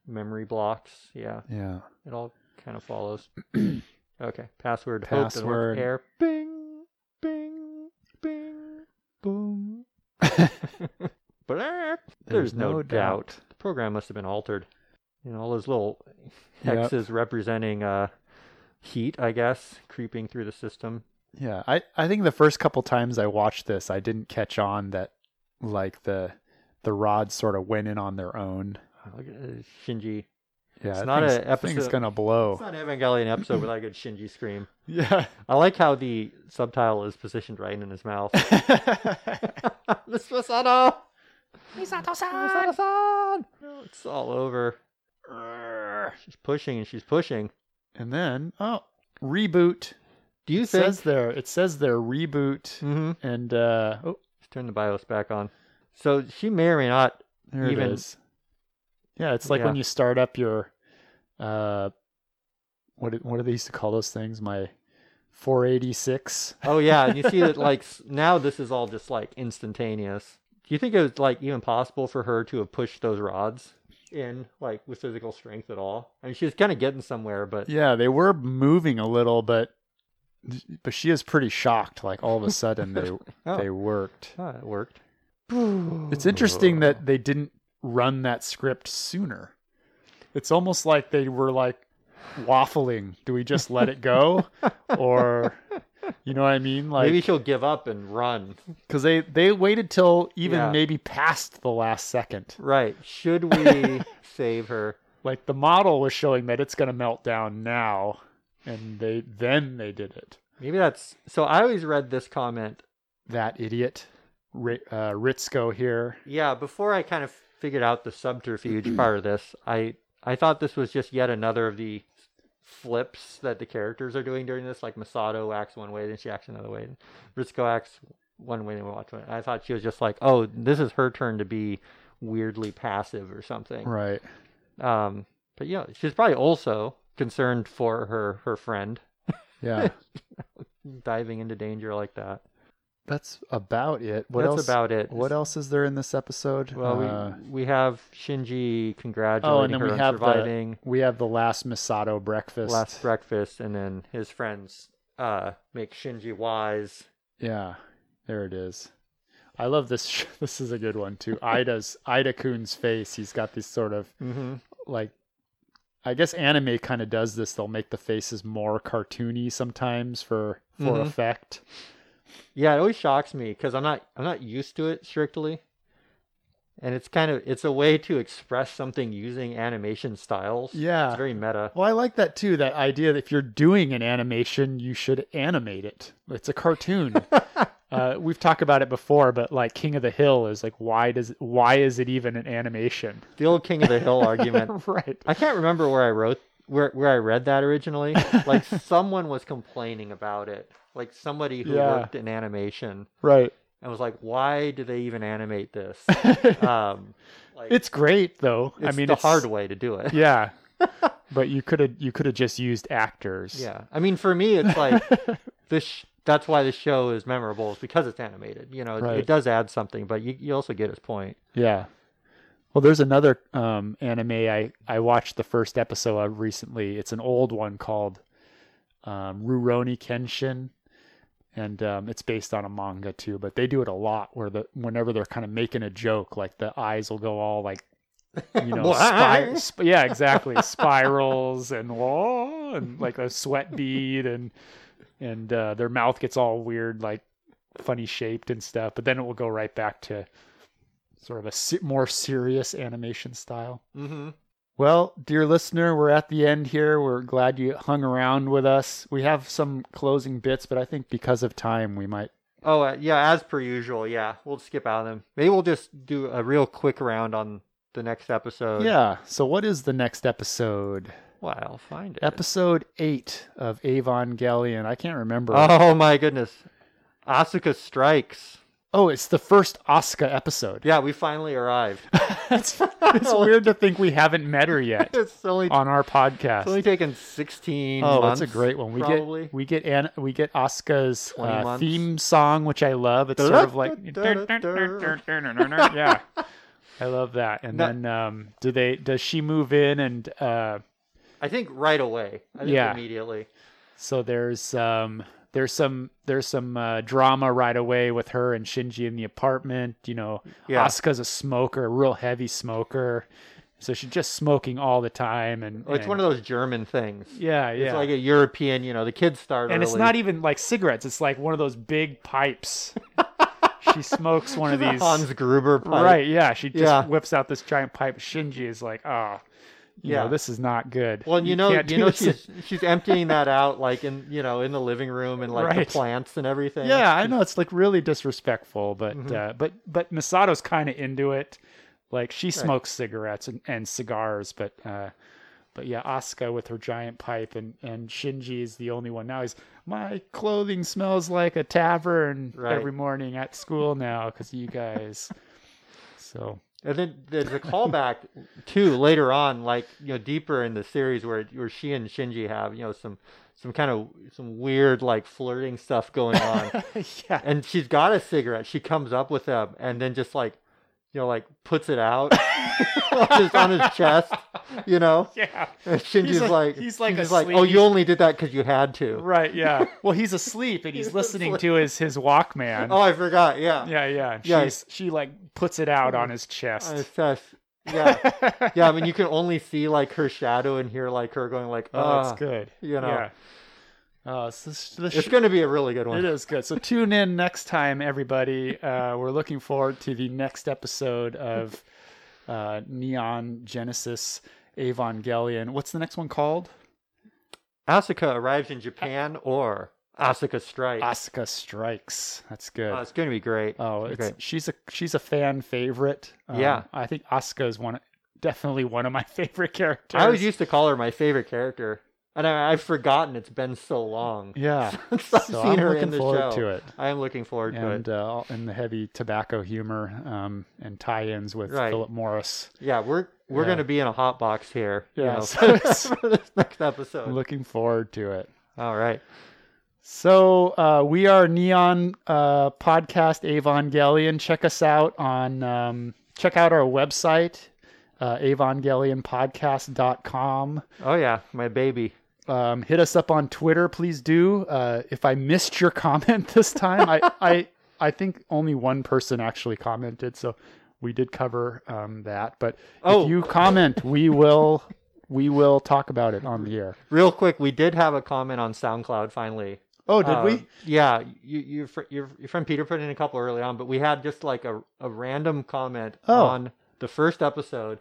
Speaker 1: memory blocks. Yeah,
Speaker 2: Yeah.
Speaker 1: it all kind of follows. okay, password.
Speaker 2: Password.
Speaker 1: Hope, air. Bing, bing, bing, boom. But eh, there's, no, doubt. the program must have been altered. You know, all those little
Speaker 2: Yep.
Speaker 1: hexes representing uh, heat, I guess, creeping through the system.
Speaker 2: Yeah, I, I think the first couple times I watched this, I didn't catch on that like the the rods sort of went in on their own.
Speaker 1: Oh, Look at uh, Shinji.
Speaker 2: Yeah,
Speaker 1: It's
Speaker 2: that
Speaker 1: not a
Speaker 2: thing's- that Thing's
Speaker 1: episode-
Speaker 2: gonna
Speaker 1: It's
Speaker 2: blow.
Speaker 1: not Evangelion episode without a good Shinji scream.
Speaker 2: Yeah,
Speaker 1: I like how the subtitle is positioned right in his mouth. Miss Masato! Misato-san! No, It's all over. She's pushing and she's pushing.
Speaker 2: and then oh, reboot.
Speaker 1: Do you
Speaker 2: It
Speaker 1: think...
Speaker 2: says there. It says there reboot
Speaker 1: Mm-hmm.
Speaker 2: and uh, oh,
Speaker 1: Let's turn the BIOS back on. So she may or may not
Speaker 2: there
Speaker 1: Even-
Speaker 2: it is. Yeah, it's like
Speaker 1: Yeah.
Speaker 2: when you start up your uh, what do- what do they used to call those things? My 486.
Speaker 1: Oh yeah, and you see that like s- now this is all just like instantaneous. Do you think it was like even possible for her to have pushed those rods in like with physical strength at all? I mean, she was kind of getting somewhere, but
Speaker 2: Yeah, they were moving a little, but but she is pretty shocked. Like all of a sudden they they worked.
Speaker 1: Ah, Oh. it worked.
Speaker 2: It's interesting that they didn't run that script sooner. It's almost like they were like waffling. Do we just let it go, or you know what I mean?
Speaker 1: Maybe
Speaker 2: Like
Speaker 1: she'll give up and run.
Speaker 2: because they they waited till even
Speaker 1: Yeah.
Speaker 2: maybe past the last second.
Speaker 1: Right? Should we save her?
Speaker 2: Like the model was showing that it's going to melt down now, and they then they did it.
Speaker 1: Maybe that's so. I always read this comment.
Speaker 2: that idiot Ri- uh, Ritzko here.
Speaker 1: Yeah, before I kind of figured out the subterfuge part of this, I I thought this was just yet another of the flips that the characters are doing during this. Like Masato acts one way, then she acts another way. Ritsuko acts one way, then we watch one. I thought she was just like, oh, this is her turn to be weirdly passive or something.
Speaker 2: Right.
Speaker 1: Um, but yeah, she's probably also concerned for her her friend.
Speaker 2: Yeah.
Speaker 1: diving into danger like that.
Speaker 2: That's about it. What
Speaker 1: That's
Speaker 2: else?
Speaker 1: about it.
Speaker 2: What else is there in this episode?
Speaker 1: Well,
Speaker 2: Uh,
Speaker 1: we we have Shinji congratulating
Speaker 2: oh, and then
Speaker 1: her
Speaker 2: we
Speaker 1: on
Speaker 2: have
Speaker 1: surviving
Speaker 2: the we have the last Misato breakfast.
Speaker 1: last breakfast, and then his friends uh, make Shinji wise.
Speaker 2: yeah, there it is. I love this. sh- This is a good one too. Ida's Ida Kun's face. He's got these sort of
Speaker 1: Mm-hmm.
Speaker 2: like I guess anime kind of does this. They'll make the faces more cartoony sometimes for for
Speaker 1: Mhm.
Speaker 2: effect.
Speaker 1: Yeah, it always shocks me because I'm not I'm not used to it strictly, and it's kind of it's a way to express something using animation styles.
Speaker 2: Yeah.
Speaker 1: it's very meta.
Speaker 2: Well, I like that too. That idea that if you're doing an animation, you should animate it. It's a cartoon. uh, we've talked about it before, but like King of the Hill is like, why does why is it even an animation?
Speaker 1: The old King of the Hill argument.
Speaker 2: right.
Speaker 1: I can't remember where I wrote where where I read that originally. Like someone was complaining about it. Like somebody who
Speaker 2: Yeah.
Speaker 1: worked in animation
Speaker 2: Right.
Speaker 1: and was like, "Why do they even animate this?" Um, like,
Speaker 2: It's great though.
Speaker 1: it's
Speaker 2: I mean,
Speaker 1: the
Speaker 2: it's
Speaker 1: hard way to do it.
Speaker 2: Yeah. but you could have you could have just used actors.
Speaker 1: Yeah, I mean, for me, it's like this. Sh- that's why the show is memorable, is because it's animated. You know, it,
Speaker 2: Right.
Speaker 1: it does add something, but you, you also get his point.
Speaker 2: Yeah. Well, there's another um, anime I, I watched the first episode of recently. It's an old one called um, Rurouni Kenshin, and um, it's based on a manga too. But they do it a lot where the whenever they're kind of making a joke, like the eyes will go all like, you know, spi- sp- yeah, exactly, spirals and whoa, and like a sweat bead, and and uh, their mouth gets all weird, like funny shaped and stuff. But then it will go right back to sort of a se- more serious animation style.
Speaker 1: Mm-hmm.
Speaker 2: Well, dear listener, we're at the end here. We're glad you hung around with us. We have some closing bits, but I think because of time, we might.
Speaker 1: Oh uh, yeah, as per usual. Yeah, we'll skip out of them. Maybe we'll just do a real quick round on the next episode.
Speaker 2: Yeah. So, what is the next episode?
Speaker 1: well, I'll find it.
Speaker 2: Episode eight of Avon Galleon. I can't remember.
Speaker 1: Oh my goodness, Asuka strikes.
Speaker 2: oh, it's the first Asuka episode.
Speaker 1: Yeah, we finally arrived.
Speaker 2: That's it's weird to think we haven't met her yet
Speaker 1: it's only it's
Speaker 2: on our podcast.
Speaker 1: only taken sixteen.
Speaker 2: Oh,
Speaker 1: months,
Speaker 2: that's a great one. We
Speaker 1: probably.
Speaker 2: get we get Anna, we get Asuka's
Speaker 1: 20
Speaker 2: uh,
Speaker 1: months.
Speaker 2: theme song, which I love. It's sort of like yeah, I love that. And
Speaker 1: No.
Speaker 2: then um, do they does she move in and uh,
Speaker 1: I think right away. I think
Speaker 2: Yeah.
Speaker 1: immediately.
Speaker 2: so there's um, there's some there's some uh, drama right away with her and Shinji in the apartment. You know,
Speaker 1: Yeah.
Speaker 2: Asuka's a smoker, a real heavy smoker, so she's just smoking all the time. And
Speaker 1: Oh, it's one of those German things.
Speaker 2: yeah yeah
Speaker 1: It's like a European, you know, the kids start
Speaker 2: and
Speaker 1: early.
Speaker 2: it's not even like cigarettes it's like one of those big pipes she smokes one of
Speaker 1: The
Speaker 2: these
Speaker 1: Hans Gruber pipe.
Speaker 2: right yeah she just
Speaker 1: Yeah.
Speaker 2: whips out this giant pipe shinji is like oh you
Speaker 1: Yeah.
Speaker 2: know this is not good
Speaker 1: Well, you, know,
Speaker 2: can't
Speaker 1: you
Speaker 2: do
Speaker 1: know,
Speaker 2: this in-"
Speaker 1: she's she's emptying that out like in you know in the living room and like
Speaker 2: Right.
Speaker 1: the plants and everything.
Speaker 2: yeah i know it's like really disrespectful but uh, but but misato's kind of into it like she smokes cigarettes and, and cigars but uh but yeah, Asuka with her giant pipe and, and Shinji is the only one now. He's my clothing smells like a tavern
Speaker 1: Right.
Speaker 2: every morning at school now because you guys. so
Speaker 1: And then there's a callback too later on, like you know, deeper in the series where where she and Shinji have you know some some kind of some weird like flirting stuff going on.
Speaker 2: yeah,
Speaker 1: and she's got a cigarette. She comes up with them and then just like, you know, like puts it out just on his chest, you know.
Speaker 2: yeah,
Speaker 1: And Shinji's
Speaker 2: He's like-
Speaker 1: like,
Speaker 2: he's like
Speaker 1: Shinji's
Speaker 2: a
Speaker 1: like, oh,
Speaker 2: sleazy-
Speaker 1: you only did that because you had to.
Speaker 2: right, yeah. Well, he's asleep and he's,
Speaker 1: He's
Speaker 2: listening to his his Walkman.
Speaker 1: Oh, I forgot. Yeah,
Speaker 2: Yeah, yeah. and
Speaker 1: Yeah.
Speaker 2: She's she like puts it out
Speaker 1: On
Speaker 2: on his
Speaker 1: his
Speaker 2: chest.
Speaker 1: chest. Yeah, yeah. I mean, you can only see like her shadow and hear like her going like,
Speaker 2: Oh,
Speaker 1: oh,
Speaker 2: that's good.
Speaker 1: you know.
Speaker 2: Yeah. Oh, it's this, this
Speaker 1: It's going to be a really good
Speaker 2: It
Speaker 1: one.
Speaker 2: is good. So tune in next time, everybody. Uh, we're looking forward to the next episode of uh, Neon Genesis Evangelion. What's the next one called?
Speaker 1: Asuka arrives in Japan or Asuka strikes.
Speaker 2: Asuka Strikes. That's good.
Speaker 1: Oh, it's going to be great.
Speaker 2: oh,
Speaker 1: It's
Speaker 2: it's,
Speaker 1: great.
Speaker 2: she's a she's a fan favorite. Um,
Speaker 1: Yeah.
Speaker 2: I think Asuka is one, definitely one of my favorite characters.
Speaker 1: I always used to call her my favorite character, and I, I've forgotten it's been so long.
Speaker 2: yeah.
Speaker 1: since I've
Speaker 2: So
Speaker 1: seen
Speaker 2: I'm
Speaker 1: her
Speaker 2: looking
Speaker 1: in the
Speaker 2: forward
Speaker 1: show.
Speaker 2: to it.
Speaker 1: I am looking forward to
Speaker 2: And
Speaker 1: it.
Speaker 2: uh, all- and the heavy tobacco humor um, and tie-ins with
Speaker 1: Right.
Speaker 2: Philip Morris.
Speaker 1: Yeah, we're we're
Speaker 2: yeah.
Speaker 1: gonna be in a hot box here. you
Speaker 2: Yeah,
Speaker 1: know,
Speaker 2: so it's-
Speaker 1: for this next episode.
Speaker 2: I'm looking forward to it.
Speaker 1: All right.
Speaker 2: So uh, we are Neon uh, Podcast Avon Galleon. Check us out on um, check out our website, uh, avongalleonpodcast.com.
Speaker 1: Oh yeah, my baby.
Speaker 2: Um, hit us up on Twitter, please do. Uh, if I missed your comment this time, I, I I think only one person actually commented, so we did cover um, that. But
Speaker 1: Oh.
Speaker 2: if you comment, we will we will talk about it on the air.
Speaker 1: Real quick, we did have a comment on SoundCloud finally.
Speaker 2: Oh, did
Speaker 1: Uh,
Speaker 2: we?
Speaker 1: Yeah, you, you, fr- your, your friend Peter put in a couple early on, but we had just like a, a random comment
Speaker 2: Oh.
Speaker 1: on the first episode.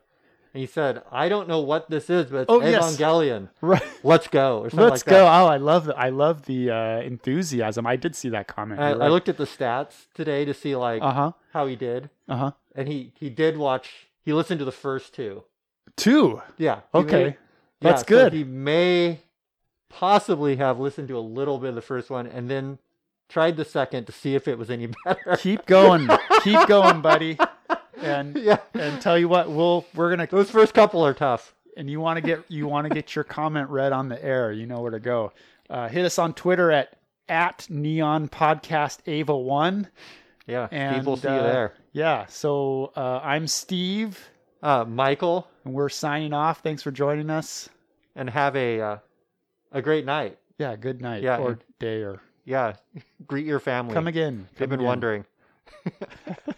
Speaker 1: And he said, I don't know what this is, but it's
Speaker 2: Oh, yes.
Speaker 1: Evangelion.
Speaker 2: Right.
Speaker 1: Let's go. Or something
Speaker 2: Let's
Speaker 1: like
Speaker 2: go!
Speaker 1: That.
Speaker 2: Oh, I love the I love the uh, enthusiasm. I did see that comment.
Speaker 1: I, I looked at the stats today to see like
Speaker 2: Uh huh.
Speaker 1: how he did.
Speaker 2: Uh huh.
Speaker 1: And he, he did watch, he listened to the first two.
Speaker 2: Two.
Speaker 1: Yeah. he
Speaker 2: Okay,
Speaker 1: may-
Speaker 2: that's
Speaker 1: so
Speaker 2: good.
Speaker 1: he may possibly have listened to a little bit of the first one and then tried the second to see if it was any better.
Speaker 2: Keep going. Keep going, buddy. And
Speaker 1: yeah.
Speaker 2: and tell you what, we'll we're gonna
Speaker 1: Those first couple are tough.
Speaker 2: and you want to get you want to get your comment read on the air. You know where to go. Uh, hit us on Twitter at at Neon Podcast Ava One.
Speaker 1: Yeah.
Speaker 2: And
Speaker 1: people see you
Speaker 2: uh,
Speaker 1: there.
Speaker 2: Yeah. So uh, I'm Steve,
Speaker 1: Uh, Michael,
Speaker 2: and we're signing off. Thanks for joining us.
Speaker 1: and have a uh, a great night.
Speaker 2: Yeah. Good night.
Speaker 1: Yeah,
Speaker 2: Or
Speaker 1: and-
Speaker 2: day or
Speaker 1: Yeah. Greet your family.
Speaker 2: come again.
Speaker 1: They've
Speaker 2: Come
Speaker 1: been
Speaker 2: again.
Speaker 1: wondering.